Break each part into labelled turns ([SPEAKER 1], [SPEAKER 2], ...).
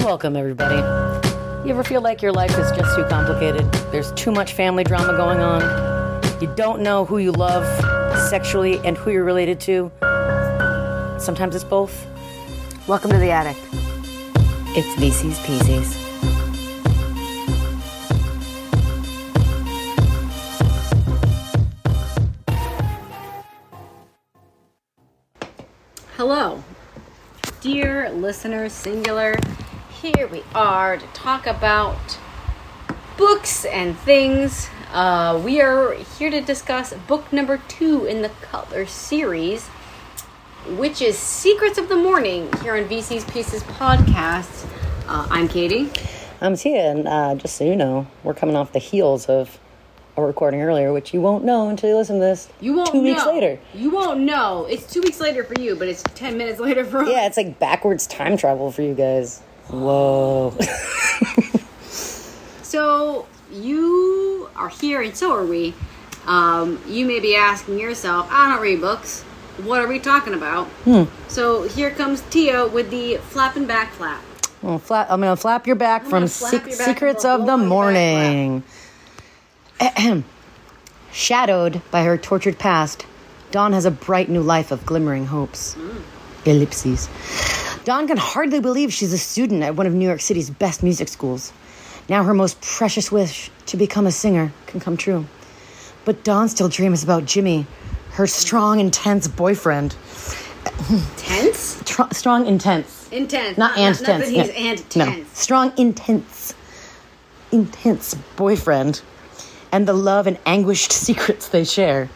[SPEAKER 1] Welcome, everybody. You ever feel like your life is just too complicated? There's too much family drama going on. You don't know who you love sexually and who you're related to. Sometimes it's both.
[SPEAKER 2] Welcome to the attic.
[SPEAKER 3] It's VC's Peasies.
[SPEAKER 2] Hello, dear listeners, singular. Here we are to talk about books and things. Uh, we are here to discuss book number two in the Cutler series, which is Secrets of the Morning here on VC's Pieces podcast. Uh, I'm Katie.
[SPEAKER 1] I'm Tia, and uh, just so you know, we're coming off the heels of a recording earlier, which you won't know until you listen to this
[SPEAKER 2] You won't
[SPEAKER 1] two weeks
[SPEAKER 2] know.
[SPEAKER 1] later.
[SPEAKER 2] You won't know. It's two weeks later for you, but it's ten minutes later for us.
[SPEAKER 1] Yeah, it's like backwards time travel for you guys. Whoa.
[SPEAKER 2] So you are here, and so are we. Um, you may be asking yourself, "I don't read books. What are we talking about?"
[SPEAKER 1] Hmm.
[SPEAKER 2] So here comes Tia with the flap and back flap.
[SPEAKER 1] I'm, flap, I'm gonna flap your back from
[SPEAKER 2] gonna flap
[SPEAKER 1] sec-
[SPEAKER 2] your back
[SPEAKER 1] Secrets
[SPEAKER 2] and
[SPEAKER 1] of the
[SPEAKER 2] blow your back
[SPEAKER 1] Morning. Ahem. Shadowed by her tortured past, Dawn has a bright new life of glimmering hopes.
[SPEAKER 2] Mm.
[SPEAKER 1] Ellipses. Dawn can hardly believe she's a student at one of New York City's best music schools. Now her most precious wish to become a singer can come true. But Dawn still dreams about Jimmy, her strong, intense boyfriend.
[SPEAKER 2] Tense,
[SPEAKER 1] Tr- strong, intense.
[SPEAKER 2] intense.
[SPEAKER 1] Not and
[SPEAKER 2] not,
[SPEAKER 1] tense.
[SPEAKER 2] Not that he's
[SPEAKER 1] no.
[SPEAKER 2] and
[SPEAKER 1] No.
[SPEAKER 2] tense.
[SPEAKER 1] Strong, intense, intense boyfriend, and the love and anguished secrets they share.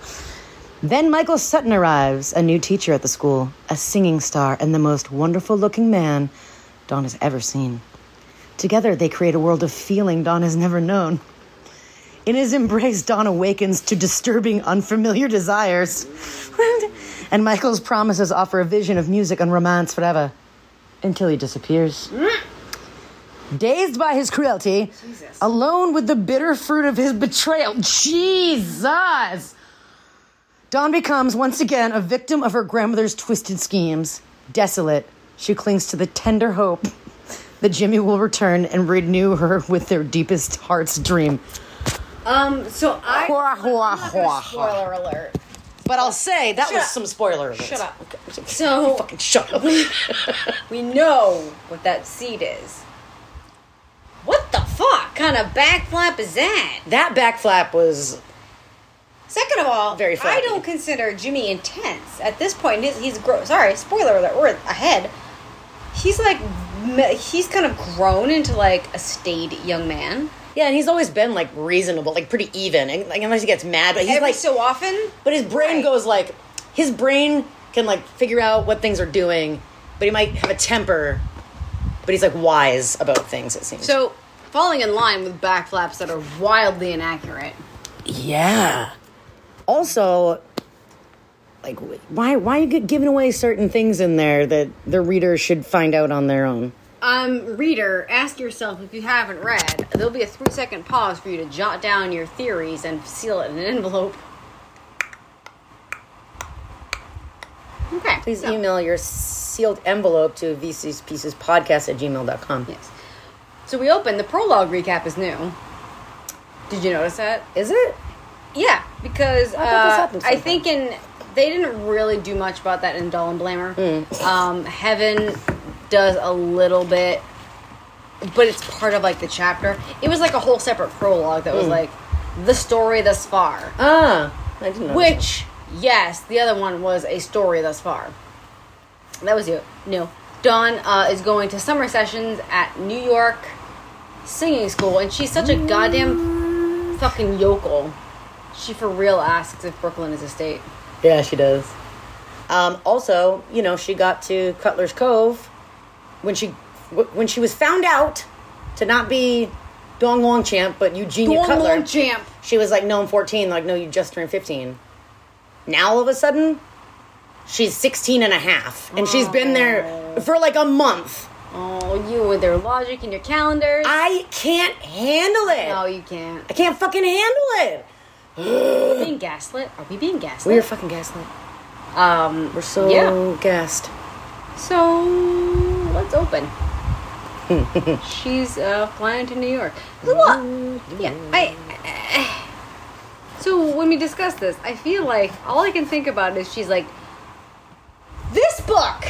[SPEAKER 1] Then Michael Sutton arrives, a new teacher at the school, a singing star, and the most wonderful looking man Dawn has ever seen. Together, they create a world of feeling Dawn has never known. In his embrace, Dawn awakens to disturbing, unfamiliar desires. and Michael's promises offer a vision of music and romance forever until he disappears. Dazed by his cruelty, alone with the bitter fruit of his betrayal, Jesus! Dawn becomes once again a victim of her grandmother's twisted schemes. Desolate, she clings to the tender hope that Jimmy will return and renew her with their deepest heart's dream.
[SPEAKER 2] Um. So I.
[SPEAKER 1] Hua, hua,
[SPEAKER 2] I'm not gonna
[SPEAKER 1] hua,
[SPEAKER 2] spoiler alert.
[SPEAKER 1] But I'll say that was
[SPEAKER 2] up.
[SPEAKER 1] some spoiler alert.
[SPEAKER 2] Shut up. So
[SPEAKER 1] Shut up.
[SPEAKER 2] we know what that seed is. What the fuck kind of back flap is that?
[SPEAKER 1] that back flap was
[SPEAKER 2] Second of all,
[SPEAKER 1] Very
[SPEAKER 2] I
[SPEAKER 1] flappy.
[SPEAKER 2] don't consider Jimmy intense at this point. He's, he's grown. Sorry, spoiler alert. We're ahead. He's like, me- he's kind of grown into like a staid young man.
[SPEAKER 1] yeah, and he's always been like reasonable, like pretty even, and, like unless he gets mad. But he's
[SPEAKER 2] Every
[SPEAKER 1] like
[SPEAKER 2] so often,
[SPEAKER 1] But his brain
[SPEAKER 2] Right.
[SPEAKER 1] goes like, his brain can like figure out what things are doing, but he might have a temper, but he's like wise about things. It seems.
[SPEAKER 2] so falling in line with back flaps that are wildly inaccurate.
[SPEAKER 1] yeah. Also, like, why why are you giving away certain things in there that the reader should find out on their own?
[SPEAKER 2] Um, reader, ask yourself if you haven't read. There'll be a three-second pause for you to jot down your theories and seal it in an envelope. Okay.
[SPEAKER 1] Please
[SPEAKER 2] so-
[SPEAKER 1] email your sealed envelope to vcspiecespodcast at gmail.com.
[SPEAKER 2] Yes. So we open the prologue recap is new. Did you notice that?
[SPEAKER 1] Is it?
[SPEAKER 2] Yeah, because
[SPEAKER 1] I thought this happened
[SPEAKER 2] uh, I think in they didn't really do much about that in Doll and Blamer.
[SPEAKER 1] Hmm.
[SPEAKER 2] Um, Heaven does a little bit, but it's part of like the chapter. It was like a whole separate prologue that was
[SPEAKER 1] Hmm.
[SPEAKER 2] like the story thus far.
[SPEAKER 1] Ah, I didn't know.
[SPEAKER 2] Which, yes, the other one was a story thus far. That was you. No. Dawn uh, is going to summer sessions at New York Singing School, and she's such a goddamn fucking yokel. She for real asks if Brooklyn is a state.
[SPEAKER 1] Yeah, she does. Um, also, you know, she got to Cutler's Cove when she w- when she was found out to not be Dong Long Champ, but Eugenia
[SPEAKER 2] Dong
[SPEAKER 1] Cutler.
[SPEAKER 2] Longchamp.
[SPEAKER 1] She was like, "No, I'm 14." Like, "No, you just turned 15." Now all of a sudden, she's 16 and a half, and she's been there for like a month.
[SPEAKER 2] Oh, you with their logic and your calendars.
[SPEAKER 1] I can't handle it.
[SPEAKER 2] no, you can't.
[SPEAKER 1] I can't fucking handle it.
[SPEAKER 2] being gaslit? Are we being gaslit?
[SPEAKER 1] We are fucking gaslit.
[SPEAKER 2] um,
[SPEAKER 1] We're so
[SPEAKER 2] Yeah.
[SPEAKER 1] gassed.
[SPEAKER 2] so let's open. she's uh, flying to New York. Look, yeah, I, I- So when we discuss this, I feel like all I can think about is she's like, this book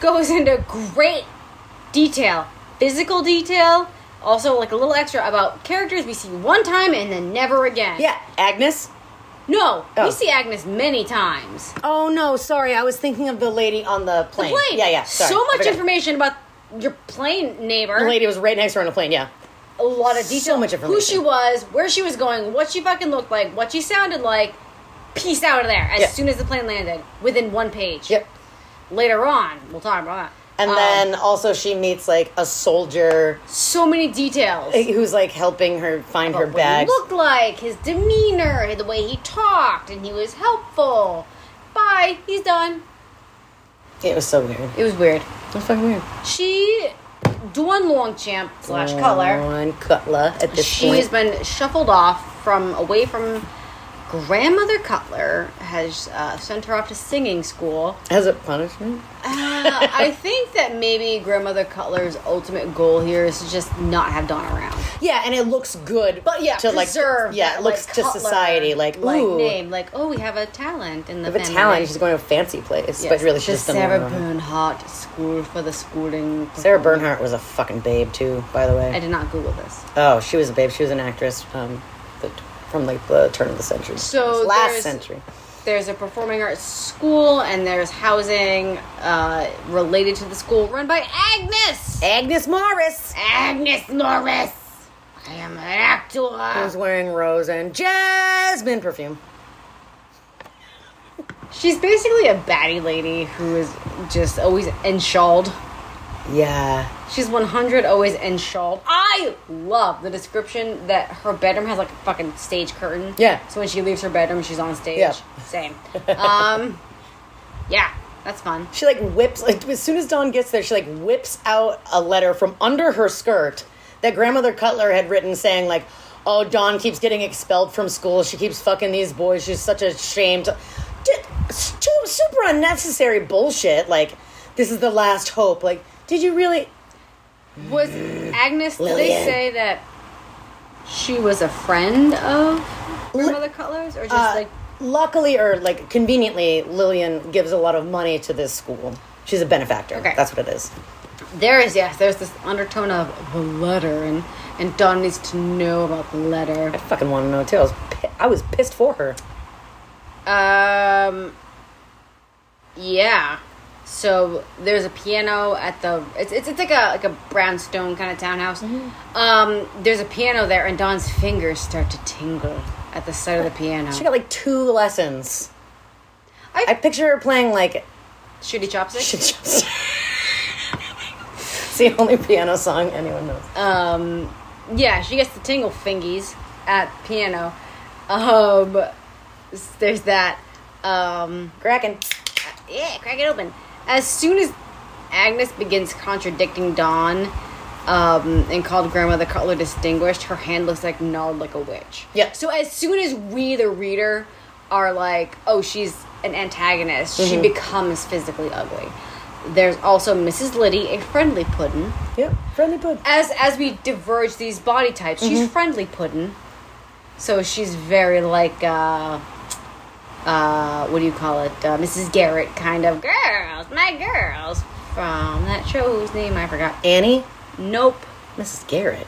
[SPEAKER 2] goes into great detail, physical detail, also like a little extra about characters we see one time and then never again.
[SPEAKER 1] Yeah, Agnes.
[SPEAKER 2] No,
[SPEAKER 1] Oh.
[SPEAKER 2] we see Agnes many times.
[SPEAKER 1] Oh no, sorry. I was thinking of the lady on the plane.
[SPEAKER 2] plane.
[SPEAKER 1] Yeah, yeah. sorry,
[SPEAKER 2] So
[SPEAKER 1] I
[SPEAKER 2] much
[SPEAKER 1] forgot.
[SPEAKER 2] information about your plane neighbor.
[SPEAKER 1] The lady was right next to her on the plane. Yeah.
[SPEAKER 2] a lot of
[SPEAKER 1] So
[SPEAKER 2] detail.
[SPEAKER 1] much
[SPEAKER 2] Who
[SPEAKER 1] information.
[SPEAKER 2] she was, where she was going, what she fucking looked like, what she sounded like. Peace out of there as
[SPEAKER 1] Yeah.
[SPEAKER 2] soon as the plane landed within one page.
[SPEAKER 1] Yep.
[SPEAKER 2] Later on, we'll talk about that.
[SPEAKER 1] And
[SPEAKER 2] Um,
[SPEAKER 1] then also she meets like a soldier
[SPEAKER 2] so many details.
[SPEAKER 1] who's like helping her find her
[SPEAKER 2] About what he
[SPEAKER 1] bags.
[SPEAKER 2] looked like, his demeanor, the way he talked, and he was helpful. Bye. He's done.
[SPEAKER 1] It was so weird.
[SPEAKER 2] It was weird.
[SPEAKER 1] It's fucking weird.
[SPEAKER 2] She, Dawn Longchamp slash Color.
[SPEAKER 1] on Cutler at this
[SPEAKER 2] She
[SPEAKER 1] point.
[SPEAKER 2] has been shuffled off from away from grandmother Cutler has uh, sent her off to singing school.
[SPEAKER 1] As a punishment.
[SPEAKER 2] Uh, I think that maybe grandmother Cutler's ultimate goal here is to just not have Dawn around.
[SPEAKER 1] Yeah, and it looks good,
[SPEAKER 2] But yeah,
[SPEAKER 1] to like
[SPEAKER 2] preserve.
[SPEAKER 1] yeah,
[SPEAKER 2] that,
[SPEAKER 1] it looks
[SPEAKER 2] like,
[SPEAKER 1] to
[SPEAKER 2] Cutler,
[SPEAKER 1] society like
[SPEAKER 2] like
[SPEAKER 1] ooh,
[SPEAKER 2] name, like oh, we have a talent in the
[SPEAKER 1] of a
[SPEAKER 2] family.
[SPEAKER 1] talent. She's going to a fancy place,
[SPEAKER 2] Yes,
[SPEAKER 1] but really she's
[SPEAKER 2] the
[SPEAKER 1] just
[SPEAKER 2] Sarah
[SPEAKER 1] done Bernhardt.
[SPEAKER 2] Bernhardt School for the Schooling.
[SPEAKER 1] Sarah Bernhardt was a fucking babe too, by the
[SPEAKER 2] I
[SPEAKER 1] way.
[SPEAKER 2] did not Google this.
[SPEAKER 1] Oh, she was a babe. She was an actress um, the, from like the turn of the century,
[SPEAKER 2] So
[SPEAKER 1] This last
[SPEAKER 2] there's-
[SPEAKER 1] century.
[SPEAKER 2] there's a performing arts school and there's housing uh, related to the school run by Agnes.
[SPEAKER 1] Agnes Morris
[SPEAKER 2] Agnes Norris. I am an actor.
[SPEAKER 1] was wearing rose and jasmine perfume.
[SPEAKER 2] She's basically a batty lady who is just always enshawled.
[SPEAKER 1] Yeah,
[SPEAKER 2] She's 100 always enshawled. I love the description that her bedroom has like a fucking stage curtain.
[SPEAKER 1] Yeah.
[SPEAKER 2] So when she leaves her bedroom, she's on stage.
[SPEAKER 1] Yeah.
[SPEAKER 2] Same. Um, yeah, that's fun.
[SPEAKER 1] She like whips like as soon as Dawn gets there, she like whips out a letter from under her skirt that grandmother Cutler had written saying like, "Oh, Dawn keeps getting expelled from school. She keeps fucking these boys. She's such a shame." To, Ju- super unnecessary bullshit. Like, this is the last hope. Like, did you really?
[SPEAKER 2] Was Agnes? Did they
[SPEAKER 1] Lillian.
[SPEAKER 2] say that she was a friend of grandmother Cutler's, or just
[SPEAKER 1] Uh,
[SPEAKER 2] like
[SPEAKER 1] luckily or like conveniently, Lillian gives a lot of money to this school. She's a benefactor.
[SPEAKER 2] Okay.
[SPEAKER 1] That's what it is.
[SPEAKER 2] there is? Yes, there's this undertone of the letter, and and Dawn needs to know about the letter.
[SPEAKER 1] I fucking want to know too. I was pi- I was pissed for her.
[SPEAKER 2] Um, yeah. So there's a piano at the it's it's, it's like a like a brownstone kind of townhouse.
[SPEAKER 1] Mm-hmm.
[SPEAKER 2] Um, there's a piano there, and Dawn's fingers start to tingle at the sight of the piano.
[SPEAKER 1] She got like two lessons.
[SPEAKER 2] I-
[SPEAKER 1] I, picture her playing like
[SPEAKER 2] Shitty chopsticks.
[SPEAKER 1] shit just It's the only piano song anyone knows. Uh,
[SPEAKER 2] um, yeah, she gets the tingle fingies at piano. Um, s- there's that. Um,
[SPEAKER 1] Kraken.
[SPEAKER 2] yeah, crack it open. As soon as Agnes begins contradicting Dawn um, and called Grandmother Cutler distinguished, her hand looks like gnarled like a witch.
[SPEAKER 1] Yeah.
[SPEAKER 2] So as soon as we, the reader, are like, oh, she's an antagonist, she becomes physically ugly. There's also Mrs. Liddy, a friendly puddin',
[SPEAKER 1] Yep, friendly pud.
[SPEAKER 2] as as we diverge these body types,
[SPEAKER 1] Mm-hmm.
[SPEAKER 2] she's friendly puddin'. So she's very like uh uh what do you call it? Uh, Mrs. Garrett kind of girls, my girls from that show whose name I forgot.
[SPEAKER 1] Annie,
[SPEAKER 2] Nope.
[SPEAKER 1] Mrs. Garrett.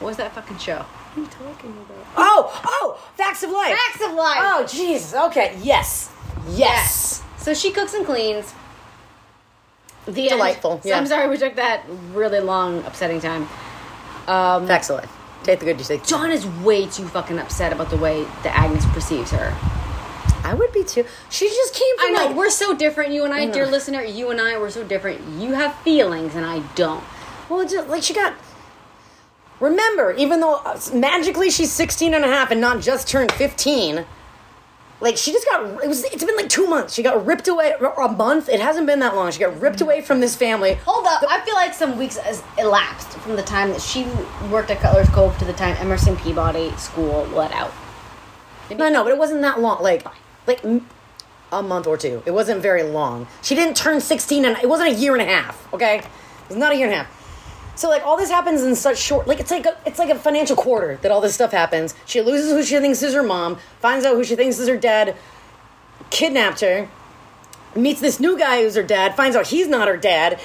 [SPEAKER 2] What was that fucking show?
[SPEAKER 1] What are you talking about? Oh, oh, facts of life.
[SPEAKER 2] Facts of life.
[SPEAKER 1] Oh, Jesus. Okay. Yes. Yes.
[SPEAKER 2] So she cooks and cleans. The end.
[SPEAKER 1] Delightful,
[SPEAKER 2] So
[SPEAKER 1] yeah.
[SPEAKER 2] I'm sorry we took that really long, upsetting time.
[SPEAKER 1] Um, Facts of life. Take the good, you take. the-
[SPEAKER 2] Dawn is way too fucking upset about the way that Agnes perceives her.
[SPEAKER 1] I would be too. She just came
[SPEAKER 2] I
[SPEAKER 1] from
[SPEAKER 2] know
[SPEAKER 1] like
[SPEAKER 2] we're so different, you and I, dear listener. You and I, we're so different. You have feelings, and I don't.
[SPEAKER 1] Well, it just like she got. Remember, even though uh, magically she's 16 and a half and not just turned 15, like she just got it was it's been like 2 months. She got ripped away or a month. It hasn't been that long. She got ripped away from this family.
[SPEAKER 2] Hold up, I feel like some weeks has elapsed from the time that she worked at Cutler's Cove to the time Emerson Peabody School let out.
[SPEAKER 1] No, no, but it wasn't that long. Like like m- a month or two. It wasn't very long. She didn't turn 16 and it wasn't a year and a half, okay? It's not a year and a half. So like all this happens in such short like it's like a, it's like a financial quarter that all this stuff happens. She loses who she thinks is her mom, finds out who she thinks is her dad, kidnapped her, meets this new guy who's her dad, finds out he's not her dad.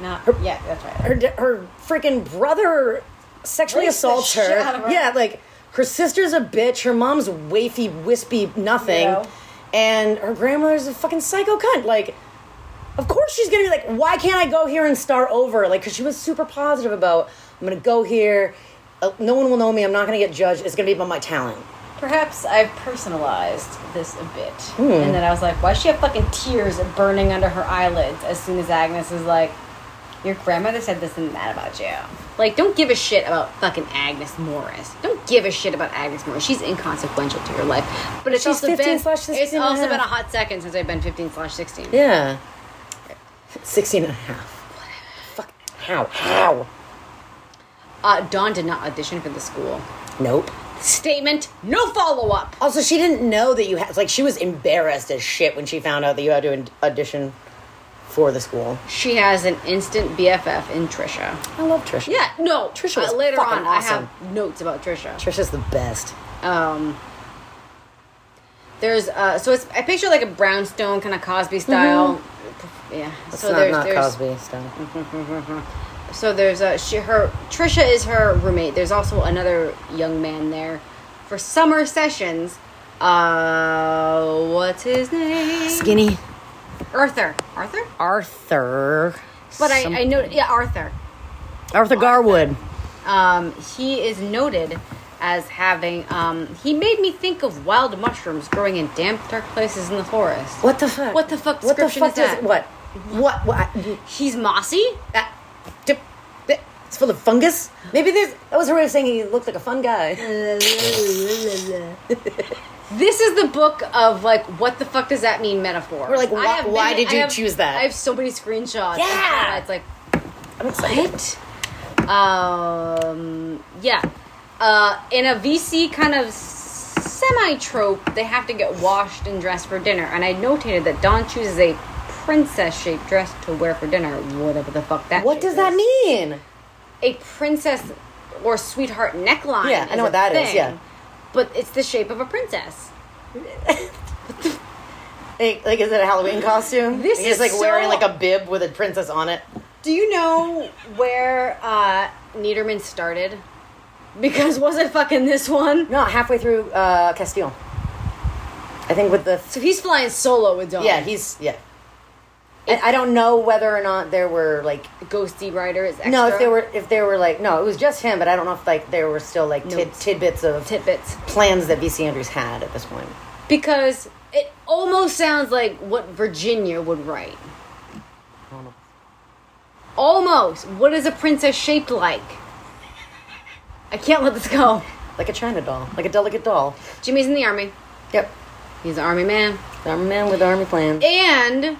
[SPEAKER 2] Not yeah, that's right.
[SPEAKER 1] Her da- her freaking brother sexually
[SPEAKER 2] Rapes the
[SPEAKER 1] assaults
[SPEAKER 2] shit
[SPEAKER 1] her.
[SPEAKER 2] out of her.
[SPEAKER 1] Yeah, like her sister's a bitch, her mom's wafy, wispy, nothing,
[SPEAKER 2] Yeah.
[SPEAKER 1] and her grandmother's a fucking psycho cunt. Like, of course she's gonna be like, why can't I go here and start over? Like, cause she was super positive about, I'm gonna go here. Uh, no one will know me. I'm not gonna get judged. It's gonna be about my talent.
[SPEAKER 2] Perhaps I've personalized this a bit,
[SPEAKER 1] Hmm.
[SPEAKER 2] and then I was like, why does she have fucking tears burning under her eyelids as soon as Agnes is like, your grandmother said this and that about you. Like, don't give a shit about fucking Agnes Morris. Don't give a shit about Agnes Morris. She's inconsequential to your life. But it's
[SPEAKER 1] She's
[SPEAKER 2] also
[SPEAKER 1] 15
[SPEAKER 2] been
[SPEAKER 1] slash 16
[SPEAKER 2] it's
[SPEAKER 1] and a
[SPEAKER 2] also
[SPEAKER 1] half.
[SPEAKER 2] been a hot second since I've been fifteen slash sixteen.
[SPEAKER 1] Yeah. 16 and a half. Fuck. How? How?
[SPEAKER 2] Uh, Dawn did not audition for the school.
[SPEAKER 1] Nope.
[SPEAKER 2] Statement, no follow up.
[SPEAKER 1] Also, she didn't know that you had, like, she was embarrassed as shit when she found out that you had to in- audition for the school.
[SPEAKER 2] She has an instant BFF in Trisha.
[SPEAKER 1] I love Trisha.
[SPEAKER 2] Yeah, no.
[SPEAKER 1] Trisha was
[SPEAKER 2] uh, later
[SPEAKER 1] fucking
[SPEAKER 2] on,
[SPEAKER 1] awesome.
[SPEAKER 2] I have notes about Trisha.
[SPEAKER 1] Trisha's the best.
[SPEAKER 2] Um, there's uh, so it's I picture like a brownstone kind of Cosby style. Yeah.
[SPEAKER 1] Mm-hmm. It's
[SPEAKER 2] so
[SPEAKER 1] not,
[SPEAKER 2] there's,
[SPEAKER 1] not
[SPEAKER 2] there's Mm-hmm.
[SPEAKER 1] Cosby stuff.
[SPEAKER 2] so there's a she her Trisha is her roommate. There's also another young man there for summer sessions. Uh, what's his name?
[SPEAKER 1] Skinny
[SPEAKER 2] Arthur. Arthur.
[SPEAKER 1] Arthur.
[SPEAKER 2] But I,
[SPEAKER 1] Some-
[SPEAKER 2] I know. Yeah, Arthur.
[SPEAKER 1] Arthur Garwood.
[SPEAKER 2] Um, he is noted as having. Um, he made me think of wild mushrooms growing in damp, dark places in the forest.
[SPEAKER 1] What the fuck?
[SPEAKER 2] What the fuck
[SPEAKER 1] What the
[SPEAKER 2] description
[SPEAKER 1] fuck
[SPEAKER 2] is
[SPEAKER 1] does-
[SPEAKER 2] that?
[SPEAKER 1] What? What? What? I-
[SPEAKER 2] He's mossy. Uh,
[SPEAKER 1] that, dip, that- it's full of fungus. Maybe there's. That was her way of saying he looked like a fun guy.
[SPEAKER 2] this is the book of like what the fuck does that mean metaphor.
[SPEAKER 1] We're like,
[SPEAKER 2] I
[SPEAKER 1] why- why did
[SPEAKER 2] I
[SPEAKER 1] you choose that?
[SPEAKER 2] I have so many screenshots.
[SPEAKER 1] Yeah!
[SPEAKER 2] it's like
[SPEAKER 1] I'm excited.
[SPEAKER 2] what? Um, yeah. Uh, in a VC kind of semi trope, they have to get washed and dressed for dinner. And I notated that Dawn chooses a princess shaped dress to wear for dinner, whatever the fuck that.
[SPEAKER 1] What does that
[SPEAKER 2] is.
[SPEAKER 1] mean?
[SPEAKER 2] A princess or sweetheart neckline.
[SPEAKER 1] Yeah, I
[SPEAKER 2] is
[SPEAKER 1] know
[SPEAKER 2] a
[SPEAKER 1] what that is,
[SPEAKER 2] thing,
[SPEAKER 1] yeah.
[SPEAKER 2] but it's the shape of a princess.
[SPEAKER 1] Like, like, is it a Halloween costume?
[SPEAKER 2] This
[SPEAKER 1] He's
[SPEAKER 2] is
[SPEAKER 1] like wearing
[SPEAKER 2] so-
[SPEAKER 1] like a bib with a princess on it.
[SPEAKER 2] Do you know where uh, Niederman started? Because was it fucking this one?
[SPEAKER 1] No, halfway through uh, Castile. I think with the
[SPEAKER 2] So he's flying solo with Dawn.
[SPEAKER 1] yeah, he's yeah. And I don't know whether or not there were like
[SPEAKER 2] Ghosty Rider is extra.
[SPEAKER 1] no, if there were if there were like no, it was just him, but I don't know if like there were still like tid,
[SPEAKER 2] Notes.
[SPEAKER 1] tidbits of
[SPEAKER 2] tidbits,
[SPEAKER 1] plans that BC Andrews had at this point.
[SPEAKER 2] because it almost sounds like what Virginia would write. Almost. What is a princess shaped like? I can't let this go.
[SPEAKER 1] Like a China doll, like a delicate doll.
[SPEAKER 2] Jimmy's in the army.
[SPEAKER 1] Yep,
[SPEAKER 2] He's an army man,
[SPEAKER 1] army man with army plan.
[SPEAKER 2] and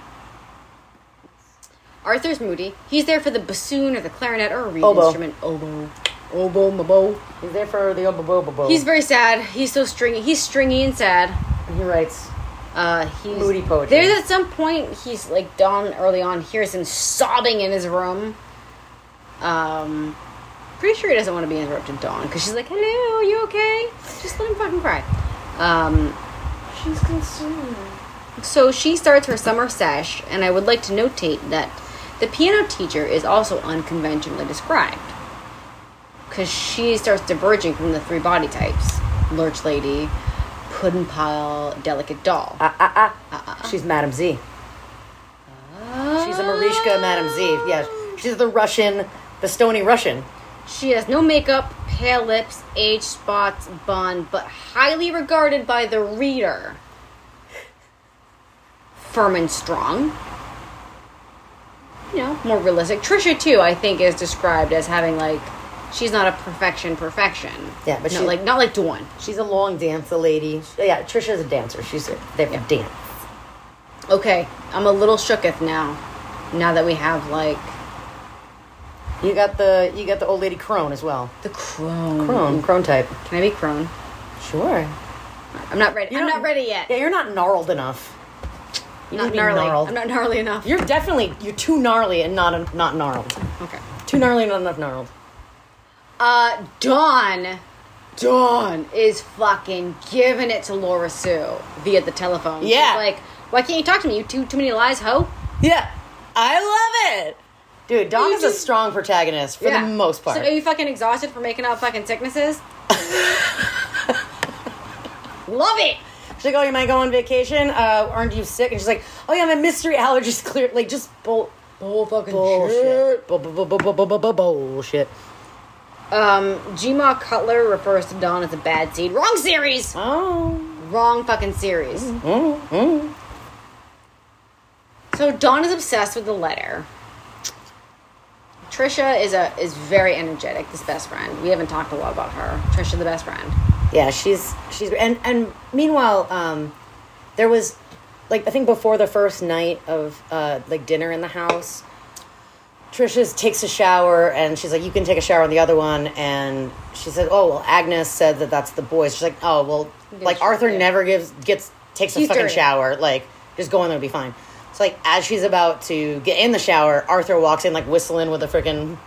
[SPEAKER 2] Arthur's moody. He's there for the bassoon or the clarinet or a reed
[SPEAKER 1] Oboe.
[SPEAKER 2] instrument. Oboe.
[SPEAKER 1] Oh,
[SPEAKER 2] Oboe, mabo.
[SPEAKER 1] He's there for the obobobobo.
[SPEAKER 2] He's very sad. He's so stringy. He's stringy and sad.
[SPEAKER 1] he writes.
[SPEAKER 2] Uh, he's
[SPEAKER 1] Moody poetry.
[SPEAKER 2] There's at some point he's like Don early on hears him sobbing in his room. Um, pretty sure he doesn't want to be interrupted, Dawn, because she's like, "Hello, you okay? Just let him fucking cry." Um,
[SPEAKER 1] She's consumed.
[SPEAKER 2] so she starts her summer sesh, and I would like to notate that the piano teacher is also unconventionally described because she starts diverging from the three body types: lurch lady, puddin pile, delicate doll.
[SPEAKER 1] Ah ah ah. She's Madam Z. She's a Marishka Madam Z. Yeah, she's the Russian, the stony Russian.
[SPEAKER 2] She has no makeup, pale lips, age spots, bun, but highly regarded by the reader. Firm and strong. You know, more realistic. Trisha too, I think, is described as having like she's not a perfection perfection.
[SPEAKER 1] Yeah, but
[SPEAKER 2] not
[SPEAKER 1] she-
[SPEAKER 2] like not like Dawn.
[SPEAKER 1] She's a long dancer lady. Yeah, Trisha's a dancer. She's there for dance.
[SPEAKER 2] Okay, I'm a little shooketh now. Now that we have like
[SPEAKER 1] You got the you got the old lady crone as well.
[SPEAKER 2] the crone.
[SPEAKER 1] Crone, crone type.
[SPEAKER 2] Can I be crone?
[SPEAKER 1] Sure.
[SPEAKER 2] I'm not ready. I'm
[SPEAKER 1] don't-
[SPEAKER 2] not ready yet.
[SPEAKER 1] Yeah, you're not gnarled enough. You
[SPEAKER 2] not
[SPEAKER 1] need to be
[SPEAKER 2] gnarly.
[SPEAKER 1] gnarled.
[SPEAKER 2] I'm not gnarly enough.
[SPEAKER 1] You're definitely you're too gnarly and not not gnarled.
[SPEAKER 2] okay.
[SPEAKER 1] Too gnarly and not enough gnarled.
[SPEAKER 2] Uh, Dawn. Dawn is fucking giving it to Laura Sue via the telephone. She's
[SPEAKER 1] Yeah.
[SPEAKER 2] like, why can't you talk to me? You too too many lies, hoe.
[SPEAKER 1] Yeah, I love it, dude. Dawn is a
[SPEAKER 2] just-
[SPEAKER 1] strong protagonist for the most part.
[SPEAKER 2] So are you fucking exhausted for making out fucking sicknesses? Love it.
[SPEAKER 1] She's like, oh, you might go on vacation. Uh, aren't you sick? And she's like, oh yeah, my mystery allergies cleared. Like, just bull, bull fucking bullshit. Bull, bull, bull, bull, bull, bull, bull, bullshit.
[SPEAKER 2] Um, Gma Cutler refers to Dawn as a bad seed. Wrong series.
[SPEAKER 1] Oh.
[SPEAKER 2] Wrong fucking series.
[SPEAKER 1] Mm, mm.
[SPEAKER 2] So Dawn is obsessed with the letter. Trisha is a is very energetic. This best friend. We haven't talked a lot about her. Trisha, the best friend.
[SPEAKER 1] Yeah, she's she's and and meanwhile, um, there was like I think before the first night of uh like dinner in the house, Trisha takes a shower and she's like, you can take a shower on the other one, and she said, oh well, Agnes said that that's the boys. She's like, oh well,
[SPEAKER 2] Yeah,
[SPEAKER 1] like
[SPEAKER 2] she-
[SPEAKER 1] Arthur
[SPEAKER 2] yeah.
[SPEAKER 1] never gives gets takes a
[SPEAKER 2] He's
[SPEAKER 1] fucking
[SPEAKER 2] dirty.
[SPEAKER 1] shower. Like just go in there, it'll be fine. So like as she's about to get in the shower, Arthur walks in like whistling with a freaking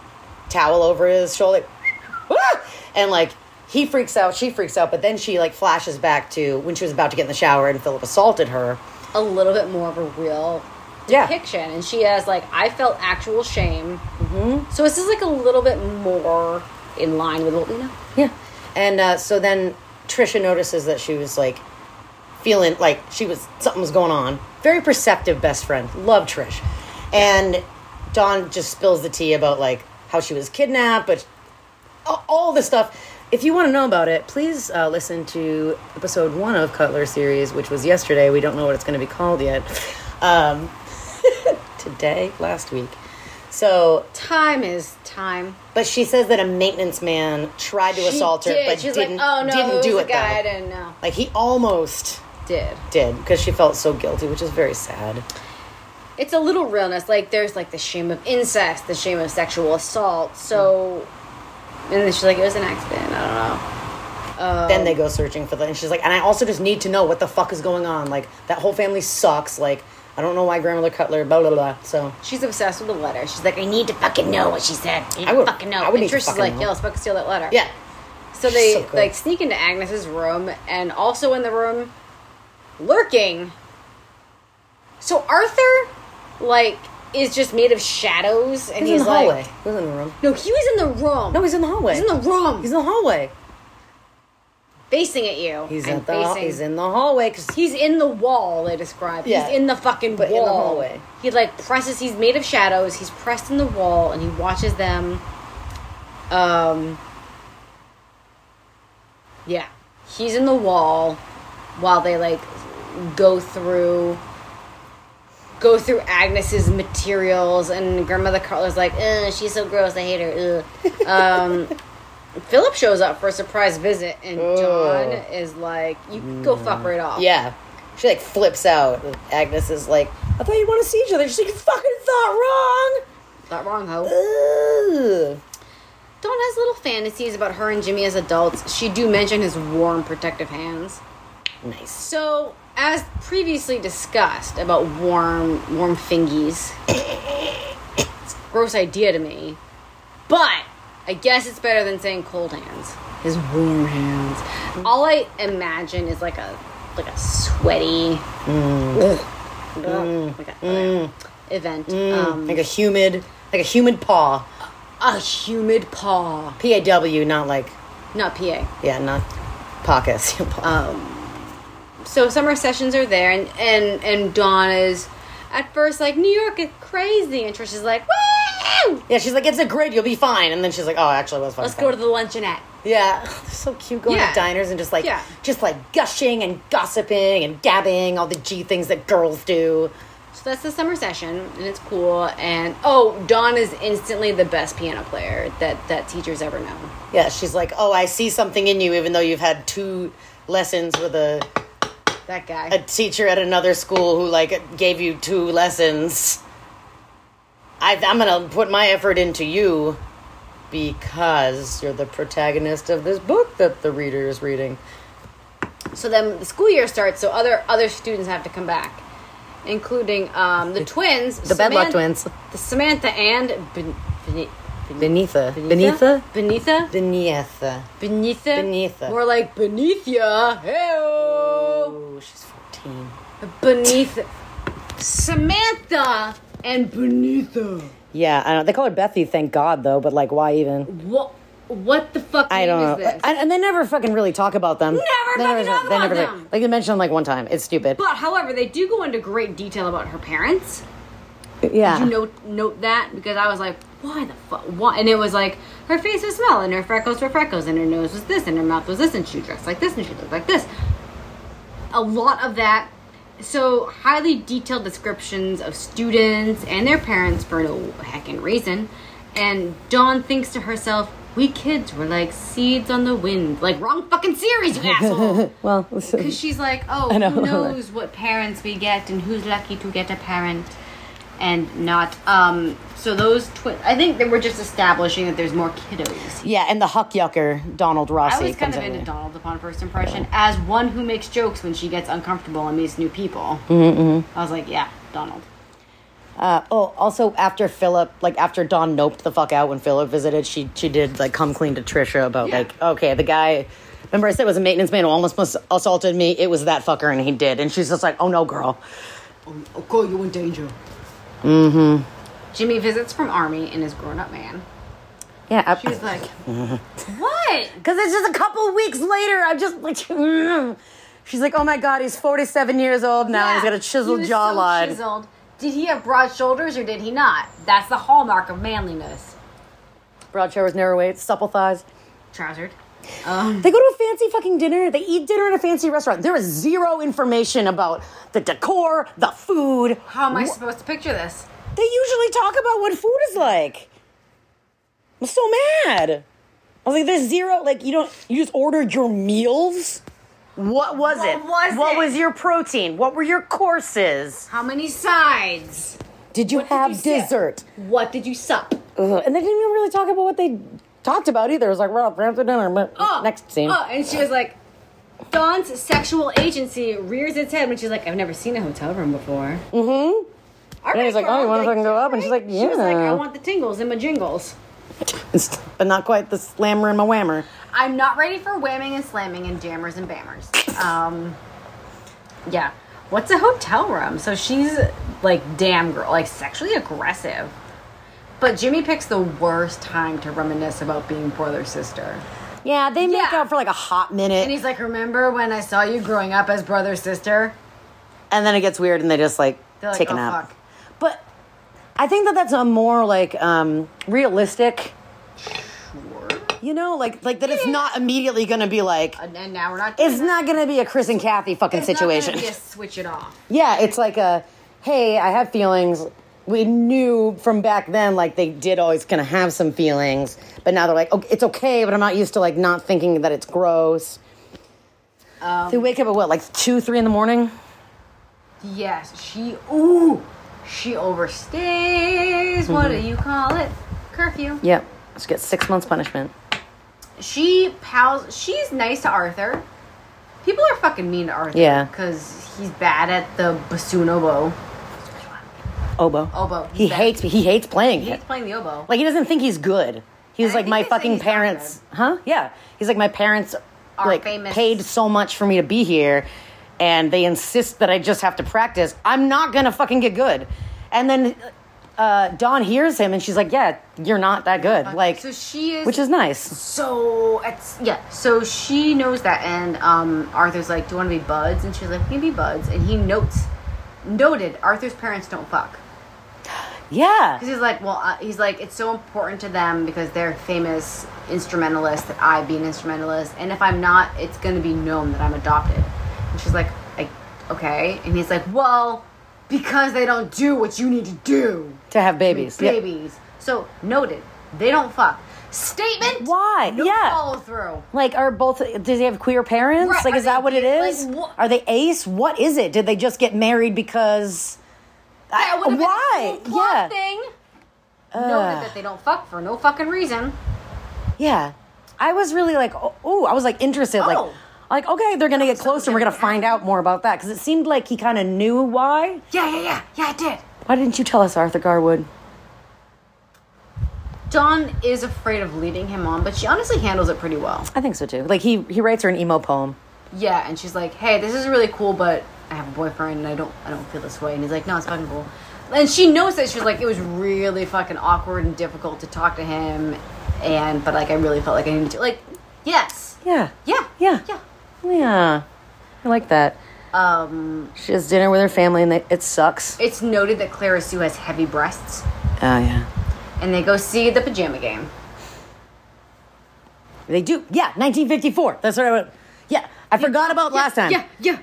[SPEAKER 1] towel over his shoulder. "Ah!" and like he freaks out, she freaks out, but then she like flashes back to when she was about to get in the shower and Philip assaulted her.
[SPEAKER 2] A little bit more of a real
[SPEAKER 1] Yeah.
[SPEAKER 2] depiction, and she has like I felt actual shame. Mm-hmm. So this is like a little bit more in line with what we know.
[SPEAKER 1] Yeah. And uh, so then Trisha notices that she was like feeling like she was something was going on. Very perceptive best friend. Love Trish. And Dawn just spills the tea about like how she was kidnapped, but all, all this stuff. If you want to know about it, please uh, listen to episode one of Cutler series, which was yesterday. We don't know what it's going to be called yet. Um, today, last week. So
[SPEAKER 2] Time is time.
[SPEAKER 1] but she says that a maintenance man tried to
[SPEAKER 2] She
[SPEAKER 1] assault her,
[SPEAKER 2] did.
[SPEAKER 1] but
[SPEAKER 2] She's
[SPEAKER 1] didn't,
[SPEAKER 2] like, oh no,
[SPEAKER 1] didn't
[SPEAKER 2] who's
[SPEAKER 1] do
[SPEAKER 2] the
[SPEAKER 1] it
[SPEAKER 2] guy? I
[SPEAKER 1] though.
[SPEAKER 2] didn't know.
[SPEAKER 1] Like he almost
[SPEAKER 2] Did
[SPEAKER 1] did because she felt so guilty, which is very sad.
[SPEAKER 2] it's a little realness. Like there's like the shame of incest, the shame of sexual assault.
[SPEAKER 1] Mm.
[SPEAKER 2] So, and then she's like, it was an accident. I don't know.
[SPEAKER 1] then
[SPEAKER 2] Oh.
[SPEAKER 1] they go searching for the, and she's like, and I also just need to know what the fuck is going on. Like that whole family sucks. Like I don't know why grandmother Cutler, blah blah blah. So
[SPEAKER 2] She's obsessed with the letter. She's like, I need to fucking know what she said. I, need
[SPEAKER 1] I
[SPEAKER 2] to
[SPEAKER 1] would-
[SPEAKER 2] fucking know.
[SPEAKER 1] I would
[SPEAKER 2] and
[SPEAKER 1] need to
[SPEAKER 2] Trish is
[SPEAKER 1] fucking
[SPEAKER 2] like,
[SPEAKER 1] know.
[SPEAKER 2] yo, let's fucking steal that letter.
[SPEAKER 1] yeah,
[SPEAKER 2] So they
[SPEAKER 1] So good.
[SPEAKER 2] like sneak into Agnes's room, and also in the room, lurking. So Arthur, like, is just made of shadows, and
[SPEAKER 1] he's
[SPEAKER 2] he's,
[SPEAKER 1] in the hallway.
[SPEAKER 2] like,
[SPEAKER 1] He was in the room.
[SPEAKER 2] no, he was in the room.
[SPEAKER 1] No, he's in the hallway.
[SPEAKER 2] He's in the room.
[SPEAKER 1] He's in the hallway.
[SPEAKER 2] facing at you.
[SPEAKER 1] He's
[SPEAKER 2] and
[SPEAKER 1] in the
[SPEAKER 2] facing-
[SPEAKER 1] he's in the hallway because
[SPEAKER 2] He's in the wall. They describe.
[SPEAKER 1] Yeah.
[SPEAKER 2] He's in the fucking
[SPEAKER 1] But in the
[SPEAKER 2] wall.
[SPEAKER 1] hallway.
[SPEAKER 2] He like presses. He's made of shadows. He's pressed in the wall, and he watches them. Um. Yeah, he's in the wall while they like go through go through Agnes's materials, and Grandmother Carla's like, Ugh, she's so gross. I hate her. Ugh. Um, Philip shows up for a surprise visit, and John
[SPEAKER 1] Ugh.
[SPEAKER 2] is like, "You can go fuck right off."
[SPEAKER 1] Yeah. She like flips out. Agnes is like, I thought you'd want to see each other. She's like, you fucking thought wrong.
[SPEAKER 2] not wrong, ho.
[SPEAKER 1] Ugh.
[SPEAKER 2] Dawn has little fantasies about her and Jimmy as adults. She do mention his warm, protective hands.
[SPEAKER 1] Nice.
[SPEAKER 2] So, as previously discussed about warm, warm fingies, it's a gross idea to me. But I guess it's better than saying cold hands. His warm hands. All I imagine is like a like a sweaty, Mm. Ugh. like a- event. Um,
[SPEAKER 1] Like a humid, like a humid paw.
[SPEAKER 2] a humid paw,
[SPEAKER 1] P A W, not like,
[SPEAKER 2] not PA.
[SPEAKER 1] yeah, not pockets. Oh. paw.
[SPEAKER 2] so summer sessions are there and and and dawn is at first like new york is crazy and trish is like Woo!
[SPEAKER 1] yeah, she's like, it's a grid. You'll be fine. And then she's like, oh, actually, it was fine.
[SPEAKER 2] let's go to the luncheonette
[SPEAKER 1] Yeah, they're so cute going
[SPEAKER 2] Yeah.
[SPEAKER 1] to diners and just like,
[SPEAKER 2] Yeah.
[SPEAKER 1] just like gushing and gossiping and gabbing, all the G things that girls do.
[SPEAKER 2] so that's the summer session and it's cool and oh dawn is instantly the best piano player that that teacher's ever known
[SPEAKER 1] Yeah, she's like, oh, I see something in you, even though you've had two lessons with a
[SPEAKER 2] that guy
[SPEAKER 1] a teacher at another school who like gave you two lessons. I, I'm gonna put my effort into you because you're the protagonist of this book that the reader is reading.
[SPEAKER 2] so then the school year starts so other other students have to come back including um, the, twins,
[SPEAKER 1] the Bedlock twins.
[SPEAKER 2] the Samantha and ben- ben- ben-
[SPEAKER 1] Benitha. Benitha?
[SPEAKER 2] Benitha,
[SPEAKER 1] Benitha.
[SPEAKER 2] Benitha,
[SPEAKER 1] Benitha.
[SPEAKER 2] more like beneath ya. Hey,
[SPEAKER 1] Oh, she's 14.
[SPEAKER 2] beneath Samantha and Benitha.
[SPEAKER 1] Yeah, I don't They call her Bethy, thank God, though, but like, why even?
[SPEAKER 2] What? What the fuck?
[SPEAKER 1] I
[SPEAKER 2] name
[SPEAKER 1] don't
[SPEAKER 2] is
[SPEAKER 1] know.
[SPEAKER 2] This?
[SPEAKER 1] And, and they never fucking really talk about them.
[SPEAKER 2] Never
[SPEAKER 1] they
[SPEAKER 2] fucking talk
[SPEAKER 1] they
[SPEAKER 2] about
[SPEAKER 1] never-
[SPEAKER 2] them.
[SPEAKER 1] Like, they mentioned them like one time. It's stupid.
[SPEAKER 2] but however, they do go into great detail about her parents.
[SPEAKER 1] yeah.
[SPEAKER 2] you note note that because I was like, why the fuck? Why? And it was like her face was smell, and her freckles were freckles, and her nose was this, and her mouth was this, and she dressed like this, and she looked like this. A lot of that. So highly detailed descriptions of students and their parents for no heckin' reason. And Dawn thinks to herself, "We kids were like seeds on the wind, like wrong fucking series, you asshole."
[SPEAKER 1] well,
[SPEAKER 2] Because she's like, oh,
[SPEAKER 1] know.
[SPEAKER 2] who knows what parents we get and who's lucky to get a parent and not. Um, so those twins, I think that we're just establishing that there's more kiddos.
[SPEAKER 1] yeah, and the huck yucker, Donald Rossi.
[SPEAKER 2] I was kind
[SPEAKER 1] comes
[SPEAKER 2] of
[SPEAKER 1] in.
[SPEAKER 2] into Donald upon first impression as one who makes jokes when she gets uncomfortable and meets new people. I was like, yeah, Donald.
[SPEAKER 1] Uh, oh, also after Philip, like after Dawn noped the fuck out when Philip visited, she she did like come clean to Trisha about
[SPEAKER 2] Yeah.
[SPEAKER 1] like, okay, the guy. Remember, I said it was a maintenance man who almost mus- assaulted me. It was that fucker, and he did. And she's just like, oh no, girl.
[SPEAKER 2] I'll call Oh, you in danger. Mm-hmm. Jimmy visits from Army and is grown up man.
[SPEAKER 1] Yeah,
[SPEAKER 2] She was like, what?
[SPEAKER 1] because it's just a couple weeks later. I'm just like, mm. she's like, oh my god, he's 47 years old now. and He's got a chiseled
[SPEAKER 2] he was so
[SPEAKER 1] jawline.
[SPEAKER 2] chiseled. Did he have broad shoulders or did he not? That's the hallmark of manliness.
[SPEAKER 1] Broad shoulders, narrow waist, supple thighs.
[SPEAKER 2] Trousered. Um,
[SPEAKER 1] They go to a fancy fucking dinner. They eat dinner in a fancy restaurant. There is zero information about the decor, the food.
[SPEAKER 2] How am I supposed to picture this?
[SPEAKER 1] They usually talk about what food is like. I'm so mad. I was like, there's zero, like, you don't, you just ordered your meals? What was
[SPEAKER 2] What
[SPEAKER 1] it?
[SPEAKER 2] was
[SPEAKER 1] what
[SPEAKER 2] it?
[SPEAKER 1] was your protein? What were your courses?
[SPEAKER 2] How many sides?
[SPEAKER 1] Did you
[SPEAKER 2] did
[SPEAKER 1] have
[SPEAKER 2] you sip?
[SPEAKER 1] dessert?
[SPEAKER 2] What did you sup?
[SPEAKER 1] Ugh. And they didn't even really talk about what they talked about either. It was like, we're off for dinner. but
[SPEAKER 2] Oh,
[SPEAKER 1] Next scene.
[SPEAKER 2] Oh, and she was like, Dawn's sexual agency rears its head when she's like, I've never seen a hotel room before. Mm-hmm.
[SPEAKER 1] And he's like, oh, you wanna fucking go up? And she's like,
[SPEAKER 2] She was like, I
[SPEAKER 1] yeah.
[SPEAKER 2] want the tingles in my jingles.
[SPEAKER 1] but not quite the slammer and my whammer.
[SPEAKER 2] I'm not ready for whamming and slamming and jammers and bammers. Um, yeah. What's a hotel room? So she's like, damn girl, like sexually aggressive. But Jimmy picks the worst time to reminisce about being brother sister.
[SPEAKER 1] Yeah, they make
[SPEAKER 2] Yeah.
[SPEAKER 1] out for like a hot minute.
[SPEAKER 2] And he's like, remember when I saw you growing up as brother sister?
[SPEAKER 1] and then it gets weird and they just like
[SPEAKER 2] They're like,
[SPEAKER 1] take a
[SPEAKER 2] "Oh,
[SPEAKER 1] nap.
[SPEAKER 2] fuck."
[SPEAKER 1] But I think that that's a more like um, realistic,
[SPEAKER 2] Sure.
[SPEAKER 1] you know, like like that it's not immediately going to be like
[SPEAKER 2] And, and now we're not. doing
[SPEAKER 1] it's
[SPEAKER 2] that.
[SPEAKER 1] not going to be a Chris and Kathy fucking
[SPEAKER 2] It's not gonna
[SPEAKER 1] situation.
[SPEAKER 2] be a switch it off.
[SPEAKER 1] yeah, it's like a hey, I have feelings. We knew from back then like they did always kind of have some feelings, but now they're like, okay, it's okay, but I'm not used to like not thinking that it's gross. they wake up at what, like two, three in the morning?
[SPEAKER 2] Yes, she. Ooh, she overstays. What do you call it? Curfew.
[SPEAKER 1] Yep, she gets six months punishment.
[SPEAKER 2] she pals she's nice to arthur people are fucking mean to arthur
[SPEAKER 1] Yeah.
[SPEAKER 2] because he's bad at the bassoon oboe
[SPEAKER 1] Oboe.
[SPEAKER 2] Oboe.
[SPEAKER 1] He
[SPEAKER 2] He's
[SPEAKER 1] hates. He hates playing
[SPEAKER 2] he's
[SPEAKER 1] it.
[SPEAKER 2] playing the oboe
[SPEAKER 1] Like he doesn't think he's good. He's
[SPEAKER 2] And I
[SPEAKER 1] like
[SPEAKER 2] think
[SPEAKER 1] my
[SPEAKER 2] they say
[SPEAKER 1] fucking
[SPEAKER 2] he's not
[SPEAKER 1] parents. Huh? Yeah. He's like my parents.
[SPEAKER 2] Are
[SPEAKER 1] like
[SPEAKER 2] famous.
[SPEAKER 1] paid so much for me to be here, and they insist that I just have to practice. I'm not gonna fucking get good. And then uh, Dawn hears him, and she's like, "Yeah, you're not that good." Like,
[SPEAKER 2] Uh, so she is
[SPEAKER 1] which is nice.
[SPEAKER 2] so it's yeah so she knows that and um arthur's like do you want to be buds and she's like we can be buds and he notes noted arthur's parents don't fuck
[SPEAKER 1] Yeah.
[SPEAKER 2] because he's like well uh, he's like it's so important to them because they're famous instrumentalists that i be an instrumentalist and if i'm not it's going to be known that i'm adopted and she's like I, okay and he's like well because they don't do what you need to do
[SPEAKER 1] To have babies. Yeah.
[SPEAKER 2] babies so noted they don't fuck statement
[SPEAKER 1] Why?
[SPEAKER 2] no
[SPEAKER 1] Yeah.
[SPEAKER 2] follow through
[SPEAKER 1] Like, are both? Does he have queer parents?
[SPEAKER 2] Right,
[SPEAKER 1] Like,
[SPEAKER 2] are
[SPEAKER 1] is that
[SPEAKER 2] they
[SPEAKER 1] what it
[SPEAKER 2] gay? Like,
[SPEAKER 1] is?
[SPEAKER 2] what-
[SPEAKER 1] Are they ace? What is it? Did they just get married because? I-
[SPEAKER 2] would've been a
[SPEAKER 1] why?
[SPEAKER 2] cool plot
[SPEAKER 1] Yeah.
[SPEAKER 2] thing noted that they don't fuck for no fucking reason
[SPEAKER 1] Yeah, I was really like, oh, ooh, I was like interested. Like,
[SPEAKER 2] Oh.
[SPEAKER 1] Like, okay, they're gonna get close and we're gonna find out more about that. Because it seemed like he kind of knew why.
[SPEAKER 2] Yeah, yeah, yeah, yeah. I did.
[SPEAKER 1] Why didn't you tell us, Arthur Garwood?
[SPEAKER 2] Dawn is afraid of leading him on, but she honestly handles it pretty well.
[SPEAKER 1] I think so too. Like he he writes her an emo poem.
[SPEAKER 2] Yeah, and she's like, "Hey, this is really cool, but I have a boyfriend, and I don't, I don't feel this way." And he's like, "No, it's fucking cool." And she knows that she's like, it was really fucking awkward and difficult to talk to him, and but like I really felt like I needed to, like, yes,
[SPEAKER 1] Yeah.
[SPEAKER 2] yeah,
[SPEAKER 1] Yeah.
[SPEAKER 2] yeah.
[SPEAKER 1] Yeah. I like that.
[SPEAKER 2] Um,
[SPEAKER 1] She has dinner with her family and they, it sucks. Oh
[SPEAKER 2] it's noted that Clara Sue has heavy breasts,
[SPEAKER 1] yeah.
[SPEAKER 2] and they go see the pajama game.
[SPEAKER 1] They do. Yeah, 1954. That's what I wrote. Yeah, I forgot about last time.
[SPEAKER 2] Yeah, yeah.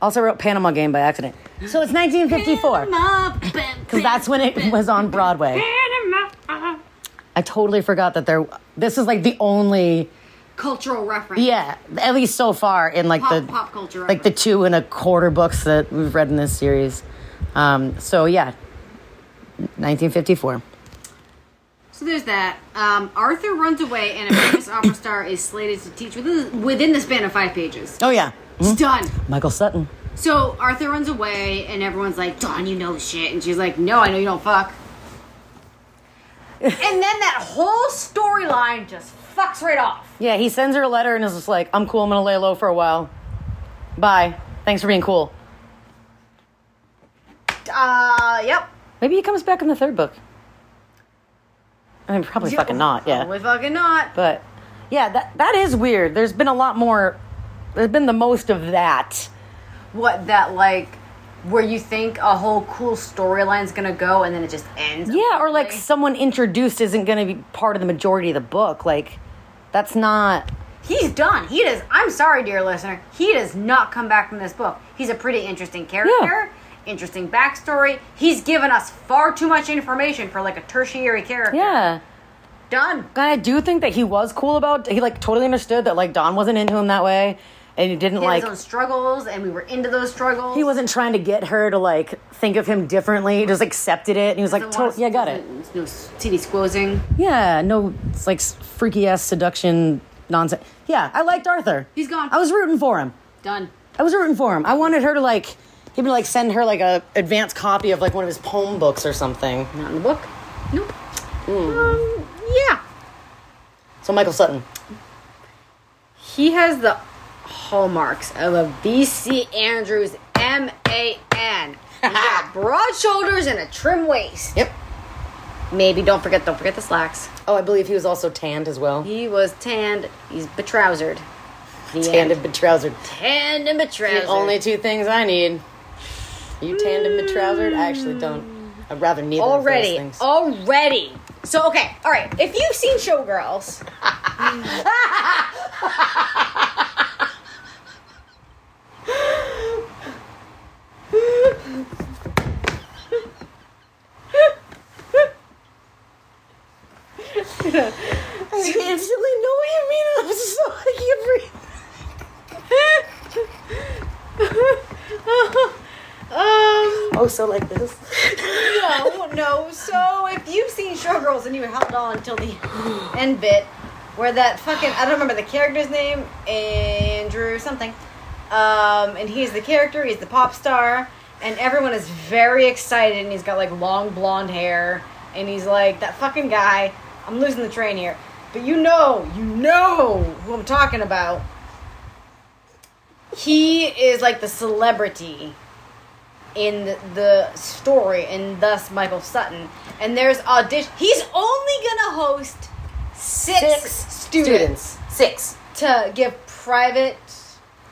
[SPEAKER 1] Also wrote Panama Game by accident. So it's 1954 because
[SPEAKER 2] Because
[SPEAKER 1] that's when it was on Broadway. I totally forgot that there. This is like the only.
[SPEAKER 2] cultural reference.
[SPEAKER 1] Yeah, at least so far in like
[SPEAKER 2] Pop-
[SPEAKER 1] the
[SPEAKER 2] pop culture
[SPEAKER 1] like the two and a quarter books that we've read in this series. Um, so yeah, 1954.
[SPEAKER 2] So there's that. Um, Arthur runs away, and a famous opera star is slated to teach within, within the span of five pages.
[SPEAKER 1] Oh yeah,
[SPEAKER 2] It's done.
[SPEAKER 1] Michael Sutton.
[SPEAKER 2] So Arthur runs away, and everyone's like, Dawn, you know shit. And she's like, No, I know you don't fuck. and then that whole storyline just fucks right off.
[SPEAKER 1] Yeah, he sends her a letter and is just like, "I'm cool. I'm gonna lay low for a while. Bye. Thanks for being cool."
[SPEAKER 2] Uh, yep.
[SPEAKER 1] Maybe he comes back in the third book. I mean, probably fucking not. Yeah,
[SPEAKER 2] Probably fucking not.
[SPEAKER 1] but yeah, that that is weird. There's been a lot more. There's been the most of that.
[SPEAKER 2] What that, like, where you think a whole cool storyline's gonna go, and then it just ends.
[SPEAKER 1] Yeah, or like
[SPEAKER 2] abruptly.
[SPEAKER 1] someone introduced isn't going to be part of the majority of the book. Like, that's not.
[SPEAKER 2] He's done. He does. I'm sorry, dear listener. He does not come back from this book. He's a pretty interesting character, interesting backstory. He's given us far too much information for like a tertiary character.
[SPEAKER 1] Yeah.
[SPEAKER 2] Done.
[SPEAKER 1] And I do think that he was cool about. He like totally understood that like Don wasn't into him that way, and he didn't
[SPEAKER 2] He had
[SPEAKER 1] like.
[SPEAKER 2] his own struggles, and we were into those struggles.
[SPEAKER 1] He wasn't trying to get her to like think of him differently. He just accepted it, and he was like,
[SPEAKER 2] Doesn't
[SPEAKER 1] to-
[SPEAKER 2] want us-
[SPEAKER 1] "Yeah, got it."
[SPEAKER 2] doesn't- No city squozing.
[SPEAKER 1] Yeah, no, it's like freaky ass seduction nonsense. Yeah, I liked Arthur.
[SPEAKER 2] He's gone.
[SPEAKER 1] I was rooting for him.
[SPEAKER 2] Done.
[SPEAKER 1] I was rooting for him. I wanted her to like, he'd be like send her like a advanced copy of like one of his poem books or something.
[SPEAKER 2] Not in the book. Nope. Um, yeah.
[SPEAKER 1] So Michael Sutton.
[SPEAKER 2] He has the hallmarks of a BC Andrews MAN. He's got broad shoulders and a trim waist.
[SPEAKER 1] Yep.
[SPEAKER 2] Maybe don't forget don't forget the slacks.
[SPEAKER 1] Oh, I believe he was also tanned as well.
[SPEAKER 2] He was tanned. He's betrousered. The
[SPEAKER 1] Tanned
[SPEAKER 2] end.
[SPEAKER 1] and betrousered.
[SPEAKER 2] Tanned and betrousered.
[SPEAKER 1] The only two things I need. You tanned and betrousered? I actually don't. I'd rather neither
[SPEAKER 2] already,
[SPEAKER 1] of those things.
[SPEAKER 2] already. So okay, all right. If you've seen Showgirls,
[SPEAKER 1] I instantly know what you mean. I was just like, I can't breathe.
[SPEAKER 2] um,
[SPEAKER 1] Oh, so like this.
[SPEAKER 2] no, no. So if you've seen Showgirls and you held on until the end bit, where that fucking I don't remember the character's name, Andrew something, um, and he's the character, he's the pop star, and everyone is very excited, and he's got like long blonde hair, and he's like that fucking guy. I'm losing the train here, but you know, you know who I'm talking about. He is like the celebrity in the story, and thus Michael Sutton. And there's audition. He's only gonna host six,
[SPEAKER 1] Six
[SPEAKER 2] students,
[SPEAKER 1] Six.
[SPEAKER 2] to give private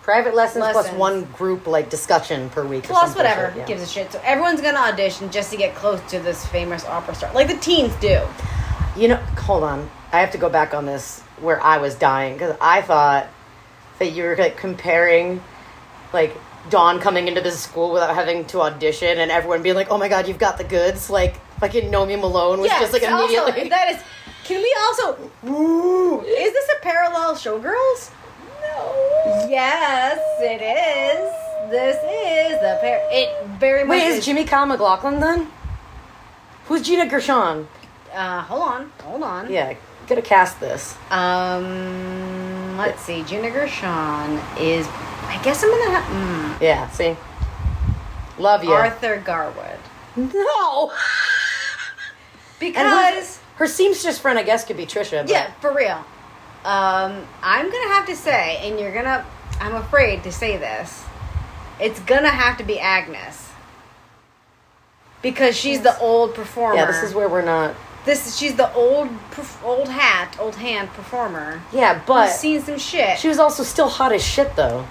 [SPEAKER 1] Private lessons, plus
[SPEAKER 2] Lessons.
[SPEAKER 1] one group like discussion per week. or
[SPEAKER 2] plus
[SPEAKER 1] some bullshit,
[SPEAKER 2] whatever
[SPEAKER 1] yeah.
[SPEAKER 2] gives a shit. So everyone's gonna audition just to get close to this famous opera star, like the teens do.
[SPEAKER 1] You know, hold on. I have to go back on this where I was dying because I thought that you were like comparing, like Dawn coming into this school without having to audition and everyone being like, "Oh my god, you've got the goods!" Like fucking Nomi Malone was just like
[SPEAKER 2] also,
[SPEAKER 1] immediately.
[SPEAKER 2] that is. Can we also? Ooh, is this a parallel Showgirls? No. Yes, it is. This is the pair. It very much.
[SPEAKER 1] Wait, is Jimmy Kyle McLaughlin then? Who's Gina Gershon?
[SPEAKER 2] Uh, hold on, hold on.
[SPEAKER 1] Yeah, gotta cast this.
[SPEAKER 2] Um. Um, let's see. Gina Gershon is. I guess I'm gonna have.
[SPEAKER 1] Yeah, see? Love
[SPEAKER 2] Mm,
[SPEAKER 1] you.
[SPEAKER 2] Arthur Garwood.
[SPEAKER 1] no! And her,
[SPEAKER 2] Because.
[SPEAKER 1] her seamstress friend, I guess, could be Trisha. But
[SPEAKER 2] Yeah, for real. Um, I'm gonna have to say, and you're gonna. I'm afraid to say this. It's gonna have to be Agnes. Because she's the old performer.
[SPEAKER 1] Yeah, this is where we're not.
[SPEAKER 2] This is- she's the old perf- old hat, old hand performer.
[SPEAKER 1] Yeah,
[SPEAKER 2] But
[SPEAKER 1] but
[SPEAKER 2] seen some shit.
[SPEAKER 1] she was also still hot as shit, though.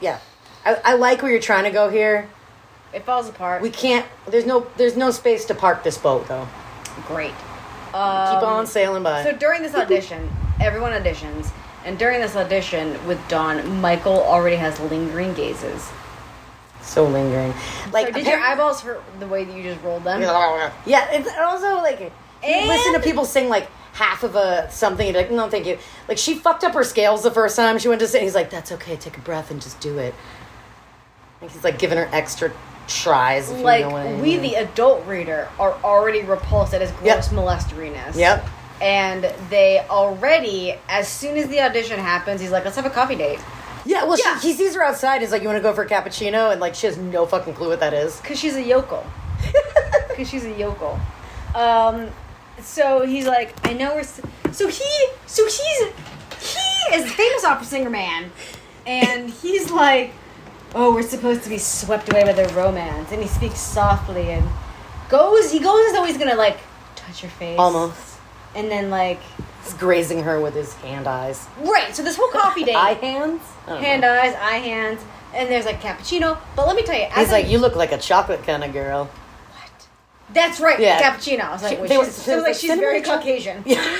[SPEAKER 1] Yeah, I, I like where you're trying to go here.
[SPEAKER 2] it falls apart.
[SPEAKER 1] We can't. There's no. There's no space to park this boat, though.
[SPEAKER 2] Great.
[SPEAKER 1] Keep
[SPEAKER 2] Um,
[SPEAKER 1] on sailing by.
[SPEAKER 2] So during this audition, everyone auditions, and during this audition with Dawn, Michael already has lingering gazes.
[SPEAKER 1] so lingering.
[SPEAKER 2] Like, so did your
[SPEAKER 1] apparent-
[SPEAKER 2] eyeballs hurt the way that you just rolled them?
[SPEAKER 1] Yeah, it's also like you
[SPEAKER 2] And-
[SPEAKER 1] listen to people sing like half of a something and you're like, no, thank you. Like she fucked up her scales the first time she went to sing. He's like, that's okay, take a breath and just do it. Like he's like giving her extra tries. If you know what I
[SPEAKER 2] Like we,
[SPEAKER 1] mean.
[SPEAKER 2] the adult reader, are already repulsed at his gross
[SPEAKER 1] Yep.
[SPEAKER 2] molesteriness.
[SPEAKER 1] Yep.
[SPEAKER 2] And they already, as soon as the audition happens, he's like, "Let's have a coffee date,"
[SPEAKER 1] yeah. Well,
[SPEAKER 2] Yeah.
[SPEAKER 1] She, he sees her outside. He's like, you want to go for a cappuccino? And like she has no fucking clue what that is.
[SPEAKER 2] because she's a yokel. Because she's a yokel. Um, so he's like, "I know we're." s So he, so he's, he is a famous opera singer man, and he's like, "Oh, we're supposed to be swept away by their romance," and he speaks softly and goes. He goes as though he's gonna like touch your face
[SPEAKER 1] Almost.
[SPEAKER 2] and then like
[SPEAKER 1] He's grazing her with his hand eyes.
[SPEAKER 2] right so this whole coffee date
[SPEAKER 1] Eye hands. I don't
[SPEAKER 2] hand
[SPEAKER 1] know.
[SPEAKER 2] eyes eye hands and there's like cappuccino but let me tell you as
[SPEAKER 1] He's
[SPEAKER 2] I-
[SPEAKER 1] like, you look like a chocolate kind of girl.
[SPEAKER 2] what? that's right
[SPEAKER 1] Yeah.
[SPEAKER 2] cappuccino I was like,
[SPEAKER 1] She-
[SPEAKER 2] wait,
[SPEAKER 1] they were-
[SPEAKER 2] she's,
[SPEAKER 1] they
[SPEAKER 2] I was
[SPEAKER 1] were
[SPEAKER 2] like she's
[SPEAKER 1] cinnamon
[SPEAKER 2] very
[SPEAKER 1] chocolate-
[SPEAKER 2] Caucasian
[SPEAKER 1] Yeah.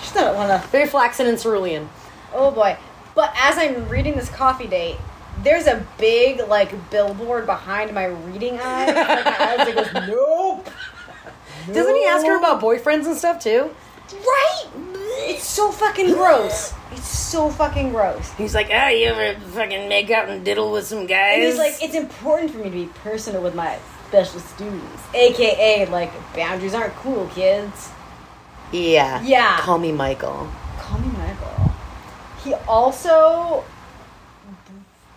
[SPEAKER 2] she's not one of
[SPEAKER 1] Very flaxen and cerulean.
[SPEAKER 2] oh boy but as I'm reading this coffee date there's a big like billboard behind my reading eye like my eyes like goes, nope
[SPEAKER 1] Doesn't he ask her about boyfriends and stuff too?
[SPEAKER 2] right it's so fucking gross it's so fucking gross
[SPEAKER 1] He's like, oh, you ever fucking make out and diddle with some guys?
[SPEAKER 2] And he's like, it's important for me to be personal with my special students. AKA, like, boundaries aren't cool, kids.
[SPEAKER 1] yeah,
[SPEAKER 2] Yeah.
[SPEAKER 1] Call me Michael.
[SPEAKER 2] Call me Michael. He also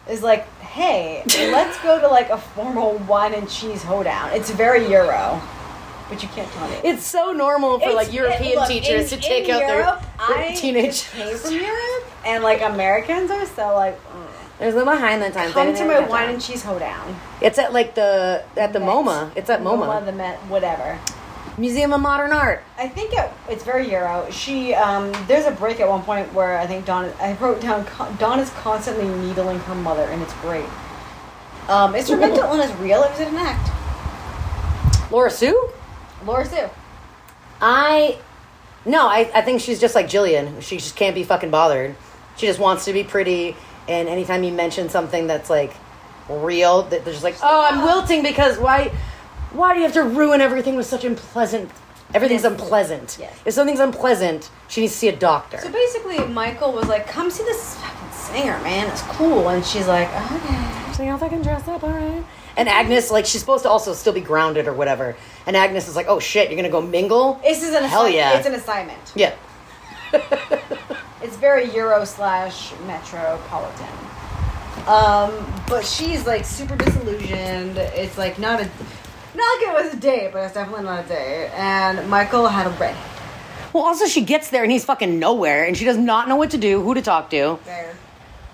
[SPEAKER 2] is like, hey, let's go to like a formal wine and cheese hoedown. It's very Euro, but you can't tell me.
[SPEAKER 1] It's so normal for
[SPEAKER 2] It's-
[SPEAKER 1] like European
[SPEAKER 2] it- look,
[SPEAKER 1] teachers
[SPEAKER 2] in-
[SPEAKER 1] to take
[SPEAKER 2] in
[SPEAKER 1] out their,
[SPEAKER 2] Europe,
[SPEAKER 1] their
[SPEAKER 2] I
[SPEAKER 1] teenage.
[SPEAKER 2] came from Europe, and like Americans are so like, mm.
[SPEAKER 1] There's no behind that time.
[SPEAKER 2] come to my wine and cheese hoedown.
[SPEAKER 1] It's at like the at the
[SPEAKER 2] Met.
[SPEAKER 1] MoMA. It's at MoMA,
[SPEAKER 2] the Met, whatever.
[SPEAKER 1] Museum of Modern Art.
[SPEAKER 2] I think it, it's very Euro. She um, there's a break at one point where I think Dawn. I wrote down "Con- Dawn is constantly needling her mother, and it's great. Um, is her mental illness real or is it an act?
[SPEAKER 1] Laura Sue.
[SPEAKER 2] Laura Sue.
[SPEAKER 1] I no, I, I think she's just like Jillian. She just can't be fucking bothered. She just wants to be pretty, and anytime you mention something that's like real, that they're just like, oh, I'm wilting because why? Why do you have to ruin everything with such unpleasant? Everything's
[SPEAKER 2] Yes.
[SPEAKER 1] unpleasant.
[SPEAKER 2] Yes.
[SPEAKER 1] If something's unpleasant, she needs to see a doctor.
[SPEAKER 2] So basically, Michael was like, "Come see this fucking singer, man. It's cool." And she's like, "Okay."
[SPEAKER 1] She's like, I'll fucking dress up, all right. And Agnes, like, she's supposed to also still be grounded or whatever. And Agnes is like, oh shit, you're gonna go mingle?
[SPEAKER 2] This is an
[SPEAKER 1] Hell
[SPEAKER 2] assi-
[SPEAKER 1] yeah.
[SPEAKER 2] It's an assignment.
[SPEAKER 1] yeah.
[SPEAKER 2] It's very Euro slash metropolitan. Um, but she's like super disillusioned. It's like not a, not like it was a date, but it's definitely not a date. And Michael had a red
[SPEAKER 1] Well, also she gets there and he's fucking nowhere, and she does not know what to do, who to talk to.
[SPEAKER 2] there,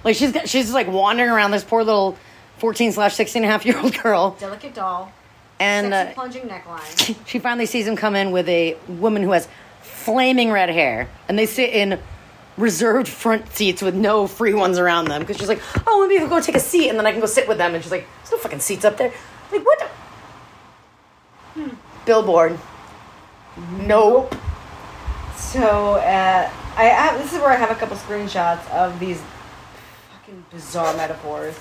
[SPEAKER 1] Like she's got, she's like wandering around this poor little fourteen slash sixteen and a half year old girl,
[SPEAKER 2] delicate doll,
[SPEAKER 1] and
[SPEAKER 2] sexy
[SPEAKER 1] uh,
[SPEAKER 2] plunging neckline.
[SPEAKER 1] she finally sees him come in with a woman who has flaming red hair, and they sit in reserved front seats with no free ones around them because she's like, oh, maybe we'll go take a seat, and then I can go sit with them, and she's like, there's no fucking seats up there. Like what? The- Hmm. Billboard. Nope.
[SPEAKER 2] So uh, I have, this is where I have a couple screenshots of these fucking bizarre metaphors.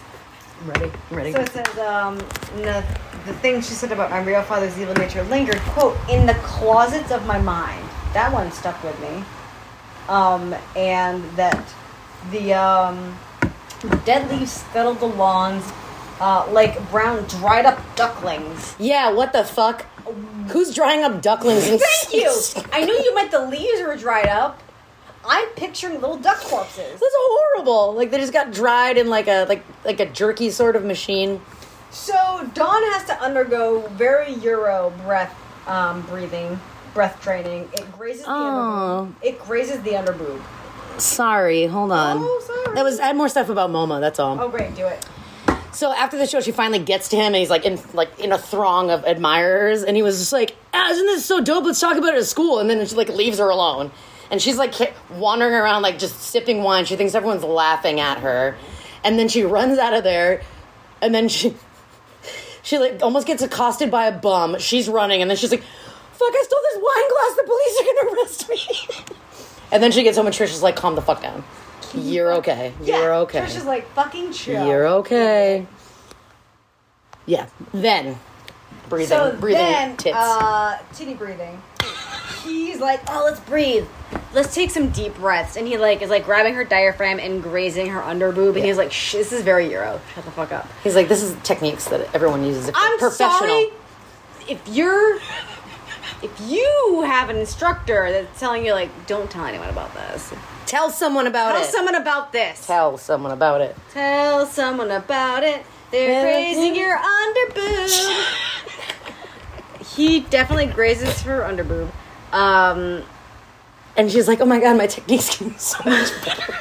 [SPEAKER 1] I'm ready. I'm ready.
[SPEAKER 2] So it says, um, the, the thing she said about my real father's evil nature lingered, quote, in the closets of my mind. That one stuck with me. Um, and that the, um, dead leaves scuttled the lawns, uh, like brown dried up ducklings.
[SPEAKER 1] yeah. What the fuck? Who's drying up ducklings? and
[SPEAKER 2] Thank you! I knew you meant the leaves were dried up.
[SPEAKER 4] I'm picturing little duck corpses.
[SPEAKER 1] That's horrible. Like they just got dried in like a like like a jerky sort of machine.
[SPEAKER 4] So Dawn has to undergo very Euro breath um, breathing, breath training. It grazes the
[SPEAKER 1] Oh.
[SPEAKER 4] underboob. It grazes the underboob.
[SPEAKER 1] Sorry, hold on.
[SPEAKER 4] Oh, sorry.
[SPEAKER 1] That was I had more stuff about MoMA. That's all.
[SPEAKER 4] Oh great, do it.
[SPEAKER 1] So after the show, she finally gets to him, and he's like in like in a throng of admirers, and he was just like, ah, "Isn't this so dope? Let's talk about it at school." And then she like leaves her alone, and she's like ki- wandering around like just sipping wine. She thinks everyone's laughing at her, and then she runs out of there, and then she she like almost gets accosted by a bum. She's running, and then she's like, "Fuck! I stole this wine glass. The police are gonna arrest me." and then she gets home, and Trish is like, "Calm the fuck down. You're okay. You're okay."
[SPEAKER 4] Trish is like fucking chill.
[SPEAKER 1] You're okay. Yeah. Then breathing,
[SPEAKER 4] So
[SPEAKER 1] breathing
[SPEAKER 4] then,
[SPEAKER 1] tits.
[SPEAKER 4] uh, titty breathing. He's like,
[SPEAKER 2] Oh, let's breathe. Let's take some deep breaths. And he like is like grabbing her diaphragm and grazing her underboob. And he's like, Shh, "This is very Euro. Shut the fuck up."
[SPEAKER 1] He's like, this is techniques that everyone uses. If they're
[SPEAKER 2] I'm
[SPEAKER 1] professional.
[SPEAKER 2] sorry. If you're, if you have an instructor that's telling you like, don't tell anyone about this.
[SPEAKER 1] Tell someone about
[SPEAKER 2] Tell
[SPEAKER 1] it.
[SPEAKER 2] someone about this.
[SPEAKER 1] Tell someone about it.
[SPEAKER 2] Tell someone about it. They're grazing your underboob. he definitely grazes her underboob. Um,
[SPEAKER 1] And she's like, oh my god, my techniques can be so much better.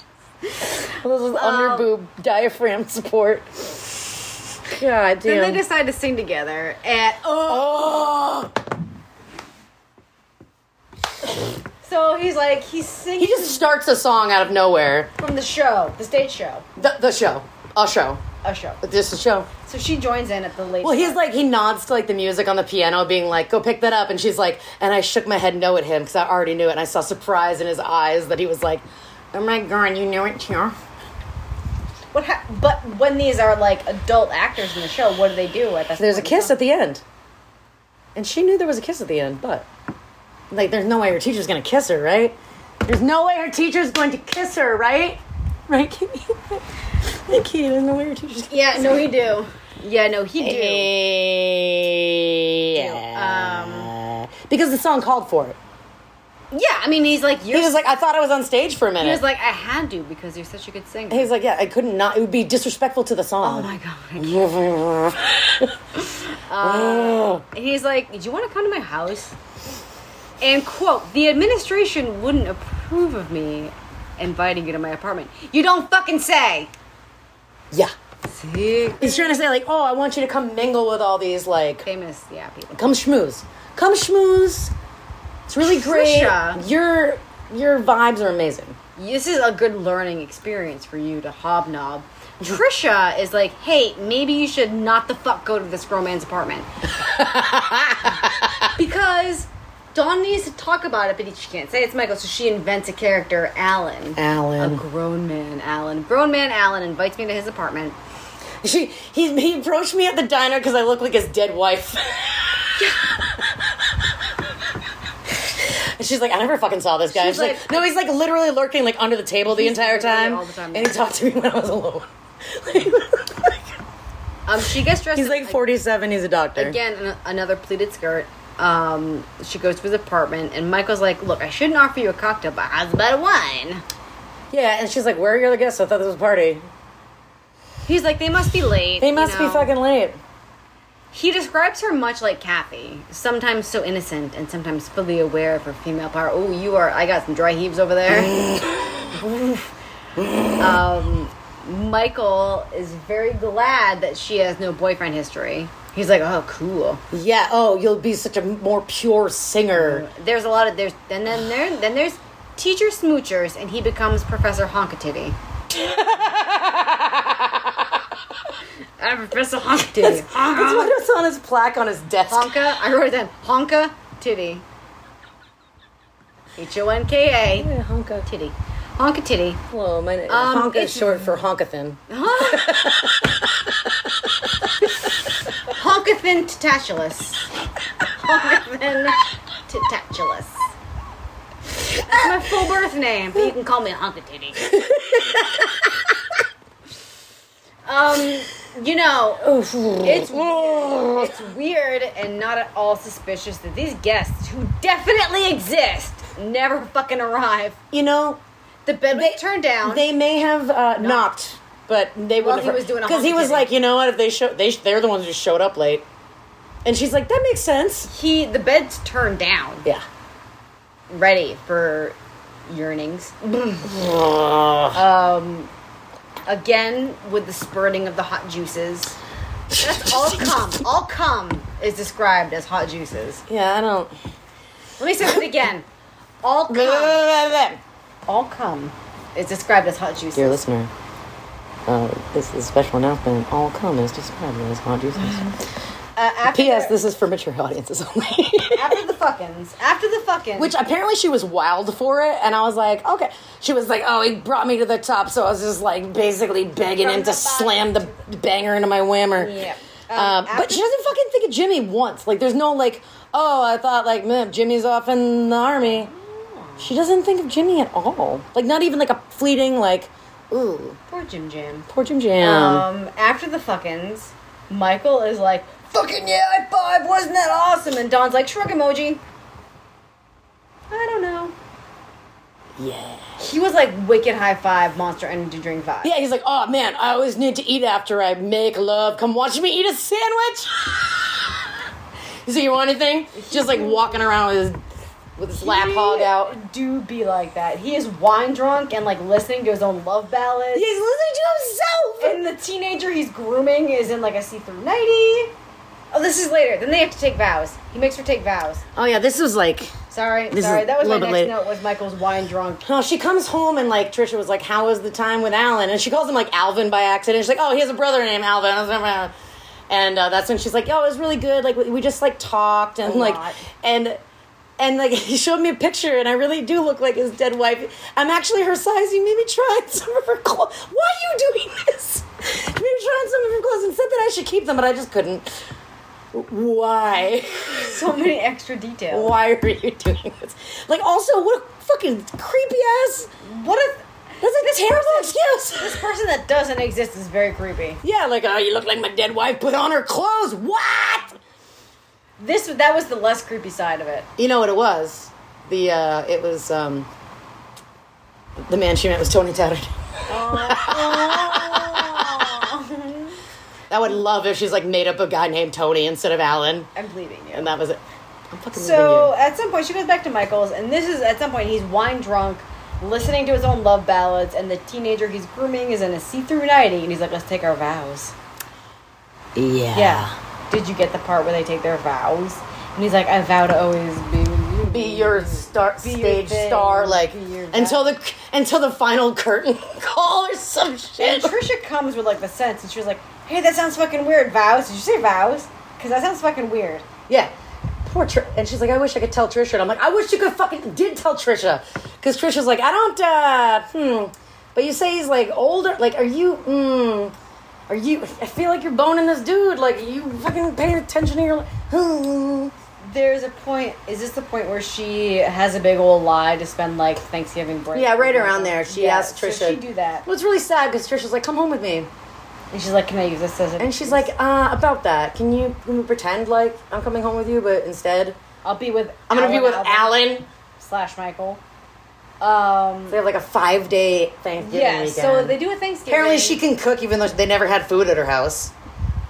[SPEAKER 1] this is underboob diaphragm support. God damn.
[SPEAKER 2] then they decide to sing together. And oh,
[SPEAKER 1] oh,
[SPEAKER 4] so he's like, he's singing
[SPEAKER 1] he just starts a song out of nowhere.
[SPEAKER 4] from the show, the stage show,
[SPEAKER 1] The, the show. A show.
[SPEAKER 4] a show.
[SPEAKER 1] Just a show.
[SPEAKER 4] So she joins in at the late.
[SPEAKER 1] Well, he's like he nods to like the music on the piano, being like, "Go pick that up," and she's like, and I shook my head no at him because I already knew it, and I saw surprise in his eyes that he was like, "Oh my god, you knew it too."
[SPEAKER 4] What hap but when these are like adult actors in the show, what do they do at that?
[SPEAKER 1] There's a
[SPEAKER 4] point in
[SPEAKER 1] kiss at the end, and she knew there was a kiss at the end, but like, there's no way her teacher's gonna kiss her, right? There's no way her teacher's going to kiss her, right? Right, Kitty? Hey, Kitty, there's no way her teacher's. Gonna
[SPEAKER 2] yeah, no, he do. Yeah, no, he do.
[SPEAKER 1] Yeah. because the song called for it.
[SPEAKER 2] Yeah, I mean, he's like,
[SPEAKER 1] He
[SPEAKER 2] you're.
[SPEAKER 1] was like, I thought I was on stage for a minute.
[SPEAKER 2] he was like, I had to because you're such a good singer.
[SPEAKER 1] He's like, yeah, I couldn't not. It would be disrespectful to the
[SPEAKER 2] oh
[SPEAKER 1] song.
[SPEAKER 2] my god.
[SPEAKER 1] Oh
[SPEAKER 2] He's like, "Do you want to come to my house?" And quote, "The administration wouldn't approve of me inviting you to my apartment." You don't fucking say.
[SPEAKER 1] yeah.
[SPEAKER 2] See?
[SPEAKER 1] He's trying to say like, oh, I want you to come mingle with all these like,
[SPEAKER 2] Famous, yeah, people.
[SPEAKER 1] come schmooze, come schmooze. It's really great.
[SPEAKER 2] Trisha.
[SPEAKER 1] Your your vibes are amazing.
[SPEAKER 2] This is a good learning experience for you to hobnob. Trisha is like, "Hey, maybe you should not the fuck go to this romance apartment," because Dawn needs to talk about it, but she can't say it's Michael, so she invents a character, Alan.
[SPEAKER 1] Alan.
[SPEAKER 2] A grown man, Alan. Grown man, Alan invites me to his apartment.
[SPEAKER 1] She he he approached me at the diner because I look like his dead wife. And she's like, I never fucking saw this guy. She's,
[SPEAKER 2] She's
[SPEAKER 1] like,
[SPEAKER 2] like-
[SPEAKER 1] no, he's like literally lurking like under the table the
[SPEAKER 2] He's
[SPEAKER 1] entire
[SPEAKER 2] literally
[SPEAKER 1] time,
[SPEAKER 2] all the time.
[SPEAKER 1] and he talked to me when I was alone.
[SPEAKER 2] Um, she gets dressed.
[SPEAKER 1] he's
[SPEAKER 2] in-
[SPEAKER 1] like 47. He's a doctor.
[SPEAKER 2] again. An- another pleated skirt. Um, she goes to his apartment, and Michael's like, "Look, I shouldn't offer you a cocktail, but I was about a wine."
[SPEAKER 1] Yeah, and she's like, "Where are your other guests? I thought this was a party.
[SPEAKER 2] He's like, "They must be late."
[SPEAKER 1] They
[SPEAKER 2] you
[SPEAKER 1] must
[SPEAKER 2] know.
[SPEAKER 1] be fucking late."
[SPEAKER 2] He describes her much like Kathy, sometimes so innocent and sometimes fully aware of her female power. Oh, you are. I got some dry heaves over there. um, Michael is very glad that she has no boyfriend history. He's like, oh, cool.
[SPEAKER 1] Yeah. Oh, you'll be such a more pure singer.
[SPEAKER 2] There's a lot of there's and then there then there's teacher smoochers and he becomes Professor Honkatitty. I'm Professor Honkatitty.
[SPEAKER 1] That's
[SPEAKER 2] Honka,
[SPEAKER 1] what was on his plaque on his desk.
[SPEAKER 2] Uh-huh. Honka. I wrote it down. Honka titty. H O N K A
[SPEAKER 1] Yeah, honka.
[SPEAKER 2] titty. Honka titty.
[SPEAKER 1] Hello, my name.
[SPEAKER 2] Um,
[SPEAKER 1] honka is
[SPEAKER 2] it's-
[SPEAKER 1] short for honkathin.
[SPEAKER 2] Honkathin Tatachalus. Honkathin Tatachalus. That's my full birth name, but you can call me Honkatitty. um, you know, it's weird, it's weird and not at all suspicious that these guests who definitely exist never fucking arrive.
[SPEAKER 1] You know,
[SPEAKER 2] The bed was turned down.
[SPEAKER 1] they may have uh, knocked, but they
[SPEAKER 2] Well,
[SPEAKER 1] wouldn't.
[SPEAKER 2] he was doing a
[SPEAKER 1] because he
[SPEAKER 2] honky
[SPEAKER 1] was
[SPEAKER 2] tonk.
[SPEAKER 1] like, you know what? If they show, they sh- they're the ones who showed up late, and she's like, that makes sense.
[SPEAKER 2] he the bed's turned down,
[SPEAKER 1] Yeah.
[SPEAKER 2] ready for yearnings.
[SPEAKER 1] Ugh.
[SPEAKER 2] Um, again with the spurting of the hot juices. That's all cum. All cum is described as hot juices.
[SPEAKER 1] yeah, I don't.
[SPEAKER 2] Let me say that again. All
[SPEAKER 1] Blah, blah,
[SPEAKER 2] cum.
[SPEAKER 1] blah, blah, blah.
[SPEAKER 2] All cum is described as hot juices.
[SPEAKER 1] Dear listener, uh, this is a special announcement. All cum is described as hot juices.
[SPEAKER 2] Uh, after
[SPEAKER 1] P.S.
[SPEAKER 2] the-
[SPEAKER 1] This is for mature audiences only.
[SPEAKER 2] after the fuckins, after the fucking,
[SPEAKER 1] Which apparently she was wild for it, and I was like, okay. She was like, oh, he brought me to the top, so I was just like basically begging him to slam the banger into my whimmer.
[SPEAKER 2] Yeah.
[SPEAKER 1] Um,
[SPEAKER 2] Um,
[SPEAKER 1] but
[SPEAKER 2] after-
[SPEAKER 1] she doesn't fucking think of Jimmy once. Like, there's no like, oh, I thought like, man, Jimmy's off in the army.
[SPEAKER 2] Oh.
[SPEAKER 1] She doesn't think of Jimmy at all. Like, not even like a fleeting like, ooh,
[SPEAKER 2] poor Jim Jam.
[SPEAKER 1] poor Jim Jam.
[SPEAKER 2] Um, after the fuckins, Michael is like, "Fucking yeah, I five, wasn't that awesome?" And Don's like, "Shrug emoji." I don't know.
[SPEAKER 1] yeah.
[SPEAKER 2] He was like wicked high five, monster energy drink vibe.
[SPEAKER 1] Yeah, he's like, oh man, I always need to eat after I make love. Come watch me eat a sandwich. so you want anything? Just like walking around with his with his lap hog out.
[SPEAKER 2] Do be like that. He is wine drunk and like listening to his own love ballads.
[SPEAKER 1] He's listening to himself.
[SPEAKER 2] And the teenager he's grooming is in like a see-through nighty. Oh, this is later. Then they have to take vows. He makes her take vows.
[SPEAKER 1] Oh yeah, this was like.
[SPEAKER 2] Sorry,
[SPEAKER 1] This is
[SPEAKER 2] sorry. That was
[SPEAKER 1] a
[SPEAKER 2] my
[SPEAKER 1] little
[SPEAKER 2] next
[SPEAKER 1] bit later.
[SPEAKER 2] note. Was Michael's wine drunk?
[SPEAKER 1] Oh, she comes home and like Trisha was like, "How was the time with Alan?" And she calls him like Alvin by accident. She's like, "Oh, he has a brother named Alvin." And uh, that's when she's like, "Oh, it was really good. Like we, we just like talked and like
[SPEAKER 2] lot.
[SPEAKER 1] and and like he showed me a picture, and I really do look like his dead wife. I'm actually her size. You made me try on some of her clothes. Why are you doing this? You made me try on some of her clothes and said that I should keep them, but I just couldn't. Why?
[SPEAKER 2] So many extra details.
[SPEAKER 1] Why are you doing this? Like, also, what a fucking creepy ass.
[SPEAKER 2] What if
[SPEAKER 1] That's a terrible excuse.
[SPEAKER 2] this person that doesn't exist is very creepy?
[SPEAKER 1] Yeah, like, oh, you look like my dead wife. Put on her clothes. What?
[SPEAKER 2] This that was the less creepy side of it.
[SPEAKER 1] You know what it was? The uh, it was um, the man she met was Tony Tatterd. I would love if she's like made up a guy named Tony instead of Alan,
[SPEAKER 2] I'm believing you.
[SPEAKER 1] and that was it. I'm fucking
[SPEAKER 2] So
[SPEAKER 1] so,
[SPEAKER 2] at some point she goes back to Michael's, and this is at some point he's wine drunk, listening to his own love ballads, and the teenager he's grooming is in a see-through nighty, and he's like, "Let's take our vows."
[SPEAKER 1] Yeah.
[SPEAKER 2] Yeah. Did you get the part where they take their vows? And he's like, "I vow to always be with you."
[SPEAKER 1] Be your star,
[SPEAKER 2] Be your
[SPEAKER 1] stage
[SPEAKER 2] thing.
[SPEAKER 1] star, like
[SPEAKER 2] Be your
[SPEAKER 1] until the until the final curtain call or some
[SPEAKER 2] And
[SPEAKER 1] shit.
[SPEAKER 2] Trisha comes with like the sense, and she was like, "Hey, that sounds fucking weird. Vows? Did you say vows? Because that sounds fucking weird."
[SPEAKER 1] Yeah. Poor Tr- and she's like, I wish I could tell Trisha. And I'm like, I wish you could fucking did tell Trisha, because Trisha's like, I don't. uh, Hmm. But you say he's like older. Like, are you? Hmm. Are you? I feel like you're boning this dude. Like, you fucking pay attention to your. Hmm.
[SPEAKER 2] There's a point. Is this the point where she has a big old lie to spend like Thanksgiving break?
[SPEAKER 1] Yeah, right around there. She
[SPEAKER 2] Yeah,
[SPEAKER 1] asked
[SPEAKER 2] so
[SPEAKER 1] Trisha.
[SPEAKER 2] she do that,
[SPEAKER 1] Well, it's really sad because Trisha's like, come home with me,
[SPEAKER 2] and she's like, "Can I use this as?" A
[SPEAKER 1] and she's like, uh, about that. Can you, can we pretend like I'm coming home with you, but instead
[SPEAKER 2] "I'll be with.
[SPEAKER 1] I'm gonna be with
[SPEAKER 2] Alvin
[SPEAKER 1] Alan.
[SPEAKER 2] slash Michael." Um.
[SPEAKER 1] They have like a five day Thanksgiving
[SPEAKER 2] Yeah.
[SPEAKER 1] weekend.
[SPEAKER 2] So they do a Thanksgiving.
[SPEAKER 1] Apparently, she can cook even though they never had food at her house.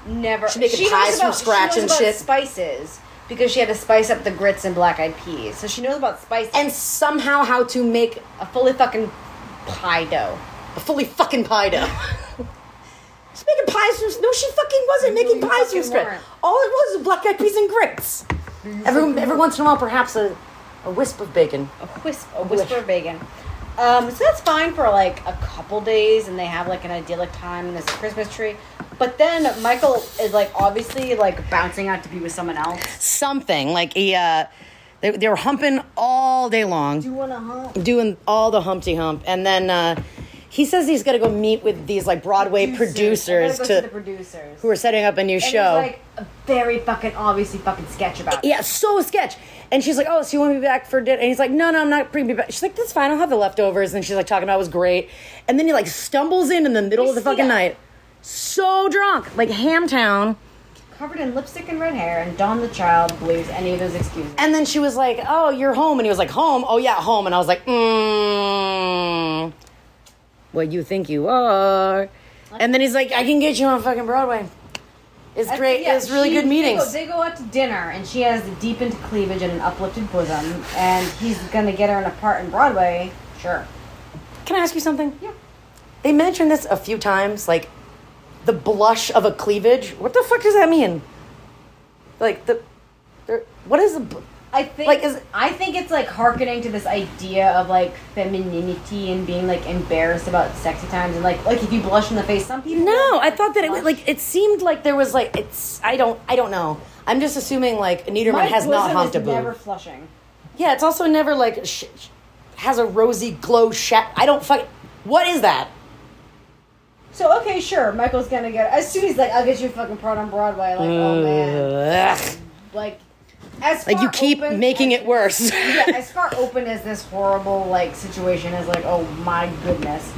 [SPEAKER 2] never.
[SPEAKER 1] She making
[SPEAKER 2] knows
[SPEAKER 1] pies from scratch
[SPEAKER 2] she
[SPEAKER 1] and
[SPEAKER 2] knows about
[SPEAKER 1] shit.
[SPEAKER 2] Spices because she had to spice up the grits and black eyed peas. So she knows about spices.
[SPEAKER 1] And somehow, how to make
[SPEAKER 2] a fully fucking pie dough.
[SPEAKER 1] a fully fucking pie dough. She's making pies from no, she fucking wasn't
[SPEAKER 2] No,
[SPEAKER 1] making
[SPEAKER 2] you
[SPEAKER 1] pies from
[SPEAKER 2] fucking
[SPEAKER 1] scratch.
[SPEAKER 2] weren't.
[SPEAKER 1] All it was was black eyed peas and grits. Every, every once in a while, perhaps a, a wisp of bacon.
[SPEAKER 2] a whisp, a whisper of bacon. Um, so that's fine for like a couple days, and they have like an idyllic time, and there's a Christmas tree. But then Michael is like obviously like bouncing out to be with someone else.
[SPEAKER 1] Something like a. Uh, they, they were humping all day long.
[SPEAKER 2] You wanna hump?
[SPEAKER 1] doing all the Humpty Hump, and then uh, he says he's gonna go meet with these like Broadway producers,
[SPEAKER 2] I wanna go see
[SPEAKER 1] to
[SPEAKER 2] the producers
[SPEAKER 1] who are setting up a new
[SPEAKER 2] and
[SPEAKER 1] show.
[SPEAKER 2] He's, like a very fucking obviously fucking sketch about. it.
[SPEAKER 1] yeah, so sketch. And she's like, "Oh, so you want me back for dinner?" And he's like, "No, no, I'm not bringing me back." She's like, "That's fine. I'll have the leftovers." And she's like, talking about it was great. And then he like stumbles in in the middle
[SPEAKER 2] We
[SPEAKER 1] of the
[SPEAKER 2] see
[SPEAKER 1] fucking
[SPEAKER 2] that.
[SPEAKER 1] night. so drunk, like Hamtown.
[SPEAKER 2] Covered in lipstick and red hair, and Don the child believes any of his excuses.
[SPEAKER 1] And then she was like, "Oh, you're home," and he was like, "Home? Oh yeah, home." And I was like, "Mmm, what you think you are?" And then he's like, "I can get you on fucking Broadway. It's great.
[SPEAKER 2] Yeah,
[SPEAKER 1] it's really
[SPEAKER 2] she-
[SPEAKER 1] good meetings."
[SPEAKER 2] They go, they go out to dinner, and she has the deepened cleavage and an uplifted bosom, and he's gonna get her in a part in Broadway. Sure.
[SPEAKER 1] Can I ask you something?
[SPEAKER 2] Yeah.
[SPEAKER 1] They mentioned this a few times, like the blush of a cleavage. What the fuck does that mean? Like the, there- what is the? bl-
[SPEAKER 2] I think
[SPEAKER 1] Like, is-
[SPEAKER 2] I think it's like hearkening to this idea of like femininity and being like embarrassed about sexy times and like like if you blush in the face, some people
[SPEAKER 1] No, I thought that it was like it seemed like there was like it's. I don't. I don't know. I'm just assuming like Niederman
[SPEAKER 2] My
[SPEAKER 1] has not
[SPEAKER 2] bosom
[SPEAKER 1] honked
[SPEAKER 2] is
[SPEAKER 1] a boob.
[SPEAKER 2] Never flushing.
[SPEAKER 1] Yeah, it's also never like sh- sh- has a rosy glow. Shat. I don't fuck. What is that?
[SPEAKER 2] So okay, sure, Michael's gonna get as soon as like I'll get you a fucking part on Broadway. Like oh man,
[SPEAKER 1] Ugh.
[SPEAKER 2] like as
[SPEAKER 1] Like you
[SPEAKER 2] far
[SPEAKER 1] keep
[SPEAKER 2] open
[SPEAKER 1] making
[SPEAKER 2] as-
[SPEAKER 1] it worse.
[SPEAKER 2] yeah, as far open as this horrible like situation is, like oh my goodness.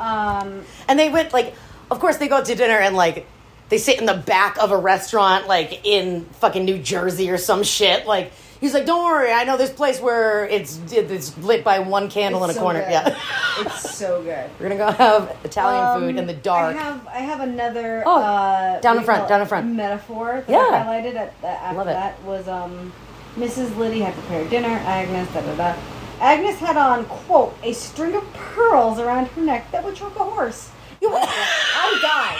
[SPEAKER 2] Um,
[SPEAKER 1] And they went like, of course they go out to dinner and like, they sit in the back of a restaurant like in fucking New Jersey or some shit. Like he's like, don't worry, I know this place where it's it's lit by one candle
[SPEAKER 2] it's
[SPEAKER 1] in a
[SPEAKER 2] so
[SPEAKER 1] corner.
[SPEAKER 2] good.
[SPEAKER 1] Yeah,
[SPEAKER 2] it's so good.
[SPEAKER 1] we're gonna go have Italian food in
[SPEAKER 2] Um,
[SPEAKER 1] the dark.
[SPEAKER 2] I have I have another
[SPEAKER 1] Oh,
[SPEAKER 2] uh,
[SPEAKER 1] down
[SPEAKER 2] what
[SPEAKER 1] in
[SPEAKER 2] do you
[SPEAKER 1] front,
[SPEAKER 2] call it?
[SPEAKER 1] down in front.
[SPEAKER 2] metaphor that
[SPEAKER 1] Yeah.
[SPEAKER 2] I highlighted at, at, after
[SPEAKER 1] Love it.
[SPEAKER 2] that was um, Mrs. Liddy had prepared dinner. Agnes da da da. Agnes had on quote a string of pearls around her neck that would choke a horse. You would I died.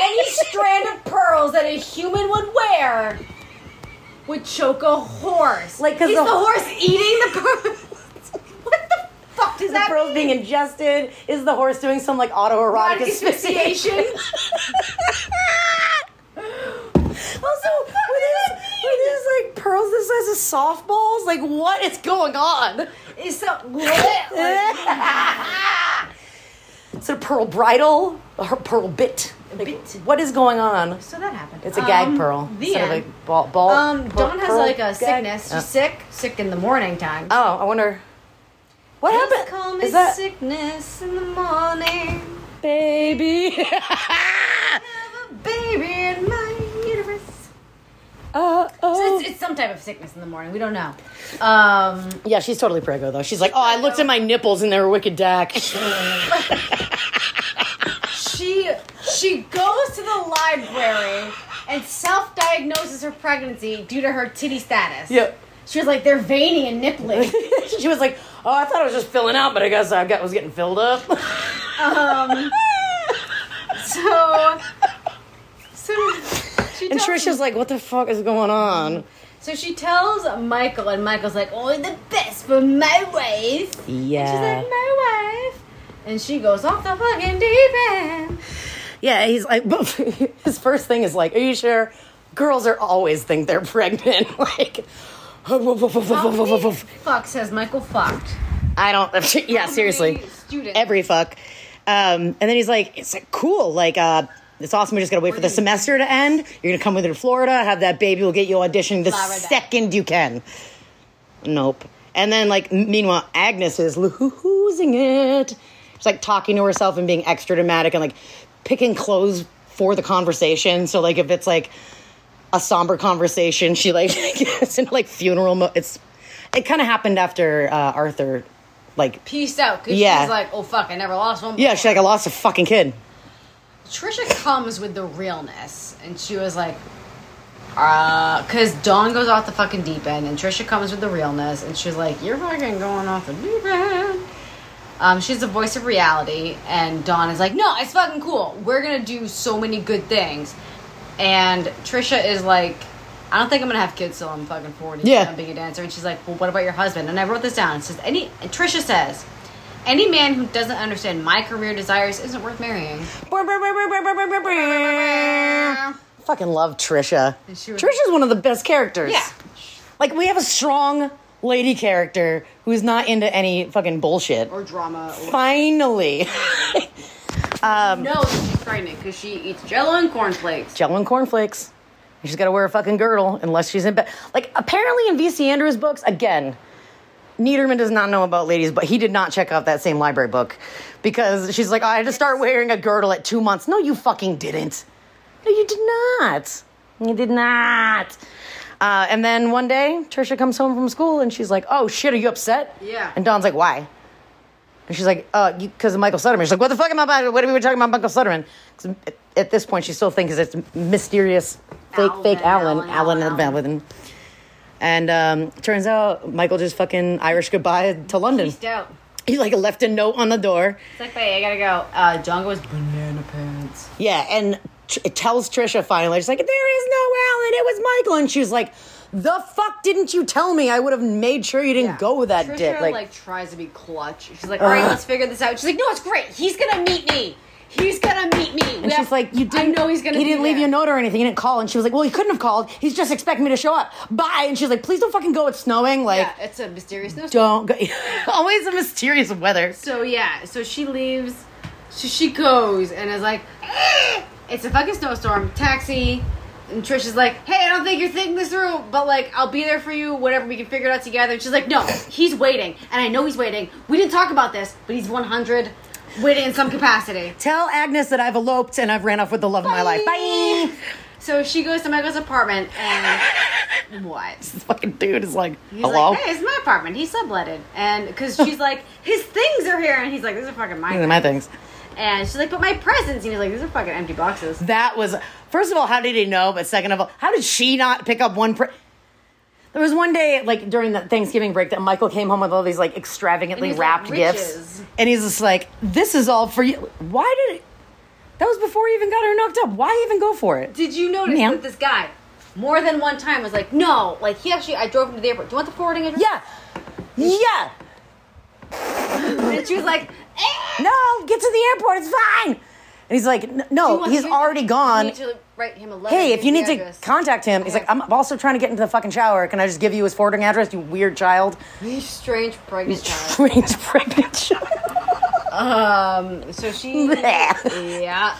[SPEAKER 2] Any strand of pearls that a human would wear would choke a horse.
[SPEAKER 1] Like, 'cause
[SPEAKER 2] is
[SPEAKER 1] the-
[SPEAKER 2] the, horse eating the pearls? what the fuck does
[SPEAKER 1] Is the
[SPEAKER 2] that
[SPEAKER 1] pearls
[SPEAKER 2] mean?
[SPEAKER 1] being ingested? Is the horse doing some like autoerotic
[SPEAKER 2] Erotic
[SPEAKER 1] asphyxiation?
[SPEAKER 2] asphyxiation.
[SPEAKER 1] Also, were these, were these like pearls the size of softballs? Like, what is going on?
[SPEAKER 2] It's so like,
[SPEAKER 1] Is it a pearl bridle? A her- pearl bit? Like,
[SPEAKER 2] bit.
[SPEAKER 1] What is going on?
[SPEAKER 2] so that happened.
[SPEAKER 1] It's a gag
[SPEAKER 2] Um,
[SPEAKER 1] pearl.
[SPEAKER 2] The
[SPEAKER 1] instead
[SPEAKER 2] end.
[SPEAKER 1] of like ball. ball
[SPEAKER 2] um,
[SPEAKER 1] pearl-
[SPEAKER 2] Dawn has
[SPEAKER 1] pearl
[SPEAKER 2] like a
[SPEAKER 1] gag.
[SPEAKER 2] sickness. She's
[SPEAKER 1] Oh.
[SPEAKER 2] sick, sick in the morning time.
[SPEAKER 1] Oh, I wonder. What
[SPEAKER 2] Please
[SPEAKER 1] happened?
[SPEAKER 2] Call me
[SPEAKER 1] is that
[SPEAKER 2] sickness in the morning.
[SPEAKER 1] baby?
[SPEAKER 2] Have a baby in my uterus.
[SPEAKER 1] uh,
[SPEAKER 2] So
[SPEAKER 1] oh.
[SPEAKER 2] it's, it's some type of sickness in the morning. We don't know. Um,
[SPEAKER 1] Yeah, she's totally prego though. She's like, oh, I looked at my nipples and they were wicked dack.
[SPEAKER 2] she she goes to the library and self-diagnoses her pregnancy due to her titty status.
[SPEAKER 1] yeah.
[SPEAKER 2] She was like, they're veiny and nipply.
[SPEAKER 1] she was like, oh, I thought I was just filling out, but I guess I got was getting filled up.
[SPEAKER 2] Um, so, so she
[SPEAKER 1] and
[SPEAKER 2] tells,
[SPEAKER 1] Trisha's like, what the fuck is going on?
[SPEAKER 2] so she tells Michael, and Michael's like, "Only the best for my wife." She's
[SPEAKER 1] Yeah.
[SPEAKER 2] like, "My wife," and she goes off the fucking deep end.
[SPEAKER 1] Yeah, he's like, his first thing is like, are you sure? Girls are always think they're pregnant. like,
[SPEAKER 2] How many fucks has Michael fucked?
[SPEAKER 1] I don't. Yeah, seriously.
[SPEAKER 2] many students?
[SPEAKER 1] Every fuck. Um, and then he's like, it's like cool. Like, uh, it's awesome. We just gotta wait for the semester to end. You're gonna come with her to Florida. Have that baby. We'll get you auditioning the
[SPEAKER 2] Florida.
[SPEAKER 1] second you can. Nope. And then like meanwhile, Agnes is losing it. She's like talking to herself and being extra dramatic and like picking clothes for the conversation. So like if it's like a somber conversation. She like gets into like funeral mode. It's it kind of happened after uh, Arthur, like
[SPEAKER 2] Peace out. Cause
[SPEAKER 1] Yeah.
[SPEAKER 2] she's like, "Oh fuck, I never lost one."
[SPEAKER 1] yeah, she like I lost a fucking kid.
[SPEAKER 2] Trisha comes with the realness, and she was like, uh, cause Dawn goes off the fucking deep end, and Trisha comes with the realness, and she's like, "You're fucking going off the deep end." Um, she's the voice of reality, and Dawn is like, "No, it's fucking cool. We're gonna do so many good things." And Trisha is like, "I don't think I'm gonna have kids till I'm fucking forty.
[SPEAKER 1] Yeah.
[SPEAKER 2] I'm being a dancer." And she's like, "Well, what about your husband?" And I wrote this down. It says, "Any," and Trisha says, "Any man who doesn't understand my career desires isn't worth marrying."
[SPEAKER 1] Fucking love Trisha.
[SPEAKER 2] And she was-
[SPEAKER 1] Trisha's one of the best characters.
[SPEAKER 2] Yeah.
[SPEAKER 1] like we have a strong lady character who's not into any fucking bullshit.
[SPEAKER 2] Or drama. Or-
[SPEAKER 1] Finally, Um,
[SPEAKER 5] No, she's pregnant because she eats Jello and cornflakes.
[SPEAKER 1] Jello and cornflakes. She's got to wear a fucking girdle unless she's in bed. Like apparently in VC Andrews books again. Niederman does not know about ladies, but he did not check out that same library book because she's like, I had to start wearing a girdle at two months. No, you fucking didn't. No, you did not. You did not. Uh, and then one day, Trisha comes home from school and she's like, Oh shit, are you upset?
[SPEAKER 2] Yeah.
[SPEAKER 1] And Don's like, Why? And she's like, Uh, because of Michael Sutterman. She's like, What the fuck am I about? What are we talking about, Michael Sutterman? 'Cause at- at this point, she still thinks it's mysterious, fake, fake Alan,
[SPEAKER 6] Alan,
[SPEAKER 1] Alan,
[SPEAKER 6] Alan,
[SPEAKER 1] Alan, And um, turns out Michael just fucking Irish goodbye to London.
[SPEAKER 2] Peaced out.
[SPEAKER 1] He like left a note on the door.
[SPEAKER 2] It's like, wait, I gotta go. Uh, John goes banana pants.
[SPEAKER 1] Yeah, and tr- it tells Trisha finally, she's like, "There is no Alan. It was Michael." And she's like, "The fuck didn't you tell me? I would have made sure you didn't go with that
[SPEAKER 2] Trisha,
[SPEAKER 1] dick." Like, Uh.
[SPEAKER 2] Like, tries to be clutch. She's like, all right, let's figure this out. She's like, no, it's great. He's gonna meet me. He's gonna meet me.
[SPEAKER 1] and she's like, "You didn't
[SPEAKER 2] I know he's gonna.
[SPEAKER 1] He
[SPEAKER 2] be
[SPEAKER 1] didn't leave
[SPEAKER 2] there."
[SPEAKER 1] you a note or anything. He didn't call." And she was like, "Well, he couldn't have called. He's just expecting me to show up. Bye." And she's like, "Please don't fucking go. It's snowing. Like,
[SPEAKER 2] Yeah, it's a mysterious no.
[SPEAKER 1] don't go." Always a mysterious weather.
[SPEAKER 2] So yeah, so she leaves. So she goes and is like, "Eh, it's a fucking snowstorm. Taxi. And Trish is like, hey, I don't think you're thinking this through, but like, I'll be there for you. Whatever, we can figure it out together. And she's like, no, he's waiting, and I know he's waiting. We didn't talk about this, but he's 100 waiting in some capacity.
[SPEAKER 1] Tell Agnes that I've eloped and I've ran off with the love of my life. Bye.
[SPEAKER 2] So she goes to Michael's apartment and what?
[SPEAKER 1] This fucking dude is like,
[SPEAKER 2] He's
[SPEAKER 1] "Hello."
[SPEAKER 2] like, hey, it's my apartment. He's subletted, and because she's like, his things are here, and he's like, these are fucking mine.
[SPEAKER 1] These are my things.
[SPEAKER 2] And she's like, but my presents. And he's like, these are fucking empty boxes.
[SPEAKER 1] That was first of all, how did he know? But second of all, how did she not pick up one? Pre- there was one day, like during the Thanksgiving break, that Michael came home with all these like extravagantly
[SPEAKER 2] And he's like,
[SPEAKER 1] wrapped gifts,
[SPEAKER 2] "Riches."
[SPEAKER 1] and he's just like, "This is all for you." Why did it? That was before he even got her knocked up. Why even go for it?
[SPEAKER 2] Did you notice
[SPEAKER 1] Ma'am?
[SPEAKER 2] that this guy, more than one time, was like, no, like he actually, I drove him to the airport. Do you want the forwarding address?
[SPEAKER 1] Yeah, yeah.
[SPEAKER 2] And she was like, eh.
[SPEAKER 1] No, get to the airport. It's fine. And he's like, "N-
[SPEAKER 2] Do you
[SPEAKER 1] "No,
[SPEAKER 2] want-
[SPEAKER 1] he's
[SPEAKER 2] you-
[SPEAKER 1] already
[SPEAKER 2] you
[SPEAKER 1] gone."
[SPEAKER 2] need to write him a letter.
[SPEAKER 1] hey, if
[SPEAKER 2] Here's
[SPEAKER 1] you
[SPEAKER 2] the
[SPEAKER 1] need to
[SPEAKER 2] address.
[SPEAKER 1] contact him, he's like, I'm also trying to get into the fucking shower. Can I just give you his forwarding address, you weird child?
[SPEAKER 2] You strange pregnant child.
[SPEAKER 1] Strange pregnant child.
[SPEAKER 2] Um, so she, yeah.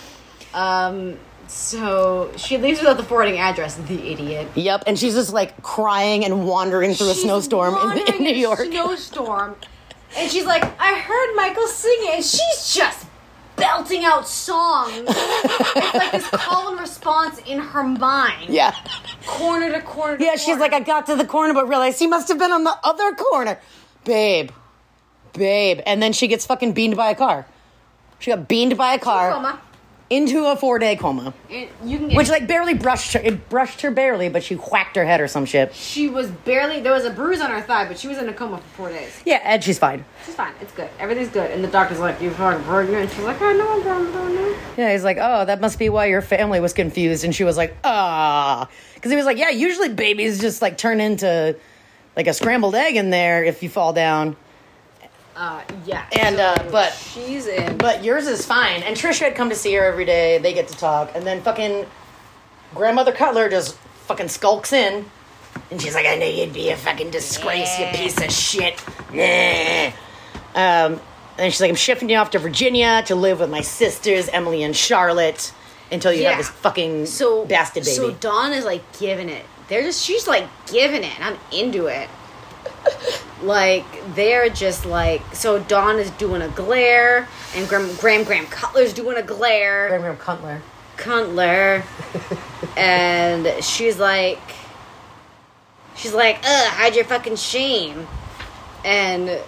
[SPEAKER 2] Um, so she leaves without the forwarding address. The idiot.
[SPEAKER 1] Yep, and she's just like crying and wandering through a
[SPEAKER 2] She's
[SPEAKER 1] snowstorm in, in
[SPEAKER 2] wandering
[SPEAKER 1] New
[SPEAKER 2] in a
[SPEAKER 1] York.
[SPEAKER 2] Snowstorm, and she's like, I heard Michael singing, and she's just belting out songs. it's like this call and response in her mind,
[SPEAKER 1] yeah.
[SPEAKER 2] corner to corner. To
[SPEAKER 1] Yeah, she's
[SPEAKER 2] corner.
[SPEAKER 1] like, I got to the corner, but realized he must have been on the other corner. Babe. Babe. And then she gets fucking beamed by a car. She got beamed by a car
[SPEAKER 2] Coma.
[SPEAKER 1] into a four day coma.
[SPEAKER 2] And you can get.
[SPEAKER 1] Which like barely brushed her. It brushed her barely, but she whacked her head or some shit.
[SPEAKER 2] she was barely there was a bruise on her thigh, but she was in a coma for four days.
[SPEAKER 1] Yeah, and she's fine.
[SPEAKER 2] She's fine. It's good. Everything's good. And the doctor's like, "You're fucking pregnant." And she's like, "I know I'm fucking pregnant."
[SPEAKER 1] Yeah, he's like, oh, that must be why your family was confused. And she was like, ah. Because he was like, yeah, usually babies just like turn into like a scrambled egg in there if you fall down.
[SPEAKER 2] Uh, yeah.
[SPEAKER 1] And,
[SPEAKER 2] So
[SPEAKER 1] uh, but-
[SPEAKER 2] she's in.
[SPEAKER 1] But yours is fine. And Trisha had come to see her every day. They get to talk. And then fucking grandmother Cutler just fucking skulks in. And she's like, I knew you'd be a fucking disgrace, you piece of shit. Nah. Um, and she's like, I'm shifting you off to Virginia to live with my sisters, Emily and Charlotte, until you
[SPEAKER 2] Yeah.
[SPEAKER 1] have this fucking
[SPEAKER 2] so
[SPEAKER 1] bastard baby.
[SPEAKER 2] So Dawn is like giving it. They're just she's like giving it, and I'm into it. like they're just like so Dawn is doing a glare, and Graham Graham, Graham Cutler's doing a glare.
[SPEAKER 1] Graham Cutler.
[SPEAKER 2] Cutler, and she's like, she's like, ugh, hide your fucking shame, and.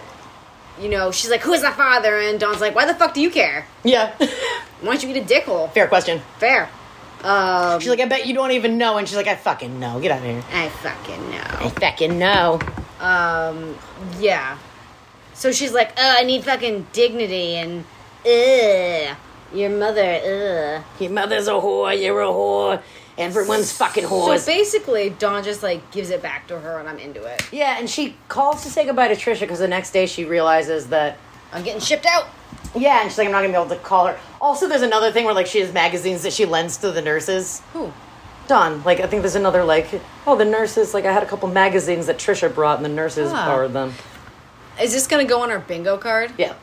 [SPEAKER 2] You know, she's like, "Who's my father?" And Dawn's like, "Why the fuck do you care?
[SPEAKER 1] Yeah.
[SPEAKER 2] Why don't you get a dick hole?"
[SPEAKER 1] Fair question.
[SPEAKER 2] Fair. Um,
[SPEAKER 1] She's like, I bet you don't even know. And she's like, I fucking know. Get out of here.
[SPEAKER 2] I fucking know.
[SPEAKER 1] I fucking know.
[SPEAKER 2] Um, yeah. So she's like, "Uh, I need fucking dignity," and ugh, your mother, uh." ugh.
[SPEAKER 1] Your mother's a whore. You're a whore. Everyone's fucking whores.
[SPEAKER 2] So basically, Dawn just like gives it back to her, and I'm into it.
[SPEAKER 1] yeah, and she calls to say goodbye to Trisha because the next day she realizes that.
[SPEAKER 2] I'm getting shipped out.
[SPEAKER 1] Yeah, and she's like, I'm not gonna be able to call her. Also, there's another thing where like she has magazines that she lends to the nurses.
[SPEAKER 2] Who?
[SPEAKER 1] Done. Like I think there's another like, oh, the nurses. Like I had a couple magazines that Trisha brought, and the nurses
[SPEAKER 2] Ah.
[SPEAKER 1] borrowed them.
[SPEAKER 2] Is this gonna go on our bingo card?
[SPEAKER 1] Yeah.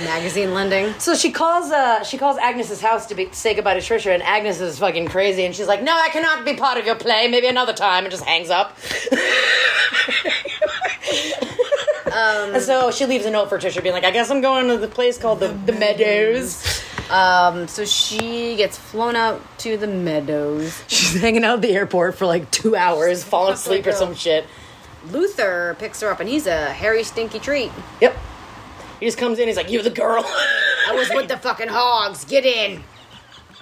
[SPEAKER 2] Magazine lending.
[SPEAKER 1] So she calls uh she calls Agnes's house to be, say goodbye to Trisha, and Agnes is fucking crazy, and she's like, "No, I cannot be part of your play. Maybe another time," and just hangs up.
[SPEAKER 2] Um,
[SPEAKER 1] And so she leaves a note for Trisha, being like, "I guess I'm going to the place called the, the Meadows."
[SPEAKER 2] Um, so she gets flown out to the meadows.
[SPEAKER 1] She's hanging out at the airport for like two hours, falling asleep or some shit.
[SPEAKER 2] Luther picks her up, and he's a hairy, stinky treat.
[SPEAKER 1] Yep. He just comes in. He's like, "You're the girl,"
[SPEAKER 2] I was with the fucking hogs. Get in.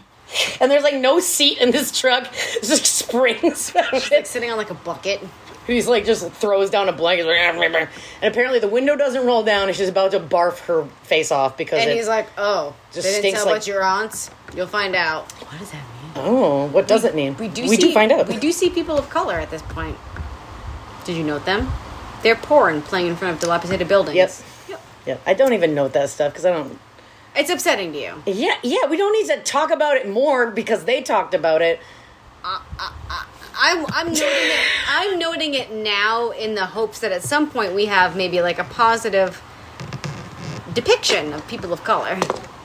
[SPEAKER 1] and there's like no seat in this truck. It's just springs.
[SPEAKER 2] Like sitting on like a bucket.
[SPEAKER 1] He's like just throws down a blanket, like, "Ah, remember." and apparently the window doesn't roll down. And she's about to barf her face off because
[SPEAKER 2] And
[SPEAKER 1] it,
[SPEAKER 2] he's like, oh,
[SPEAKER 1] Just
[SPEAKER 2] they didn't
[SPEAKER 1] stinks
[SPEAKER 2] tell
[SPEAKER 1] like-
[SPEAKER 2] about your aunts? You'll find out.
[SPEAKER 4] What does that mean?
[SPEAKER 1] "Oh, what does it mean?"
[SPEAKER 2] We do
[SPEAKER 1] We
[SPEAKER 2] see,
[SPEAKER 1] do find out.
[SPEAKER 2] We do see people of color at this point. Did you note them? They're poor and playing in front of dilapidated buildings.
[SPEAKER 1] Yep.
[SPEAKER 2] Yep.
[SPEAKER 1] Yeah, I don't even note that stuff because I don't.
[SPEAKER 2] It's upsetting to you.
[SPEAKER 1] Yeah, yeah, we don't need to talk about it more because they talked about it.
[SPEAKER 2] I, I'm noting it. I'm noting it now in the hopes that at some point we have maybe like a positive depiction of people of color.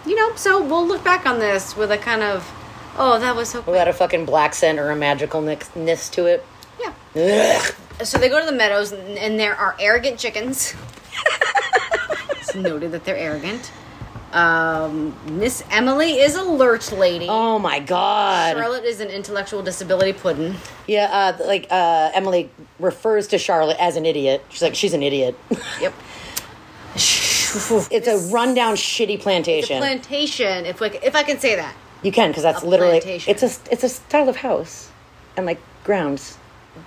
[SPEAKER 2] You know, so we'll look back on this with a kind of, oh, that was so.
[SPEAKER 1] without a fucking black scent or a magical nix- ness to it.
[SPEAKER 2] Yeah.
[SPEAKER 1] Ugh.
[SPEAKER 2] So they go to the meadows, and, and there are arrogant chickens. it's noted that they're arrogant. Um, Miss Emily is a lurch lady.
[SPEAKER 1] Oh my god.
[SPEAKER 2] Charlotte is an intellectual disability puddin.
[SPEAKER 1] Yeah, uh, like uh, Emily refers to Charlotte as an idiot. She's like, she's an idiot.
[SPEAKER 2] Yep.
[SPEAKER 1] it's a rundown, shitty
[SPEAKER 2] The
[SPEAKER 1] plantation.
[SPEAKER 2] plantation, if we, c- if I can say that.
[SPEAKER 1] you can, because that's
[SPEAKER 2] a
[SPEAKER 1] literally
[SPEAKER 2] plantation.
[SPEAKER 1] it's a it's a style of house and like grounds.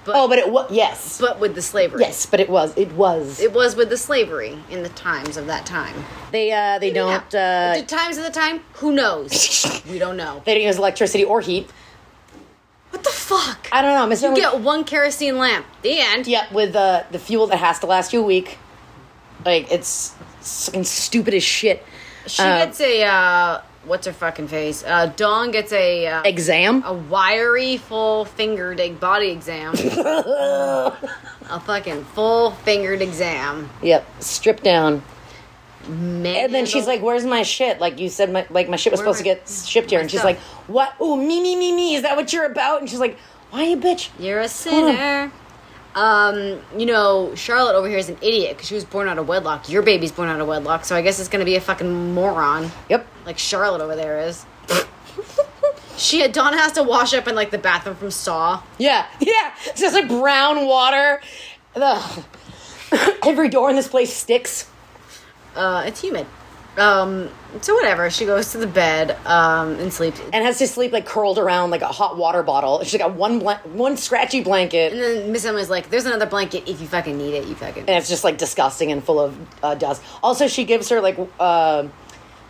[SPEAKER 2] But,
[SPEAKER 1] Oh, but it was yes,
[SPEAKER 2] but with the slavery.
[SPEAKER 1] yes, but it was it was.
[SPEAKER 2] It was with the slavery in the times of that time.
[SPEAKER 1] they uh, they don't uh,
[SPEAKER 2] the times of the time, who knows? we don't know.
[SPEAKER 1] they don't use electricity or heat.
[SPEAKER 2] What the fuck?
[SPEAKER 1] I don't know, Miss
[SPEAKER 2] you
[SPEAKER 1] Emily.
[SPEAKER 2] get one kerosene lamp. The end.
[SPEAKER 1] Yeah, with uh, the fuel that has to last you a week. Like it's fucking stupid as shit.
[SPEAKER 2] She
[SPEAKER 1] Uh,
[SPEAKER 2] gets a uh, what's her fucking face? Uh, Dawn gets a uh,
[SPEAKER 1] exam.
[SPEAKER 2] a wiry, full fingered egg body exam. a fucking full fingered exam.
[SPEAKER 1] Yep, stripped down.
[SPEAKER 2] Man,
[SPEAKER 1] And then she's like, "Where's my shit? Like you said, my like my shit was
[SPEAKER 2] Where
[SPEAKER 1] supposed to
[SPEAKER 2] my-
[SPEAKER 1] get shipped here."
[SPEAKER 2] my
[SPEAKER 1] And she's
[SPEAKER 2] stuff?
[SPEAKER 1] like, "What? Oh, me, me, me, me. Is that what you're about?" And she's like, "Why you bitch?"
[SPEAKER 2] "You're a sinner." Um, you know, Charlotte over here is an idiot because she was born out of wedlock. Your baby's born out of wedlock, so I guess it's gonna be a fucking moron.
[SPEAKER 1] Yep.
[SPEAKER 2] like Charlotte over there is. she had Dawn has to wash up in like the bathroom from Saw.
[SPEAKER 1] Yeah, yeah. It's just like brown water. Ugh. Every door in this place sticks.
[SPEAKER 2] uh, it's humid. Um, so whatever. She goes to the bed um, and sleeps. And
[SPEAKER 1] And has to sleep like curled around like a hot water bottle. She's got one blan- one scratchy blanket.
[SPEAKER 2] then Miss Emily's like, "There's another blanket if you fucking need it. You fucking."
[SPEAKER 1] and it's just like disgusting and full of uh, dust. Also, she gives her like, uh,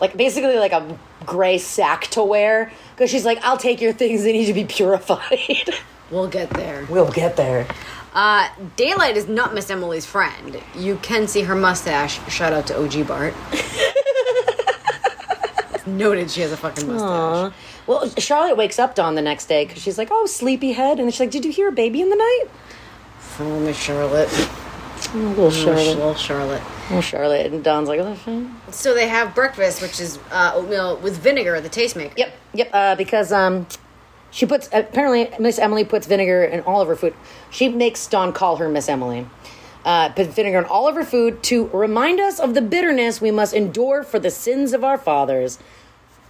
[SPEAKER 1] like basically like a gray sack to wear because she's like, "I'll take your things; they need to be purified."
[SPEAKER 2] We'll get there.
[SPEAKER 1] we'll get there.
[SPEAKER 2] Uh, Daylight is not Miss Emily's friend. You can see her mustache. Shout out to OG Bart. It's Noted, she has a fucking mustache.
[SPEAKER 1] Well, Charlotte wakes up Dawn the next day because she's like, "Oh, sleepyhead," and she's like, "Did you hear a baby in the night?"
[SPEAKER 2] Oh, Miss Charlotte,
[SPEAKER 1] Oh, little Charlotte.
[SPEAKER 2] little Charlotte.
[SPEAKER 1] Oh, Charlotte. And Dawn's like, "Oh, fine."
[SPEAKER 2] So they have breakfast, which is uh, oatmeal with vinegar, the tastemaker.
[SPEAKER 1] "Yep, yep," uh, because um. She puts apparently Miss Emily puts vinegar in all of her food. She makes Dawn call her Miss Emily. Uh, put vinegar in all of her food to remind us of the bitterness we must endure for the sins of our fathers.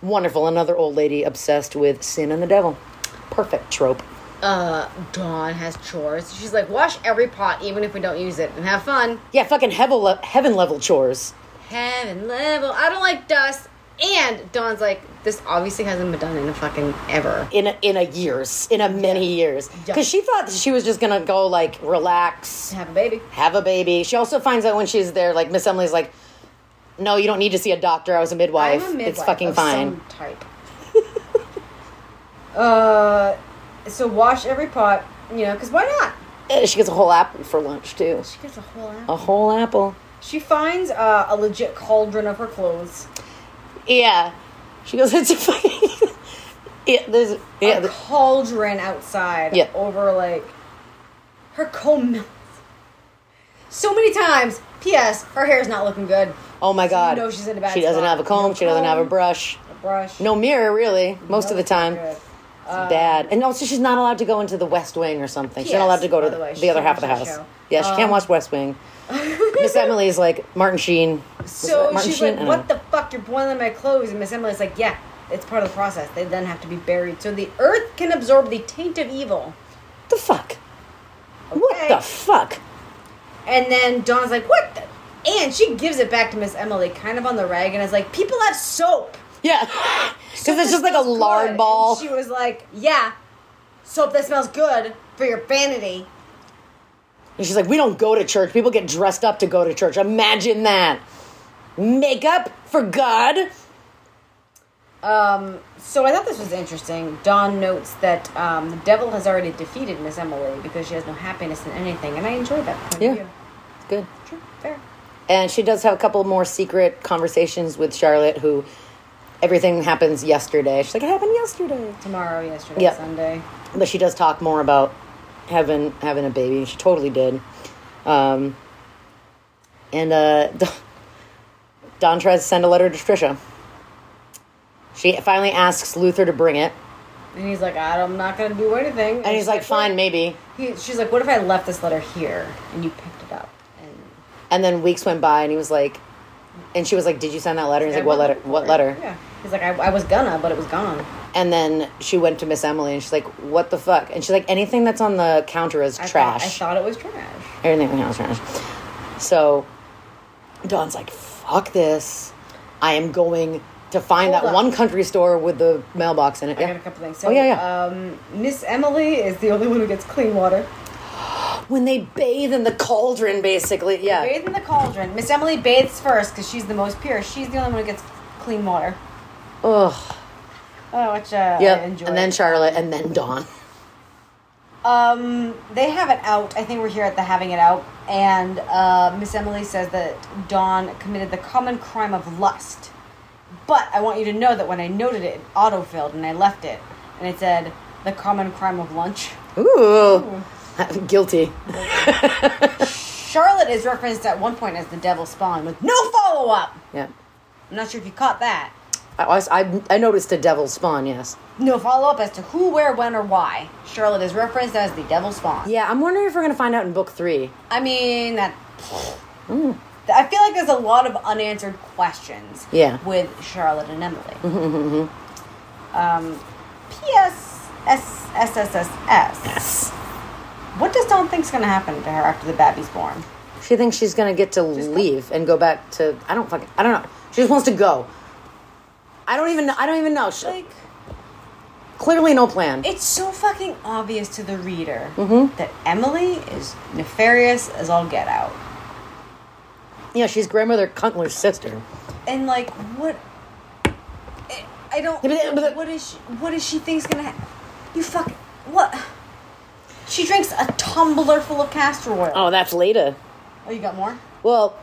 [SPEAKER 1] Wonderful, another old lady obsessed with sin and the devil. Perfect trope.
[SPEAKER 2] uh, Dawn has chores. She's like, wash every pot, even if we don't use it, and have fun.
[SPEAKER 1] Yeah, fucking heaven, le- heaven level chores.
[SPEAKER 2] Heaven level. I don't like dust. And Dawn's like, this obviously hasn't been done in a fucking ever.
[SPEAKER 1] in a, in a years, in a many years,
[SPEAKER 2] Yeah.
[SPEAKER 1] because she thought that she was just gonna go like relax,
[SPEAKER 2] Have a baby.
[SPEAKER 1] have a baby. She also finds out when she's there, like Miss Emily's like, "No, you don't need to see a doctor. I was a midwife.
[SPEAKER 2] I'm a midwife
[SPEAKER 1] it's fucking
[SPEAKER 2] of
[SPEAKER 1] fine."
[SPEAKER 2] Some type. uh, so wash every pot, you know, because why not?
[SPEAKER 1] Eh, She gets a whole apple for lunch too.
[SPEAKER 2] She gets a whole app.
[SPEAKER 1] A whole apple.
[SPEAKER 2] She finds uh, a legit cauldron of her clothes.
[SPEAKER 1] Yeah. She goes, "It's a fucking." yeah, there's yeah.
[SPEAKER 2] a
[SPEAKER 1] the-
[SPEAKER 2] cauldron outside
[SPEAKER 1] Yeah.
[SPEAKER 2] over like her comb melts so many times. P.S. Her hair's not looking good.
[SPEAKER 1] oh my god.
[SPEAKER 2] know she's in a bad
[SPEAKER 1] She doesn't
[SPEAKER 2] spot.
[SPEAKER 1] have a comb.
[SPEAKER 2] No
[SPEAKER 1] she doesn't have a
[SPEAKER 2] comb.
[SPEAKER 1] brush.
[SPEAKER 2] A brush.
[SPEAKER 1] No mirror, really. Most of the time.
[SPEAKER 2] Nothing good.
[SPEAKER 1] bad. And also, she's not allowed to go into the West Wing or something. She's not
[SPEAKER 2] Um, Yes,
[SPEAKER 1] allowed to go to
[SPEAKER 2] by the way,
[SPEAKER 1] the,
[SPEAKER 2] she
[SPEAKER 1] other
[SPEAKER 2] can't
[SPEAKER 1] half of the
[SPEAKER 2] watch
[SPEAKER 1] house.
[SPEAKER 2] that show. Um,
[SPEAKER 1] Yeah, she can't watch West Wing. Miss Emily is like Martin Sheen. Was it
[SPEAKER 2] So
[SPEAKER 1] Martin
[SPEAKER 2] she's
[SPEAKER 1] Sheen?
[SPEAKER 2] like,
[SPEAKER 1] I don't know.
[SPEAKER 2] "What the fuck? You're boiling my clothes." And Miss Emily's like, "Yeah, it's part of the process. They then have to be buried, so the earth can absorb the taint of evil."
[SPEAKER 1] the fuck? What
[SPEAKER 2] Okay.
[SPEAKER 1] the fuck?
[SPEAKER 2] And then Dawn's like, "What?" The? And she gives it back to Miss Emily, kind of on the rag, and is like, "People have soap."
[SPEAKER 1] Yeah, because it's just like a
[SPEAKER 2] smells good.
[SPEAKER 1] lard
[SPEAKER 2] And
[SPEAKER 1] ball.
[SPEAKER 2] she was like, "Yeah, soap that smells good for your vanity."
[SPEAKER 1] And she's like, we don't go to church. People get dressed up to go to church. Imagine that. Makeup for God.
[SPEAKER 2] Um, so I thought this was interesting. Dawn notes that um, the devil has already defeated Miss Emily because she has no happiness in anything, and I enjoyed that point
[SPEAKER 1] Yeah.
[SPEAKER 2] of view.
[SPEAKER 1] Good.
[SPEAKER 2] True, fair.
[SPEAKER 1] And she does have a couple more secret conversations with Charlotte, who everything happens yesterday. She's like, it happened yesterday.
[SPEAKER 2] Tomorrow, yesterday,
[SPEAKER 1] Yep.
[SPEAKER 2] Sunday.
[SPEAKER 1] But she does talk more about having having a baby. She totally did. Um, and uh, Don tries to send a letter to Trisha. She finally asks Luther to bring it,
[SPEAKER 2] And he's like, I'm not gonna do anything.
[SPEAKER 1] and he's like, fine, maybe.
[SPEAKER 2] He, she's like, what if I left this letter here and you picked it up? And
[SPEAKER 1] And then weeks went by, and he was like, and she was like, "Did you send that letter?" And he's like, "What letter? What letter?"
[SPEAKER 2] Yeah. He's like, I, I was gonna, but it was gone.
[SPEAKER 1] And then she went to Miss Emily, and she's like, "What the fuck?" And she's like, "Anything that's on the counter is
[SPEAKER 2] I
[SPEAKER 1] trash.
[SPEAKER 2] Thought, I thought it was trash.
[SPEAKER 1] Everything on the counter is trash." So Dawn's like, "Fuck this! I am going to find
[SPEAKER 2] Hold
[SPEAKER 1] that
[SPEAKER 2] up.
[SPEAKER 1] one country store with the mailbox in it."
[SPEAKER 2] I got a couple things. So,
[SPEAKER 1] oh yeah, yeah.
[SPEAKER 2] Um, Miss Emily is the only one who gets clean water.
[SPEAKER 1] when they bathe in the cauldron, basically, yeah.
[SPEAKER 2] Bathe in the cauldron. Miss Emily bathes first because she's the most pure. She's the only one who gets clean water.
[SPEAKER 1] Ugh.
[SPEAKER 2] Oh, which uh,
[SPEAKER 1] Yep.
[SPEAKER 2] I enjoy.
[SPEAKER 1] And then Charlotte, and then Dawn.
[SPEAKER 2] Um, they have it out. I think we're here at the having it out, and uh, Miss Emily says that Dawn committed the common crime of lust. But I want you to know that when I noted it, it autofilled, and I left it, and it said the common crime of lunch.
[SPEAKER 1] Ooh. Guilty.
[SPEAKER 2] Charlotte is referenced at one point as the devil spawn with no follow up.
[SPEAKER 1] Yeah.
[SPEAKER 2] I'm not sure if you caught that.
[SPEAKER 1] I, was- I, I noticed a devil spawn, yes.
[SPEAKER 2] No follow up as to who, where, when, or why. Charlotte is referenced as the devil spawn.
[SPEAKER 1] Yeah, I'm wondering if we're going to find out in book three.
[SPEAKER 2] I mean that. I feel like there's a lot of unanswered questions.
[SPEAKER 1] Yeah.
[SPEAKER 2] With Charlotte and Emily. um, P.S. S S S S S. What does Dawn think's gonna happen to her after the baby's born?
[SPEAKER 1] She thinks she's going to get to leave and go back to. I don't fucking. I don't know. She just wants to go. I don't even know. I don't even know. She,
[SPEAKER 2] Like,
[SPEAKER 1] clearly no plan.
[SPEAKER 2] it's so fucking obvious to the reader that Emily is nefarious as all get out,
[SPEAKER 1] yeah, she's grandmother Cuntler's sister.
[SPEAKER 2] and like, what? I- I don't.
[SPEAKER 1] Yeah, but- but-
[SPEAKER 2] what is she? What is she thinks gonna happen? You fuck. What? She drinks a tumbler full of castor oil.
[SPEAKER 1] Oh, that's Leda.
[SPEAKER 2] Oh, you got more?
[SPEAKER 1] Well,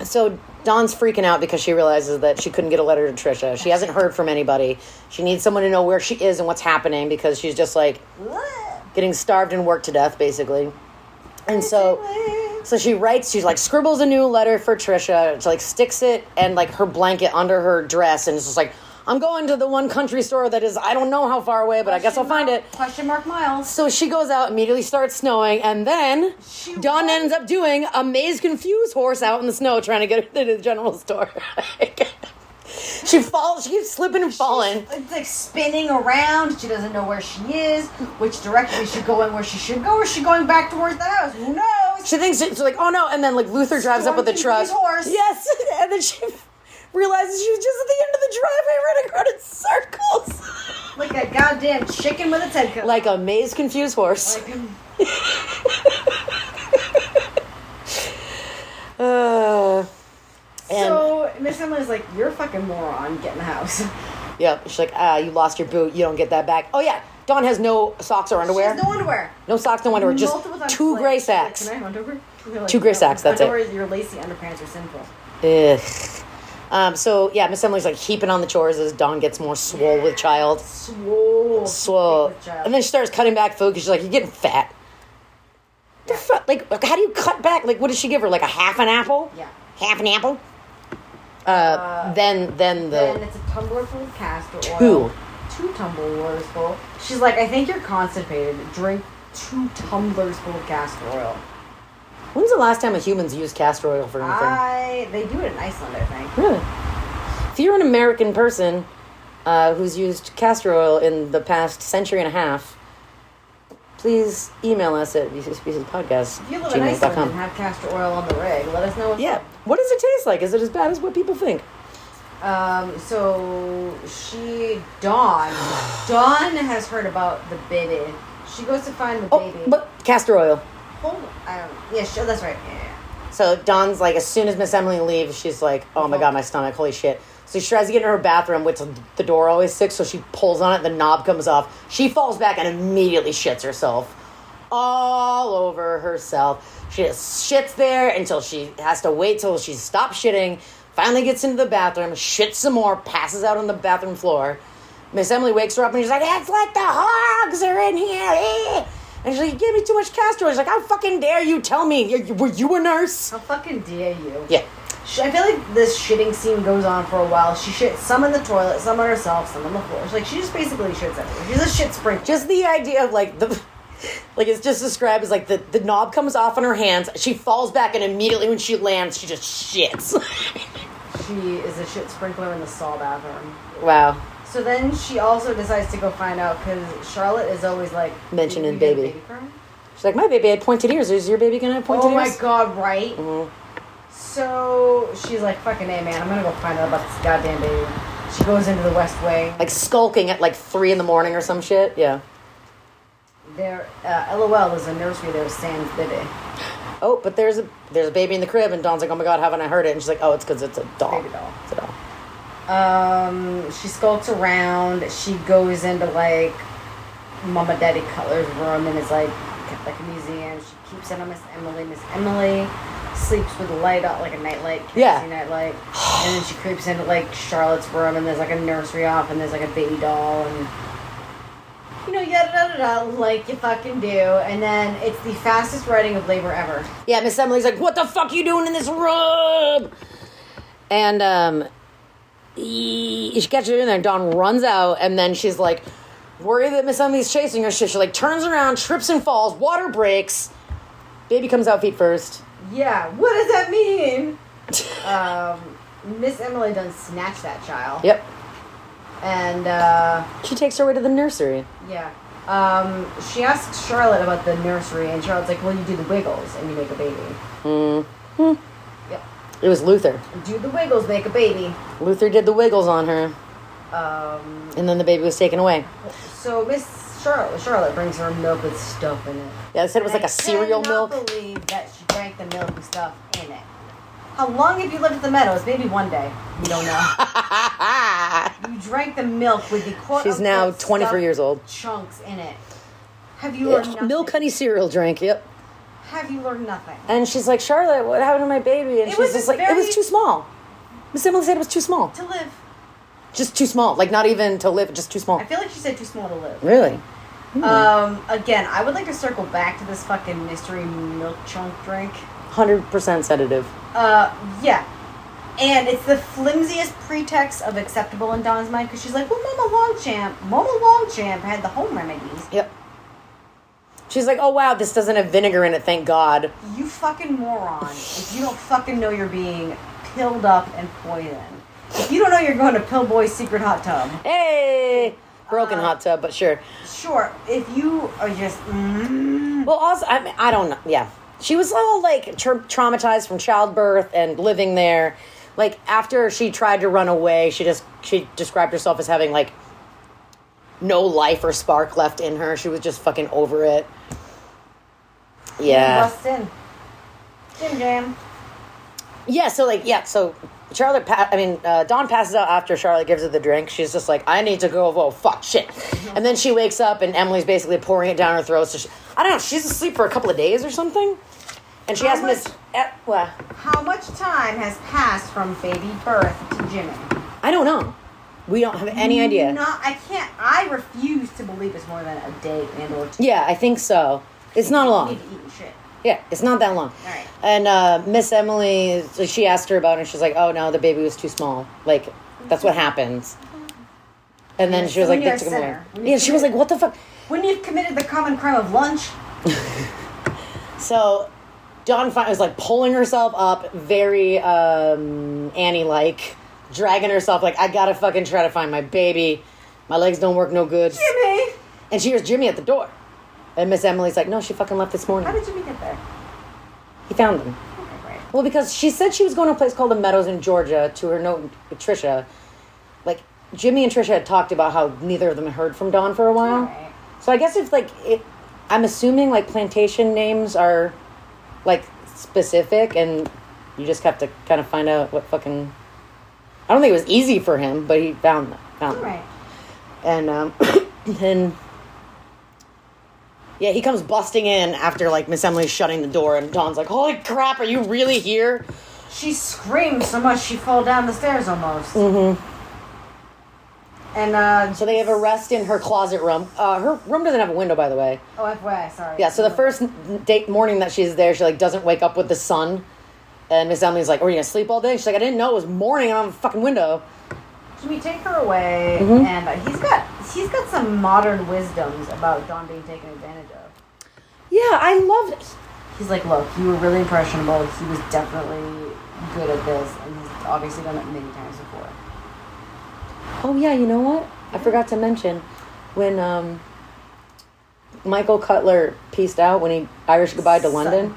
[SPEAKER 1] so Dawn's freaking out because she realizes that she couldn't get a letter to Trisha. She hasn't heard from anybody. She needs someone to know where she is and what's happening because she's just like getting starved and worked to death, basically. And so. So she writes, she's like scribbles a new letter for Trisha, she like sticks it and like her blanket under her dress and it's just like, I'm going to the one country store that is I don't know how far away, but I guess I'll find it.
[SPEAKER 2] Question mark Miles.
[SPEAKER 1] So she goes out, immediately starts snowing, and then
[SPEAKER 2] She
[SPEAKER 1] Dawn
[SPEAKER 2] runs-
[SPEAKER 1] ends up doing a maze confused horse out in the snow trying to get her to the general store. she falls, she keeps slipping and falling.
[SPEAKER 2] It's like spinning around. She doesn't know where she is, which direction she should go and where she should go. Or is she going back towards the house? Who knows?
[SPEAKER 1] She thinks it's like, oh no, and then like Luther drives up
[SPEAKER 2] Storm
[SPEAKER 1] with a truck.
[SPEAKER 2] confused horse.
[SPEAKER 1] Yes, and then she realizes she was just at the end of the driveway running around in circles.
[SPEAKER 2] Like a goddamn chicken with its head cut.
[SPEAKER 1] like a maze confused horse.
[SPEAKER 2] Like,
[SPEAKER 1] Uh, and
[SPEAKER 2] so Miss Emily's like, you're a fucking moron. Get in the house.
[SPEAKER 1] yeah, she's like, ah, you lost your boot, you don't get that back. Oh yeah, Dawn has no socks or
[SPEAKER 2] She
[SPEAKER 1] underwear.
[SPEAKER 2] has no underwear.
[SPEAKER 1] No socks, no underwear, just
[SPEAKER 2] Multiple times
[SPEAKER 1] two
[SPEAKER 2] like,
[SPEAKER 1] gray
[SPEAKER 2] she's like,
[SPEAKER 1] sacks.
[SPEAKER 2] Can I have underwear? They're like,
[SPEAKER 1] Two gray
[SPEAKER 2] "No,
[SPEAKER 1] sacks, that's it."
[SPEAKER 2] underwear, Your lacy underpants are sinful.
[SPEAKER 1] Ugh. Um, so yeah, Miss Emily's like heaping on the chores as Dawn gets more swole with child.
[SPEAKER 2] Swole.
[SPEAKER 1] Swole.
[SPEAKER 2] With child.
[SPEAKER 1] And then she starts cutting back food because she's like, you're getting fat. The fu- like, like, how do you cut back? Like, what did she give her? Like a half an apple?
[SPEAKER 2] Yeah.
[SPEAKER 1] Half an apple? Uh, then, then the
[SPEAKER 2] Then it's a tumbler full of castor
[SPEAKER 1] two
[SPEAKER 2] oil. two tumblers full. She's like, I think you're constipated. Drink two tumblers full of castor oil.
[SPEAKER 1] When's the last time a human's used castor oil for anything?
[SPEAKER 2] I they do it in Iceland, I think.
[SPEAKER 1] Really? If you're an American person uh, who's used castor oil in the past century and a half, please email us at vcpiecepodcast.
[SPEAKER 2] If you live in Iceland and have castor oil on the rig, let us know. What's
[SPEAKER 1] Yeah. What does it taste like? Is it as bad as what people think?
[SPEAKER 2] Um, so she Dawn Dawn has heard about the baby. She goes to find the
[SPEAKER 1] Oh,
[SPEAKER 2] baby.
[SPEAKER 1] but castor oil.
[SPEAKER 2] Hold I don't yeah, sure, that's right. Yeah, yeah.
[SPEAKER 1] So Dawn's like, as soon as Miss Emily leaves, she's like, oh my god, my stomach, holy shit. So she tries to get in her bathroom, which the door always sticks, so she pulls on it, the knob comes off. She falls back and immediately shits herself. All over herself. She just shits there until she has to wait till she stops shitting, finally gets into the bathroom, shits some more, passes out on the bathroom floor. Miss Emily wakes her up and she's like, It's like the hogs are in here. eh." And she's like, You gave me too much castor. oil." She's like, How fucking dare you tell me? You- you- Were you a nurse?
[SPEAKER 2] How fucking dare you?
[SPEAKER 1] Yeah.
[SPEAKER 2] She, I feel like this shitting scene goes on for a while. She shits some in the toilet, some on herself, some on the floor. She's like she just basically shits everywhere. She's a shit sprinkler.
[SPEAKER 1] Just the idea of like the. Like it's just described as like the, the knob comes off on her hands, she falls back, and immediately when she lands, she just shits.
[SPEAKER 2] She is a shit sprinkler in the stall bathroom.
[SPEAKER 1] wow.
[SPEAKER 2] So then she also decides to go find out because Charlotte is always like
[SPEAKER 1] Mentioning
[SPEAKER 2] "You get a
[SPEAKER 1] baby."
[SPEAKER 2] for him?"
[SPEAKER 1] She's like, My baby had pointed ears. Is your baby gonna have pointed
[SPEAKER 2] Oh my
[SPEAKER 1] ears?
[SPEAKER 2] god! Right.
[SPEAKER 1] Mm-hmm.
[SPEAKER 2] So she's like, "Fucking a man, I'm gonna go find out about this goddamn baby." She goes into the West Wing.
[SPEAKER 1] Like skulking at like three in the morning or some shit. Yeah.
[SPEAKER 2] There, uh, lol, there's a nursery there, Sam's baby.
[SPEAKER 1] Oh, but there's a there's a baby in the crib, and Dawn's like, Oh my god, haven't I heard it? And she's like, Oh, it's because it's a doll.
[SPEAKER 2] Baby doll.
[SPEAKER 1] It's a doll.
[SPEAKER 2] Um, she skulks around. She goes into like Mama Daddy Cutler's room and is like kept like a museum. She keeps it on Miss Emily. Miss Emily sleeps with a light on, like a nightlight,
[SPEAKER 1] Yeah.
[SPEAKER 2] nightlight. And then she creeps into like Charlotte's room and there's like a nursery off and there's like a baby doll and you know yada da da da like you fucking do. And then it's the fastest writing of labor ever.
[SPEAKER 1] Yeah, Miss Emily's like, "What the fuck you doing in this room?" And um, e- she catches her in there. and Dawn runs out, and then she's like, worried that Miss Emily's chasing her. She, she like turns around, trips and falls. Water breaks. Baby comes out feet first.
[SPEAKER 2] Yeah, what does that mean? Ah. um, Miss Emily done snatched that child.
[SPEAKER 1] Yep.
[SPEAKER 2] And uh,
[SPEAKER 1] She takes her way to the nursery.
[SPEAKER 2] yeah, um, she asked Charlotte about the nursery, and Charlotte's like, "Well, you do the wiggles, and you make a baby." Hmm. Yep.
[SPEAKER 1] It was Luther.
[SPEAKER 2] Do the wiggles, make a baby.
[SPEAKER 1] Luther did the wiggles on her,
[SPEAKER 2] Um,
[SPEAKER 1] and then the baby was taken away.
[SPEAKER 2] so Miss Charlotte, Charlotte brings her milk with stuff in it.
[SPEAKER 1] Yeah, they said it was like
[SPEAKER 2] I
[SPEAKER 1] a cereal
[SPEAKER 2] cannot
[SPEAKER 1] milk.
[SPEAKER 2] Believe that she drank the milk with stuff in it. How long have you lived at the meadows? Maybe one day. You don't know. You drank the milk with the quote
[SPEAKER 1] She's now
[SPEAKER 2] unquote
[SPEAKER 1] 23
[SPEAKER 2] stuffed
[SPEAKER 1] years old.
[SPEAKER 2] Chunks in it. Have you learned
[SPEAKER 1] Yeah,
[SPEAKER 2] nothing?
[SPEAKER 1] Milk honey cereal drink. Yep.
[SPEAKER 2] Have you learned nothing?
[SPEAKER 1] And she's like, Charlotte, what happened to my baby? And
[SPEAKER 2] It
[SPEAKER 1] she's
[SPEAKER 2] was
[SPEAKER 1] just
[SPEAKER 2] just
[SPEAKER 1] like, it was
[SPEAKER 2] very-
[SPEAKER 1] too small. Miss Emily said it was too small.
[SPEAKER 2] To live.
[SPEAKER 1] Just too small. Like, not even to live, just too small.
[SPEAKER 2] I feel like she said too small to live.
[SPEAKER 1] Really? Mm.
[SPEAKER 2] Um, again, I would like to circle back to this fucking mystery milk chunk drink.
[SPEAKER 1] 100% sedative.
[SPEAKER 2] Uh, yeah. And it's the flimsiest pretext of acceptable in Don's mind because she's like, well, Mama Longchamp, Mama Longchamp had the home remedies.
[SPEAKER 1] Yep. She's like, oh wow, this doesn't have vinegar in it, thank God.
[SPEAKER 2] You fucking moron. If you don't fucking know you're being pilled up and poisoned. If you don't know you're going to Pillboy's secret hot tub.
[SPEAKER 1] Hey! Broken
[SPEAKER 2] Uh,
[SPEAKER 1] hot tub, but sure.
[SPEAKER 2] Sure, if you are just. Mm,
[SPEAKER 1] Well, also, I, mean, I don't know. Yeah. She was all like tra- traumatized from childbirth and living there. Like after she tried to run away, she just she described herself as having like no life or spark left in her. She was just fucking over it. Yeah.
[SPEAKER 2] Bust in. Jim Jam.
[SPEAKER 1] Yeah, so like yeah, so Charlotte pa- I mean uh, Dawn passes out after Charlotte gives her the drink. She's just like I need to go. Whoa, fuck shit. And then she wakes up and Emily's basically pouring it down her throat. So she, I don't know, she's asleep for a couple of days or something. And she
[SPEAKER 2] How e-,
[SPEAKER 1] has Miss eh, well,
[SPEAKER 2] How much time has passed from baby birth to Jimmy?
[SPEAKER 1] I don't know. We don't have any idea.
[SPEAKER 2] No, I can't. I refuse to believe it's more than a day and or two.
[SPEAKER 1] Yeah, I think so. It's not
[SPEAKER 2] You
[SPEAKER 1] long.
[SPEAKER 2] need to eat and shit.
[SPEAKER 1] Yeah, it's not that long.
[SPEAKER 2] All right.
[SPEAKER 1] And uh, Miss Emily, so she asked her about it, and she's like, "Oh no, the baby was too small. Like that's what happens." And then she was
[SPEAKER 7] when
[SPEAKER 1] like,
[SPEAKER 7] you're
[SPEAKER 1] "They
[SPEAKER 7] a
[SPEAKER 1] took him away."
[SPEAKER 7] sinner, when you
[SPEAKER 1] Yeah, she was like, "What the fuck?"
[SPEAKER 7] When you've committed the common crime of lunch,
[SPEAKER 1] So Dawn fin- was like pulling herself up, very um, Annie like, dragging herself, like, I gotta fucking try to find my baby. My legs don't work no good.
[SPEAKER 7] Jimmy,
[SPEAKER 1] And she hears Jimmy at the door. And Miss Emily's like, no, she fucking left this
[SPEAKER 7] how
[SPEAKER 1] morning.
[SPEAKER 7] did Jimmy get there?
[SPEAKER 1] He found them.
[SPEAKER 7] Okay, great.
[SPEAKER 1] Well, because she said she was going to a place called the Meadows in Georgia to her note, Trisha. Like, Jimmy and Trisha had talked about how neither of them had heard from Dawn for a while.
[SPEAKER 7] Right.
[SPEAKER 1] So I guess it's like it. I'm assuming like plantation names are like specific, and you just have to kind of find out what fucking. I don't think it was easy for him, but he found them. Found
[SPEAKER 7] All
[SPEAKER 1] them.
[SPEAKER 7] right.
[SPEAKER 1] And um, then yeah, he comes busting in after like Miss Emily's shutting the door, and Dawn's like, "Holy crap, are you really here?"
[SPEAKER 7] She screamed so much she fell down the stairs almost. Mm-hmm. And uh,
[SPEAKER 1] So they have a rest in her closet room. Uh, her room doesn't have a window, by the way.
[SPEAKER 7] oh, FYI, sorry.
[SPEAKER 1] Yeah, so the first n- date morning that she's there, she like doesn't wake up with the sun. And Miss Emily's like, "Are you gonna sleep all day?" She's like, "I didn't know it was morning. I'm on the fucking window."
[SPEAKER 7] Jimmy, take her away,
[SPEAKER 1] Mm-hmm.
[SPEAKER 7] and uh, he's got he's got some modern wisdoms about Dawn being taken advantage of.
[SPEAKER 1] Yeah, I loved. It.
[SPEAKER 7] He's like, look, you were really impressionable. He was definitely good at this, and he's obviously done it many times before.
[SPEAKER 1] Oh yeah, you know what? I forgot to mention when um, Michael Cutler pieced out when he Irish goodbye to London.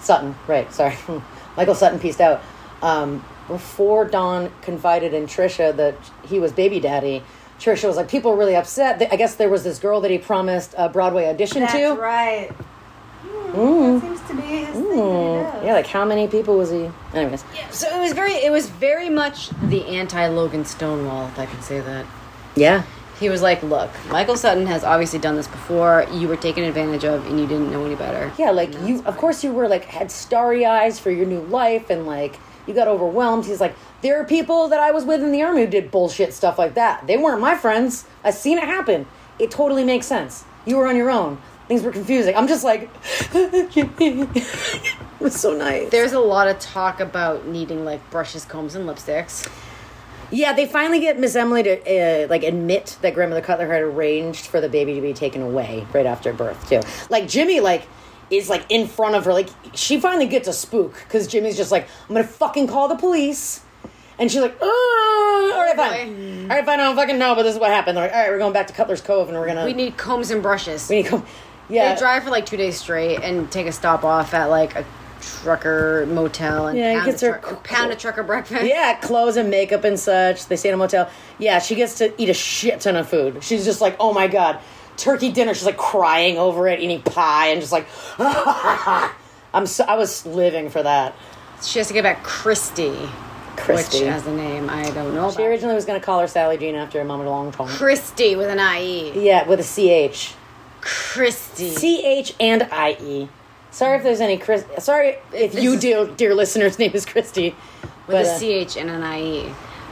[SPEAKER 1] Sutton, right? Sorry, Michael Sutton pieced out. Um, before Don confided in Trisha that he was baby daddy, Trisha was like, "People were really upset. They- I guess there was this girl that he promised a Broadway audition
[SPEAKER 7] That's
[SPEAKER 1] to."
[SPEAKER 7] right. Hmm, That
[SPEAKER 2] Mm.
[SPEAKER 7] seems to be his thing. That he does.
[SPEAKER 1] Yeah, like how many people was he? Anyways,
[SPEAKER 2] So it was very, it was very much the anti-Logan Stonewall, if I can say that.
[SPEAKER 1] yeah,
[SPEAKER 2] He was like, "Look, Michael Sutton has obviously done this before. You were taken advantage of, and you didn't know any better."
[SPEAKER 1] yeah, like you. Of course, you were like had starry eyes for your new life, and like you got overwhelmed. He's like, there are people that I was with in the army who did bullshit stuff like that. They weren't my friends. I seen it happen. It totally makes sense. You were on your own. Things were confusing. I'm just like, it was so nice.
[SPEAKER 2] There's a lot of talk about needing like brushes, combs, and lipsticks.
[SPEAKER 1] Yeah, they finally get Miss Emily to uh, like admit that grandmother Cutler had arranged for the baby to be taken away right after birth too. Like Jimmy, like is like in front of her. Like she finally gets a spook because Jimmy's just like, I'm gonna fucking call the police, and she's like, "Uh, all right, fine, all right, fine. I don't fucking know, but this is what happened. They're like, all right, we're going back to Cutler's Cove, and we're gonna
[SPEAKER 2] We need combs and brushes.
[SPEAKER 1] we need to go. Yeah,
[SPEAKER 2] They drive for like two days straight and take a stop off at like a trucker motel and
[SPEAKER 1] Yeah, he
[SPEAKER 2] pound,
[SPEAKER 1] gets
[SPEAKER 2] a
[SPEAKER 1] her
[SPEAKER 2] truck- pound a trucker breakfast.
[SPEAKER 1] Yeah, clothes and makeup and such. They stay in a motel. Yeah, she gets to eat a shit ton of food. She's just like, oh my god, turkey dinner. She's like crying over it, eating pie, and just like, I'm so, I was living for that.
[SPEAKER 2] She has to get back Christy,
[SPEAKER 1] Christy.
[SPEAKER 2] which has a name I don't know.
[SPEAKER 1] uh, She
[SPEAKER 2] about.
[SPEAKER 1] originally was gonna call her Sally Jean after her mom had a long time.
[SPEAKER 2] Christy with an I E.
[SPEAKER 1] Yeah, with a C H,
[SPEAKER 2] Christy.
[SPEAKER 1] C H and I E. Sorry if there's any Chris. Sorry if you, dear, dear listener's name is Christy.
[SPEAKER 2] with
[SPEAKER 1] but,
[SPEAKER 2] a
[SPEAKER 1] uh,
[SPEAKER 2] C H and an I E.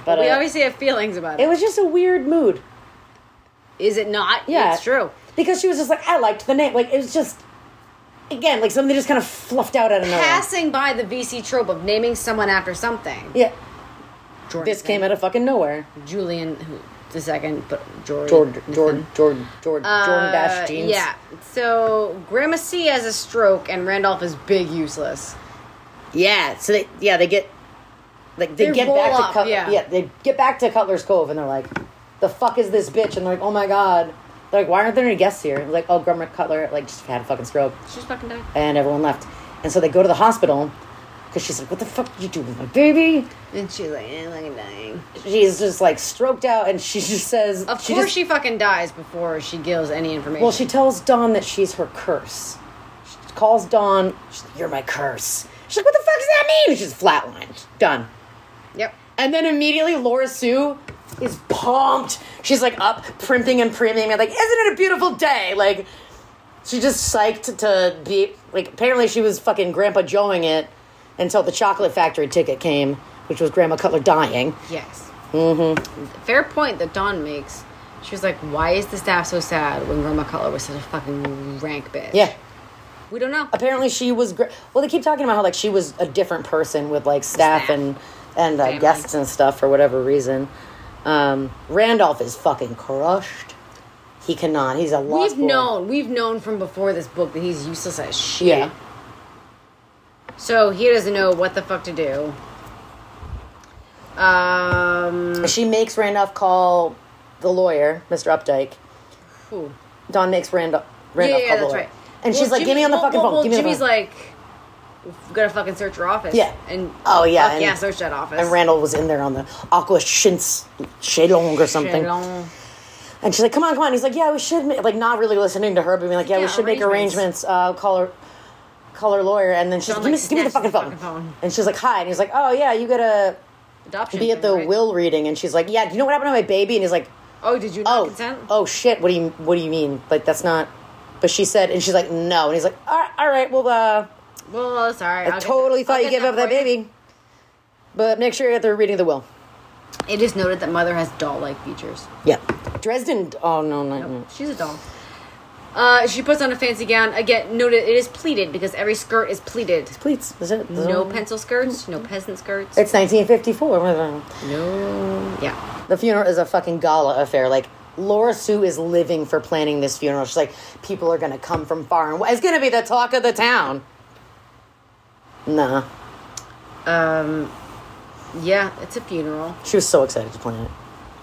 [SPEAKER 1] but,
[SPEAKER 2] But we
[SPEAKER 1] uh,
[SPEAKER 2] obviously have feelings about
[SPEAKER 1] It
[SPEAKER 2] it.
[SPEAKER 1] was just a weird mood.
[SPEAKER 2] Is it not?
[SPEAKER 1] Yeah.
[SPEAKER 2] it's true.
[SPEAKER 1] because she was just like, I liked the name. Like it was just, again, like something just kind of fluffed out out of nowhere.
[SPEAKER 2] Passing by the VC trope of naming someone after something.
[SPEAKER 1] Yeah,
[SPEAKER 2] Jordan,
[SPEAKER 1] this came out of fucking nowhere.
[SPEAKER 2] Julian, who the second, but Jordan.
[SPEAKER 1] Jordan, Jordan, Jordan, Jordan, Jordan
[SPEAKER 2] Uh,
[SPEAKER 1] Dash jeans.
[SPEAKER 2] Yeah. So Grandma C has a stroke and Randolph is big useless.
[SPEAKER 1] yeah. So they, yeah, they get, like they
[SPEAKER 2] They
[SPEAKER 1] get
[SPEAKER 2] roll
[SPEAKER 1] back
[SPEAKER 2] up,
[SPEAKER 1] to Cutler.
[SPEAKER 2] yeah.
[SPEAKER 1] they get back to Cutler's Cove, and they're like, the fuck is this bitch? And they're like, oh my god. They're like, why aren't there any guests here? Like, oh, Grandma Cutler like just had a fucking stroke,
[SPEAKER 2] She's fucking dying.
[SPEAKER 1] and everyone left. And so they go to the hospital because she's like, what the fuck did you do with my baby?
[SPEAKER 2] And she's like, eh, fucking dying.
[SPEAKER 1] she's just like stroked out and she just says
[SPEAKER 2] Of
[SPEAKER 1] she
[SPEAKER 2] course
[SPEAKER 1] just-
[SPEAKER 2] she fucking dies before she gives any information.
[SPEAKER 1] well she tells dawn that she's her curse she calls dawn she's like, you're my curse she's like what the fuck does that mean and she's flatlined done
[SPEAKER 2] Yep.
[SPEAKER 1] and then immediately laura sue is pumped she's like up primping and priming and like isn't it a beautiful day like she just psyched to be like apparently she was fucking grandpa joeing it until the chocolate factory ticket came which was grandma cutler dying
[SPEAKER 2] Yes. Mm-hmm. Fair point that Dawn makes. She was like, why is the staff so sad when Grandma Cutler was such a fucking rank bitch?
[SPEAKER 1] yeah
[SPEAKER 2] We don't know.
[SPEAKER 1] apparently she was gr- well they keep talking about how like she was a different person with like staff,
[SPEAKER 2] Staff.
[SPEAKER 1] and and uh,
[SPEAKER 2] Family.
[SPEAKER 1] guests and stuff for whatever reason Um, Randolph is fucking crushed. He cannot. He's a lost
[SPEAKER 2] We've
[SPEAKER 1] boy.
[SPEAKER 2] known, we've known from before this book that he's useless as shit.
[SPEAKER 1] Yeah.
[SPEAKER 2] So he doesn't know what the fuck to do. Um,
[SPEAKER 1] She makes Randolph call the lawyer, Mr. Updike.
[SPEAKER 2] whew.
[SPEAKER 1] Don makes Randolph.
[SPEAKER 2] yeah, yeah,
[SPEAKER 1] Randolph
[SPEAKER 2] yeah,
[SPEAKER 1] call the
[SPEAKER 2] that's
[SPEAKER 1] lawyer.
[SPEAKER 2] right.
[SPEAKER 1] And
[SPEAKER 2] Well,
[SPEAKER 1] she's like, "Give me
[SPEAKER 2] Jimmy-
[SPEAKER 1] on the
[SPEAKER 2] well,
[SPEAKER 1] fucking
[SPEAKER 2] well,
[SPEAKER 1] phone.
[SPEAKER 2] well,
[SPEAKER 1] Give me
[SPEAKER 2] Jimmy's
[SPEAKER 1] the phone."
[SPEAKER 2] like, "We've gotta fucking search her office.
[SPEAKER 1] Yeah.
[SPEAKER 2] And
[SPEAKER 1] Oh, yeah,
[SPEAKER 2] fuck
[SPEAKER 1] and-
[SPEAKER 2] yeah, search that office.
[SPEAKER 1] and Randall was in there on the Aqua Shins Shelong or something.
[SPEAKER 2] Shalom.
[SPEAKER 1] And she's like, "Come on, come on." He's like, "Yeah, we should ma-, like not really listening to her, but being like, yeah, we
[SPEAKER 2] Yeah,
[SPEAKER 1] should make
[SPEAKER 2] arrangements.
[SPEAKER 1] arrangements. Uh, call her, call her lawyer." And then she's
[SPEAKER 2] John,
[SPEAKER 1] like, "Give me,
[SPEAKER 2] like,
[SPEAKER 1] give me the
[SPEAKER 2] snatches
[SPEAKER 1] fucking
[SPEAKER 2] the
[SPEAKER 1] phone.
[SPEAKER 2] fucking phone.
[SPEAKER 1] And she's like, "Hi." And he's like, "Oh yeah, you gotta
[SPEAKER 2] Adoption.
[SPEAKER 1] be at the
[SPEAKER 2] thing, right?
[SPEAKER 1] will reading." And she's like, "Yeah, do you know what happened to my baby?" And he's like,
[SPEAKER 2] Oh, did you not
[SPEAKER 1] "Oh,
[SPEAKER 2] consent?
[SPEAKER 1] oh shit. What do you what do you mean? Like that's not." But she said, and she's like, "No." And he's like, "All right, all right well, uh,
[SPEAKER 2] Well, sorry.
[SPEAKER 1] I totally thought you gave up that baby, but make sure you're at the reading of the will."
[SPEAKER 2] It is noted that mother has doll-like features.
[SPEAKER 1] Yeah, Dresden. Oh no, no, no.
[SPEAKER 2] She's a doll. Uh, she puts on a fancy gown. Again, noted it is pleated because every skirt is pleated.
[SPEAKER 1] pleats. Is it?
[SPEAKER 2] No pencil skirts. No peasant skirts.
[SPEAKER 1] It's 1954.
[SPEAKER 2] no. Yeah.
[SPEAKER 1] The funeral is a fucking gala affair. Like Laura Sue is living for planning this funeral. She's like, people are gonna come from far and wide. It's gonna be the talk of the town. Nah,
[SPEAKER 2] Um, yeah. It's a funeral.
[SPEAKER 1] she was so excited to plan it.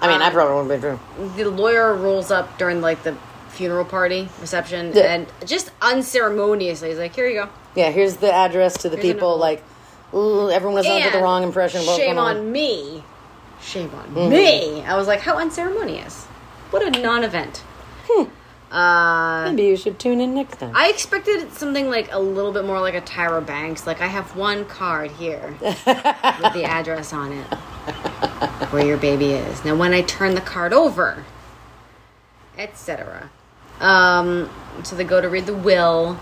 [SPEAKER 1] I mean, I
[SPEAKER 2] Uh,
[SPEAKER 1] brought her one bedroom.
[SPEAKER 2] the lawyer rolls up during like the funeral party reception
[SPEAKER 1] Yeah.
[SPEAKER 2] and just unceremoniously he's like here you go
[SPEAKER 1] Yeah, here's the address to the
[SPEAKER 2] Here's
[SPEAKER 1] people.
[SPEAKER 2] another one.
[SPEAKER 1] Like, ooh, everyone was under the
[SPEAKER 2] And
[SPEAKER 1] wrong impression. of what was
[SPEAKER 2] shame
[SPEAKER 1] going Mm.
[SPEAKER 2] on. me shame on me i was like how unceremonious what a non-event uh,
[SPEAKER 1] Maybe you should tune in next time.
[SPEAKER 2] i expected something like a little bit more like a tyra banks like i have one card here with the address on it where your baby is now when i turn the card over etc um, so they go to read the will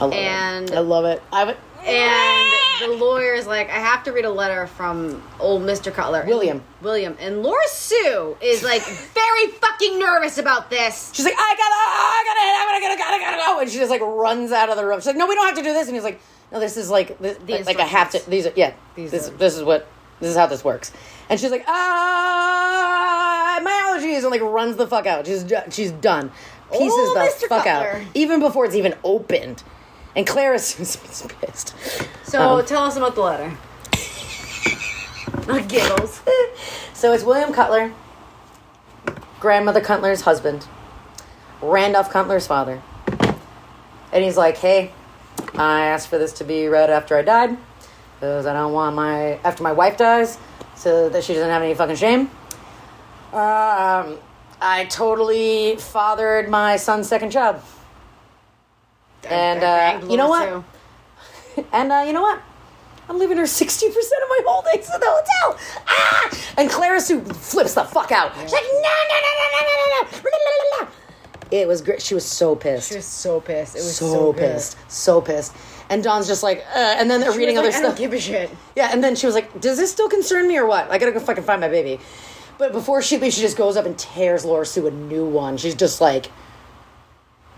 [SPEAKER 1] I love
[SPEAKER 2] and-
[SPEAKER 1] it. I love it. I would.
[SPEAKER 2] And the lawyer is like, I have to read a letter from old Mr. Cutler.
[SPEAKER 1] William.
[SPEAKER 2] William. And Laura Sue is like very fucking nervous about this.
[SPEAKER 1] She's like, I gotta, I gotta, I gotta, I gotta, gotta go, and she just like runs out of the room. She's like, No, we don't have to do this. And he's like, No, this is like, this,
[SPEAKER 2] The
[SPEAKER 1] like I have to. These are, yeah,
[SPEAKER 2] These
[SPEAKER 1] this,
[SPEAKER 2] are-
[SPEAKER 1] this is what, this is how this works. And she's like, Ah, my allergies, and like runs the fuck out. She's ju- she's done. Pieces
[SPEAKER 2] Oh,
[SPEAKER 1] the
[SPEAKER 2] Mr.
[SPEAKER 1] fuck out,
[SPEAKER 2] Cutler.
[SPEAKER 1] even before it's even opened. And Clara is pissed.
[SPEAKER 2] So tell us about the letter. Giggles.
[SPEAKER 1] So it's William Cutler, grandmother Cutler's husband, Randolph Cutler's father. And he's like, hey, I asked for this to be read after I died because I don't want my, after my wife dies, so that she doesn't have any fucking shame. Um, I totally fathered my son's second job. And uh, you know what? And uh, you know what? I'm leaving her 60% of my holdings in the hotel. Ah! And Clara Sue flips the fuck out. She's like, no, no, no, no, no, no, no, no. La, la, la, la. It was great. She was so pissed.
[SPEAKER 2] She was so pissed. It was
[SPEAKER 1] so,
[SPEAKER 2] so, good.
[SPEAKER 1] pissed. So pissed. And Don's just like, uh, and then they're
[SPEAKER 2] She
[SPEAKER 1] reading
[SPEAKER 2] was
[SPEAKER 1] other
[SPEAKER 2] like, I
[SPEAKER 1] stuff.
[SPEAKER 2] don't give a shit.
[SPEAKER 1] Yeah, and then she was like, "Does this still concern me or what? I gotta go fucking find my baby." But before she leaves, she just goes up and tears Laura Sue a new one. She's just like,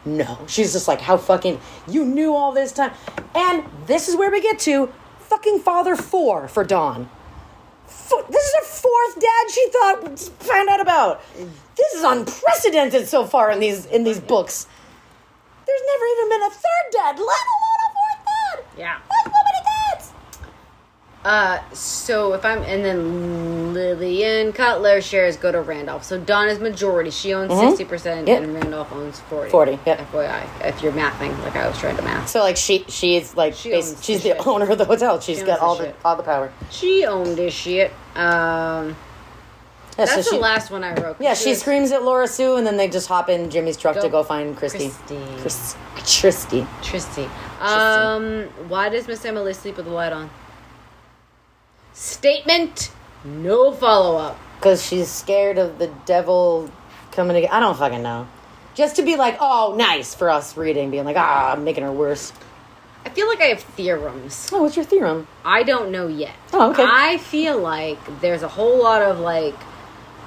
[SPEAKER 1] "No." She's just like, "How fucking you knew all this time?" And this is where we get to fucking father four for Dawn. Fo- This is her fourth dad she thought found out about. This is unprecedented so far in these in these books. There's never even been a third dad, let alone a fourth dad.
[SPEAKER 2] Yeah.
[SPEAKER 1] Why so many dads?
[SPEAKER 2] Uh, so if I'm and then Lillian Cutler shares go to Randolph. So Dawn is majority. She owns 60 percent,
[SPEAKER 1] Mm-hmm. Yep.
[SPEAKER 2] and Randolph owns forty.
[SPEAKER 1] 40, yep.
[SPEAKER 2] FYI, if you're mathing, like I was trying to math.
[SPEAKER 1] So like she she's like
[SPEAKER 2] She
[SPEAKER 1] bas-
[SPEAKER 2] owns the
[SPEAKER 1] she's the,
[SPEAKER 2] shit.
[SPEAKER 1] owner of the hotel. She's
[SPEAKER 2] owns
[SPEAKER 1] got
[SPEAKER 2] the
[SPEAKER 1] all
[SPEAKER 2] shit.
[SPEAKER 1] the all the power.
[SPEAKER 2] She owned this shit. Um,
[SPEAKER 1] Yeah, so
[SPEAKER 2] that's
[SPEAKER 1] she,
[SPEAKER 2] the last one I wrote. 'cause
[SPEAKER 1] Yeah, she
[SPEAKER 2] was-
[SPEAKER 1] screams at Laura Sue, and then they just hop in Jimmy's truck
[SPEAKER 2] Go-
[SPEAKER 1] to go find Christy.
[SPEAKER 2] Christy.
[SPEAKER 1] Chris- Christy.
[SPEAKER 2] Tristy. Um, why does Miss Emily sleep with the light on? Statement. No follow up.
[SPEAKER 1] Because she's scared of the devil coming. To, I don't fucking know. Just to be like, oh, nice for us reading, being like, ah, I'm making her worse.
[SPEAKER 2] I feel like I have theorems.
[SPEAKER 1] Oh, what's your theorem?
[SPEAKER 2] I don't know yet.
[SPEAKER 1] Oh, okay.
[SPEAKER 2] I feel like there's a whole lot of like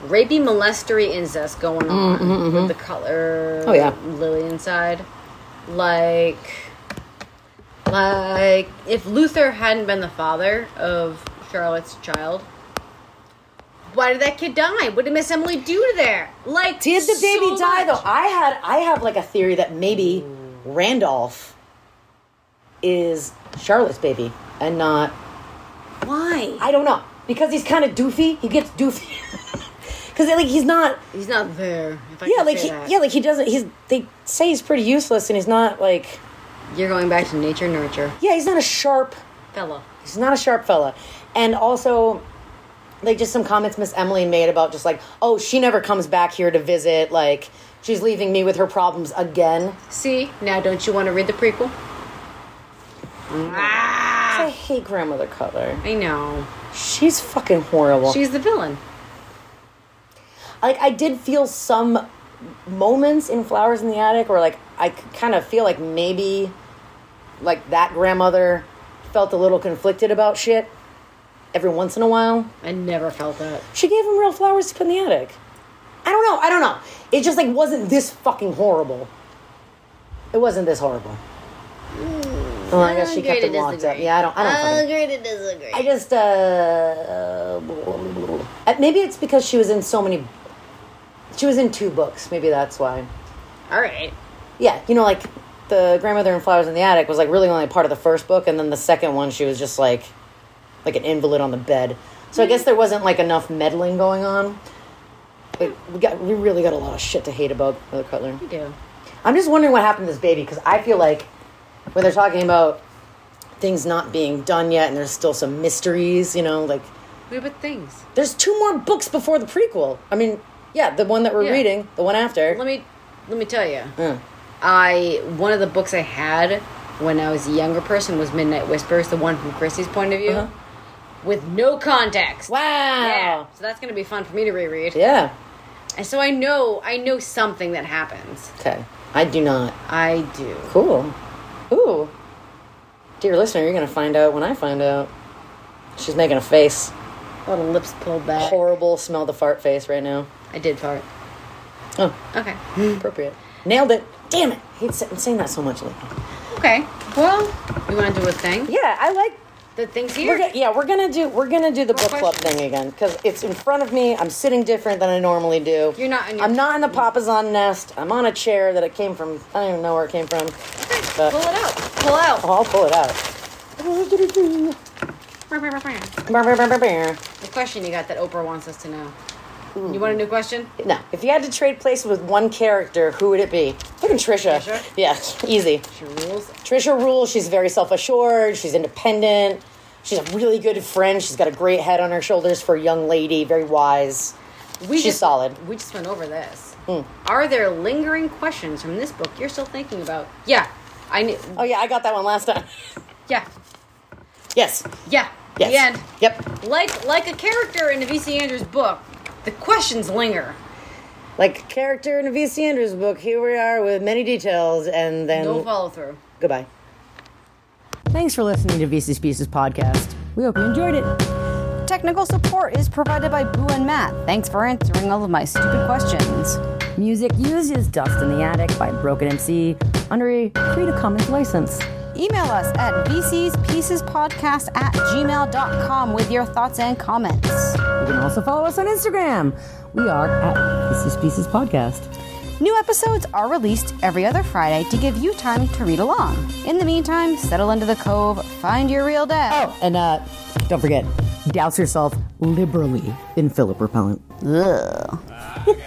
[SPEAKER 2] rapey, molestery, incest going on with the color.
[SPEAKER 1] Mm, mm-hmm. Oh, yeah.
[SPEAKER 2] Lillian side. Like, like if Luther hadn't been the father of Charlotte's child, why did that kid die? What did Miss Emily do to there? Like,
[SPEAKER 1] Did the baby
[SPEAKER 2] so
[SPEAKER 1] die
[SPEAKER 2] much.
[SPEAKER 1] though? I had I have like a theory that maybe Randolph is Charlotte's baby and not
[SPEAKER 2] Why?
[SPEAKER 1] I don't know because he's kind of doofy. He gets doofy because like he's not
[SPEAKER 2] He's not there. If I
[SPEAKER 1] yeah
[SPEAKER 2] can
[SPEAKER 1] like
[SPEAKER 2] say
[SPEAKER 1] he,
[SPEAKER 2] that.
[SPEAKER 1] yeah like he doesn't he's they say he's pretty useless and he's not like
[SPEAKER 2] You're going back to nature nurture,
[SPEAKER 1] yeah he's not a sharp
[SPEAKER 2] fella.
[SPEAKER 1] He's not a sharp fella. And also, like, just some comments Miss Emily made about just like, oh, she never comes back here to visit. Like, she's leaving me with her problems again.
[SPEAKER 2] See now, don't you want to read the prequel? Ah,
[SPEAKER 1] I hate grandmother Cutler.
[SPEAKER 2] I know.
[SPEAKER 1] She's fucking horrible.
[SPEAKER 2] She's the villain.
[SPEAKER 1] like, I did feel some moments in Flowers in the Attic where, like, I kind of feel like maybe, like, that grandmother felt a little conflicted about shit every once in a while.
[SPEAKER 2] I never felt that.
[SPEAKER 1] She gave him real flowers to put in the attic. I don't know. I don't know. It just like wasn't this fucking horrible. It wasn't this horrible. well, I guess she kept him locked up. Yeah, I don't. I don't. fucking-
[SPEAKER 2] agree to disagree.
[SPEAKER 1] I just uh, uh, maybe it's because she was in so many. She was in two books. Maybe that's why.
[SPEAKER 2] All right.
[SPEAKER 1] Yeah, you know, like the grandmother and flowers in the attic was like really only part of the first book, and then the second one she was just like, like an invalid on the bed. So I guess there wasn't like enough meddling going on. Like, we got we really got a lot of shit to hate about Mother Cutler.
[SPEAKER 2] You do.
[SPEAKER 1] I'm just wondering what happened to this baby because I feel like when they're talking about things not being done yet, and there's still some mysteries, you know, like
[SPEAKER 2] We but things.
[SPEAKER 1] there's two more books before the prequel. I mean, yeah, the one that we're
[SPEAKER 2] Yeah.
[SPEAKER 1] reading, the one after.
[SPEAKER 2] Let me let me tell you.
[SPEAKER 1] Mm.
[SPEAKER 2] I one of the books I had when I was a younger person was Midnight Whispers, the one from Christie's point of view,
[SPEAKER 1] Uh-huh.
[SPEAKER 2] with no context.
[SPEAKER 1] Wow.
[SPEAKER 2] Yeah. So that's gonna be fun for me to reread.
[SPEAKER 1] yeah.
[SPEAKER 2] And so I know I know something that happens.
[SPEAKER 1] Okay. I do not.
[SPEAKER 2] I do.
[SPEAKER 1] Cool. Ooh. Dear listener, you're going to find out when I find out. She's making a face.
[SPEAKER 2] A little lips pulled back.
[SPEAKER 1] Horrible smell the fart face right now.
[SPEAKER 2] I did fart.
[SPEAKER 1] Oh,
[SPEAKER 2] Okay.
[SPEAKER 1] appropriate. Nailed it. Damn it. I hate sa- saying that so much lately.
[SPEAKER 2] Okay. Well, you want to do a thing?
[SPEAKER 1] Yeah, I like.
[SPEAKER 2] The thing's
[SPEAKER 1] We're
[SPEAKER 2] here.
[SPEAKER 1] go- yeah, we're gonna do we're gonna do the book
[SPEAKER 2] More
[SPEAKER 1] club
[SPEAKER 2] questions?
[SPEAKER 1] thing again because it's in front of me. I'm sitting different than I normally do.
[SPEAKER 2] You're not in your- Mm-hmm.
[SPEAKER 1] I'm not in the papazon nest. I'm on a chair that it came from. I don't even know where it came from. But
[SPEAKER 2] Pull it out. Pull out.
[SPEAKER 1] oh, I'll pull it out.
[SPEAKER 2] The question you got that Oprah wants us to know. You want a new question?
[SPEAKER 1] No. If you had to trade places with one character, who would it be? Fucking Trisha.
[SPEAKER 2] Trisha?
[SPEAKER 1] Yeah, easy.
[SPEAKER 2] She rules.
[SPEAKER 1] Trisha rules. She's very self assured. She's independent. She's a really good friend. She's got a great head on her shoulders for a young lady. Very wise.
[SPEAKER 2] We
[SPEAKER 1] She's solid.
[SPEAKER 2] We just went over this. Are there lingering questions from this book you're still thinking about? Yeah. I knew.
[SPEAKER 1] Oh yeah, I got that one last time.
[SPEAKER 2] Yeah.
[SPEAKER 1] Yes.
[SPEAKER 2] Yeah.
[SPEAKER 1] Yes.
[SPEAKER 2] The end.
[SPEAKER 1] Yep.
[SPEAKER 2] Like like a character in a V.C. Andrews book, the questions linger.
[SPEAKER 1] Like a character in a V.C. Andrews book. Here we are with many details, and then
[SPEAKER 2] No follow through.
[SPEAKER 1] Goodbye. Thanks for listening to VC's Pieces podcast. We hope you enjoyed it.
[SPEAKER 4] Technical support is provided by Boo and Matt. Thanks for answering all of my stupid questions.
[SPEAKER 1] Music used is Dust in the Attic by Broken MC under a Creative Commons license.
[SPEAKER 4] Email us at vcspiecespodcast at gmail.com with your thoughts and comments.
[SPEAKER 1] You can also follow us on Instagram. We are at This is Pieces Podcast.
[SPEAKER 4] New episodes are released every other Friday to give you time to read along. In the meantime, settle into the cove, find your real dad.
[SPEAKER 1] Oh, and uh, Oh. don't forget, douse yourself liberally in Philip Repellent.
[SPEAKER 4] Ugh.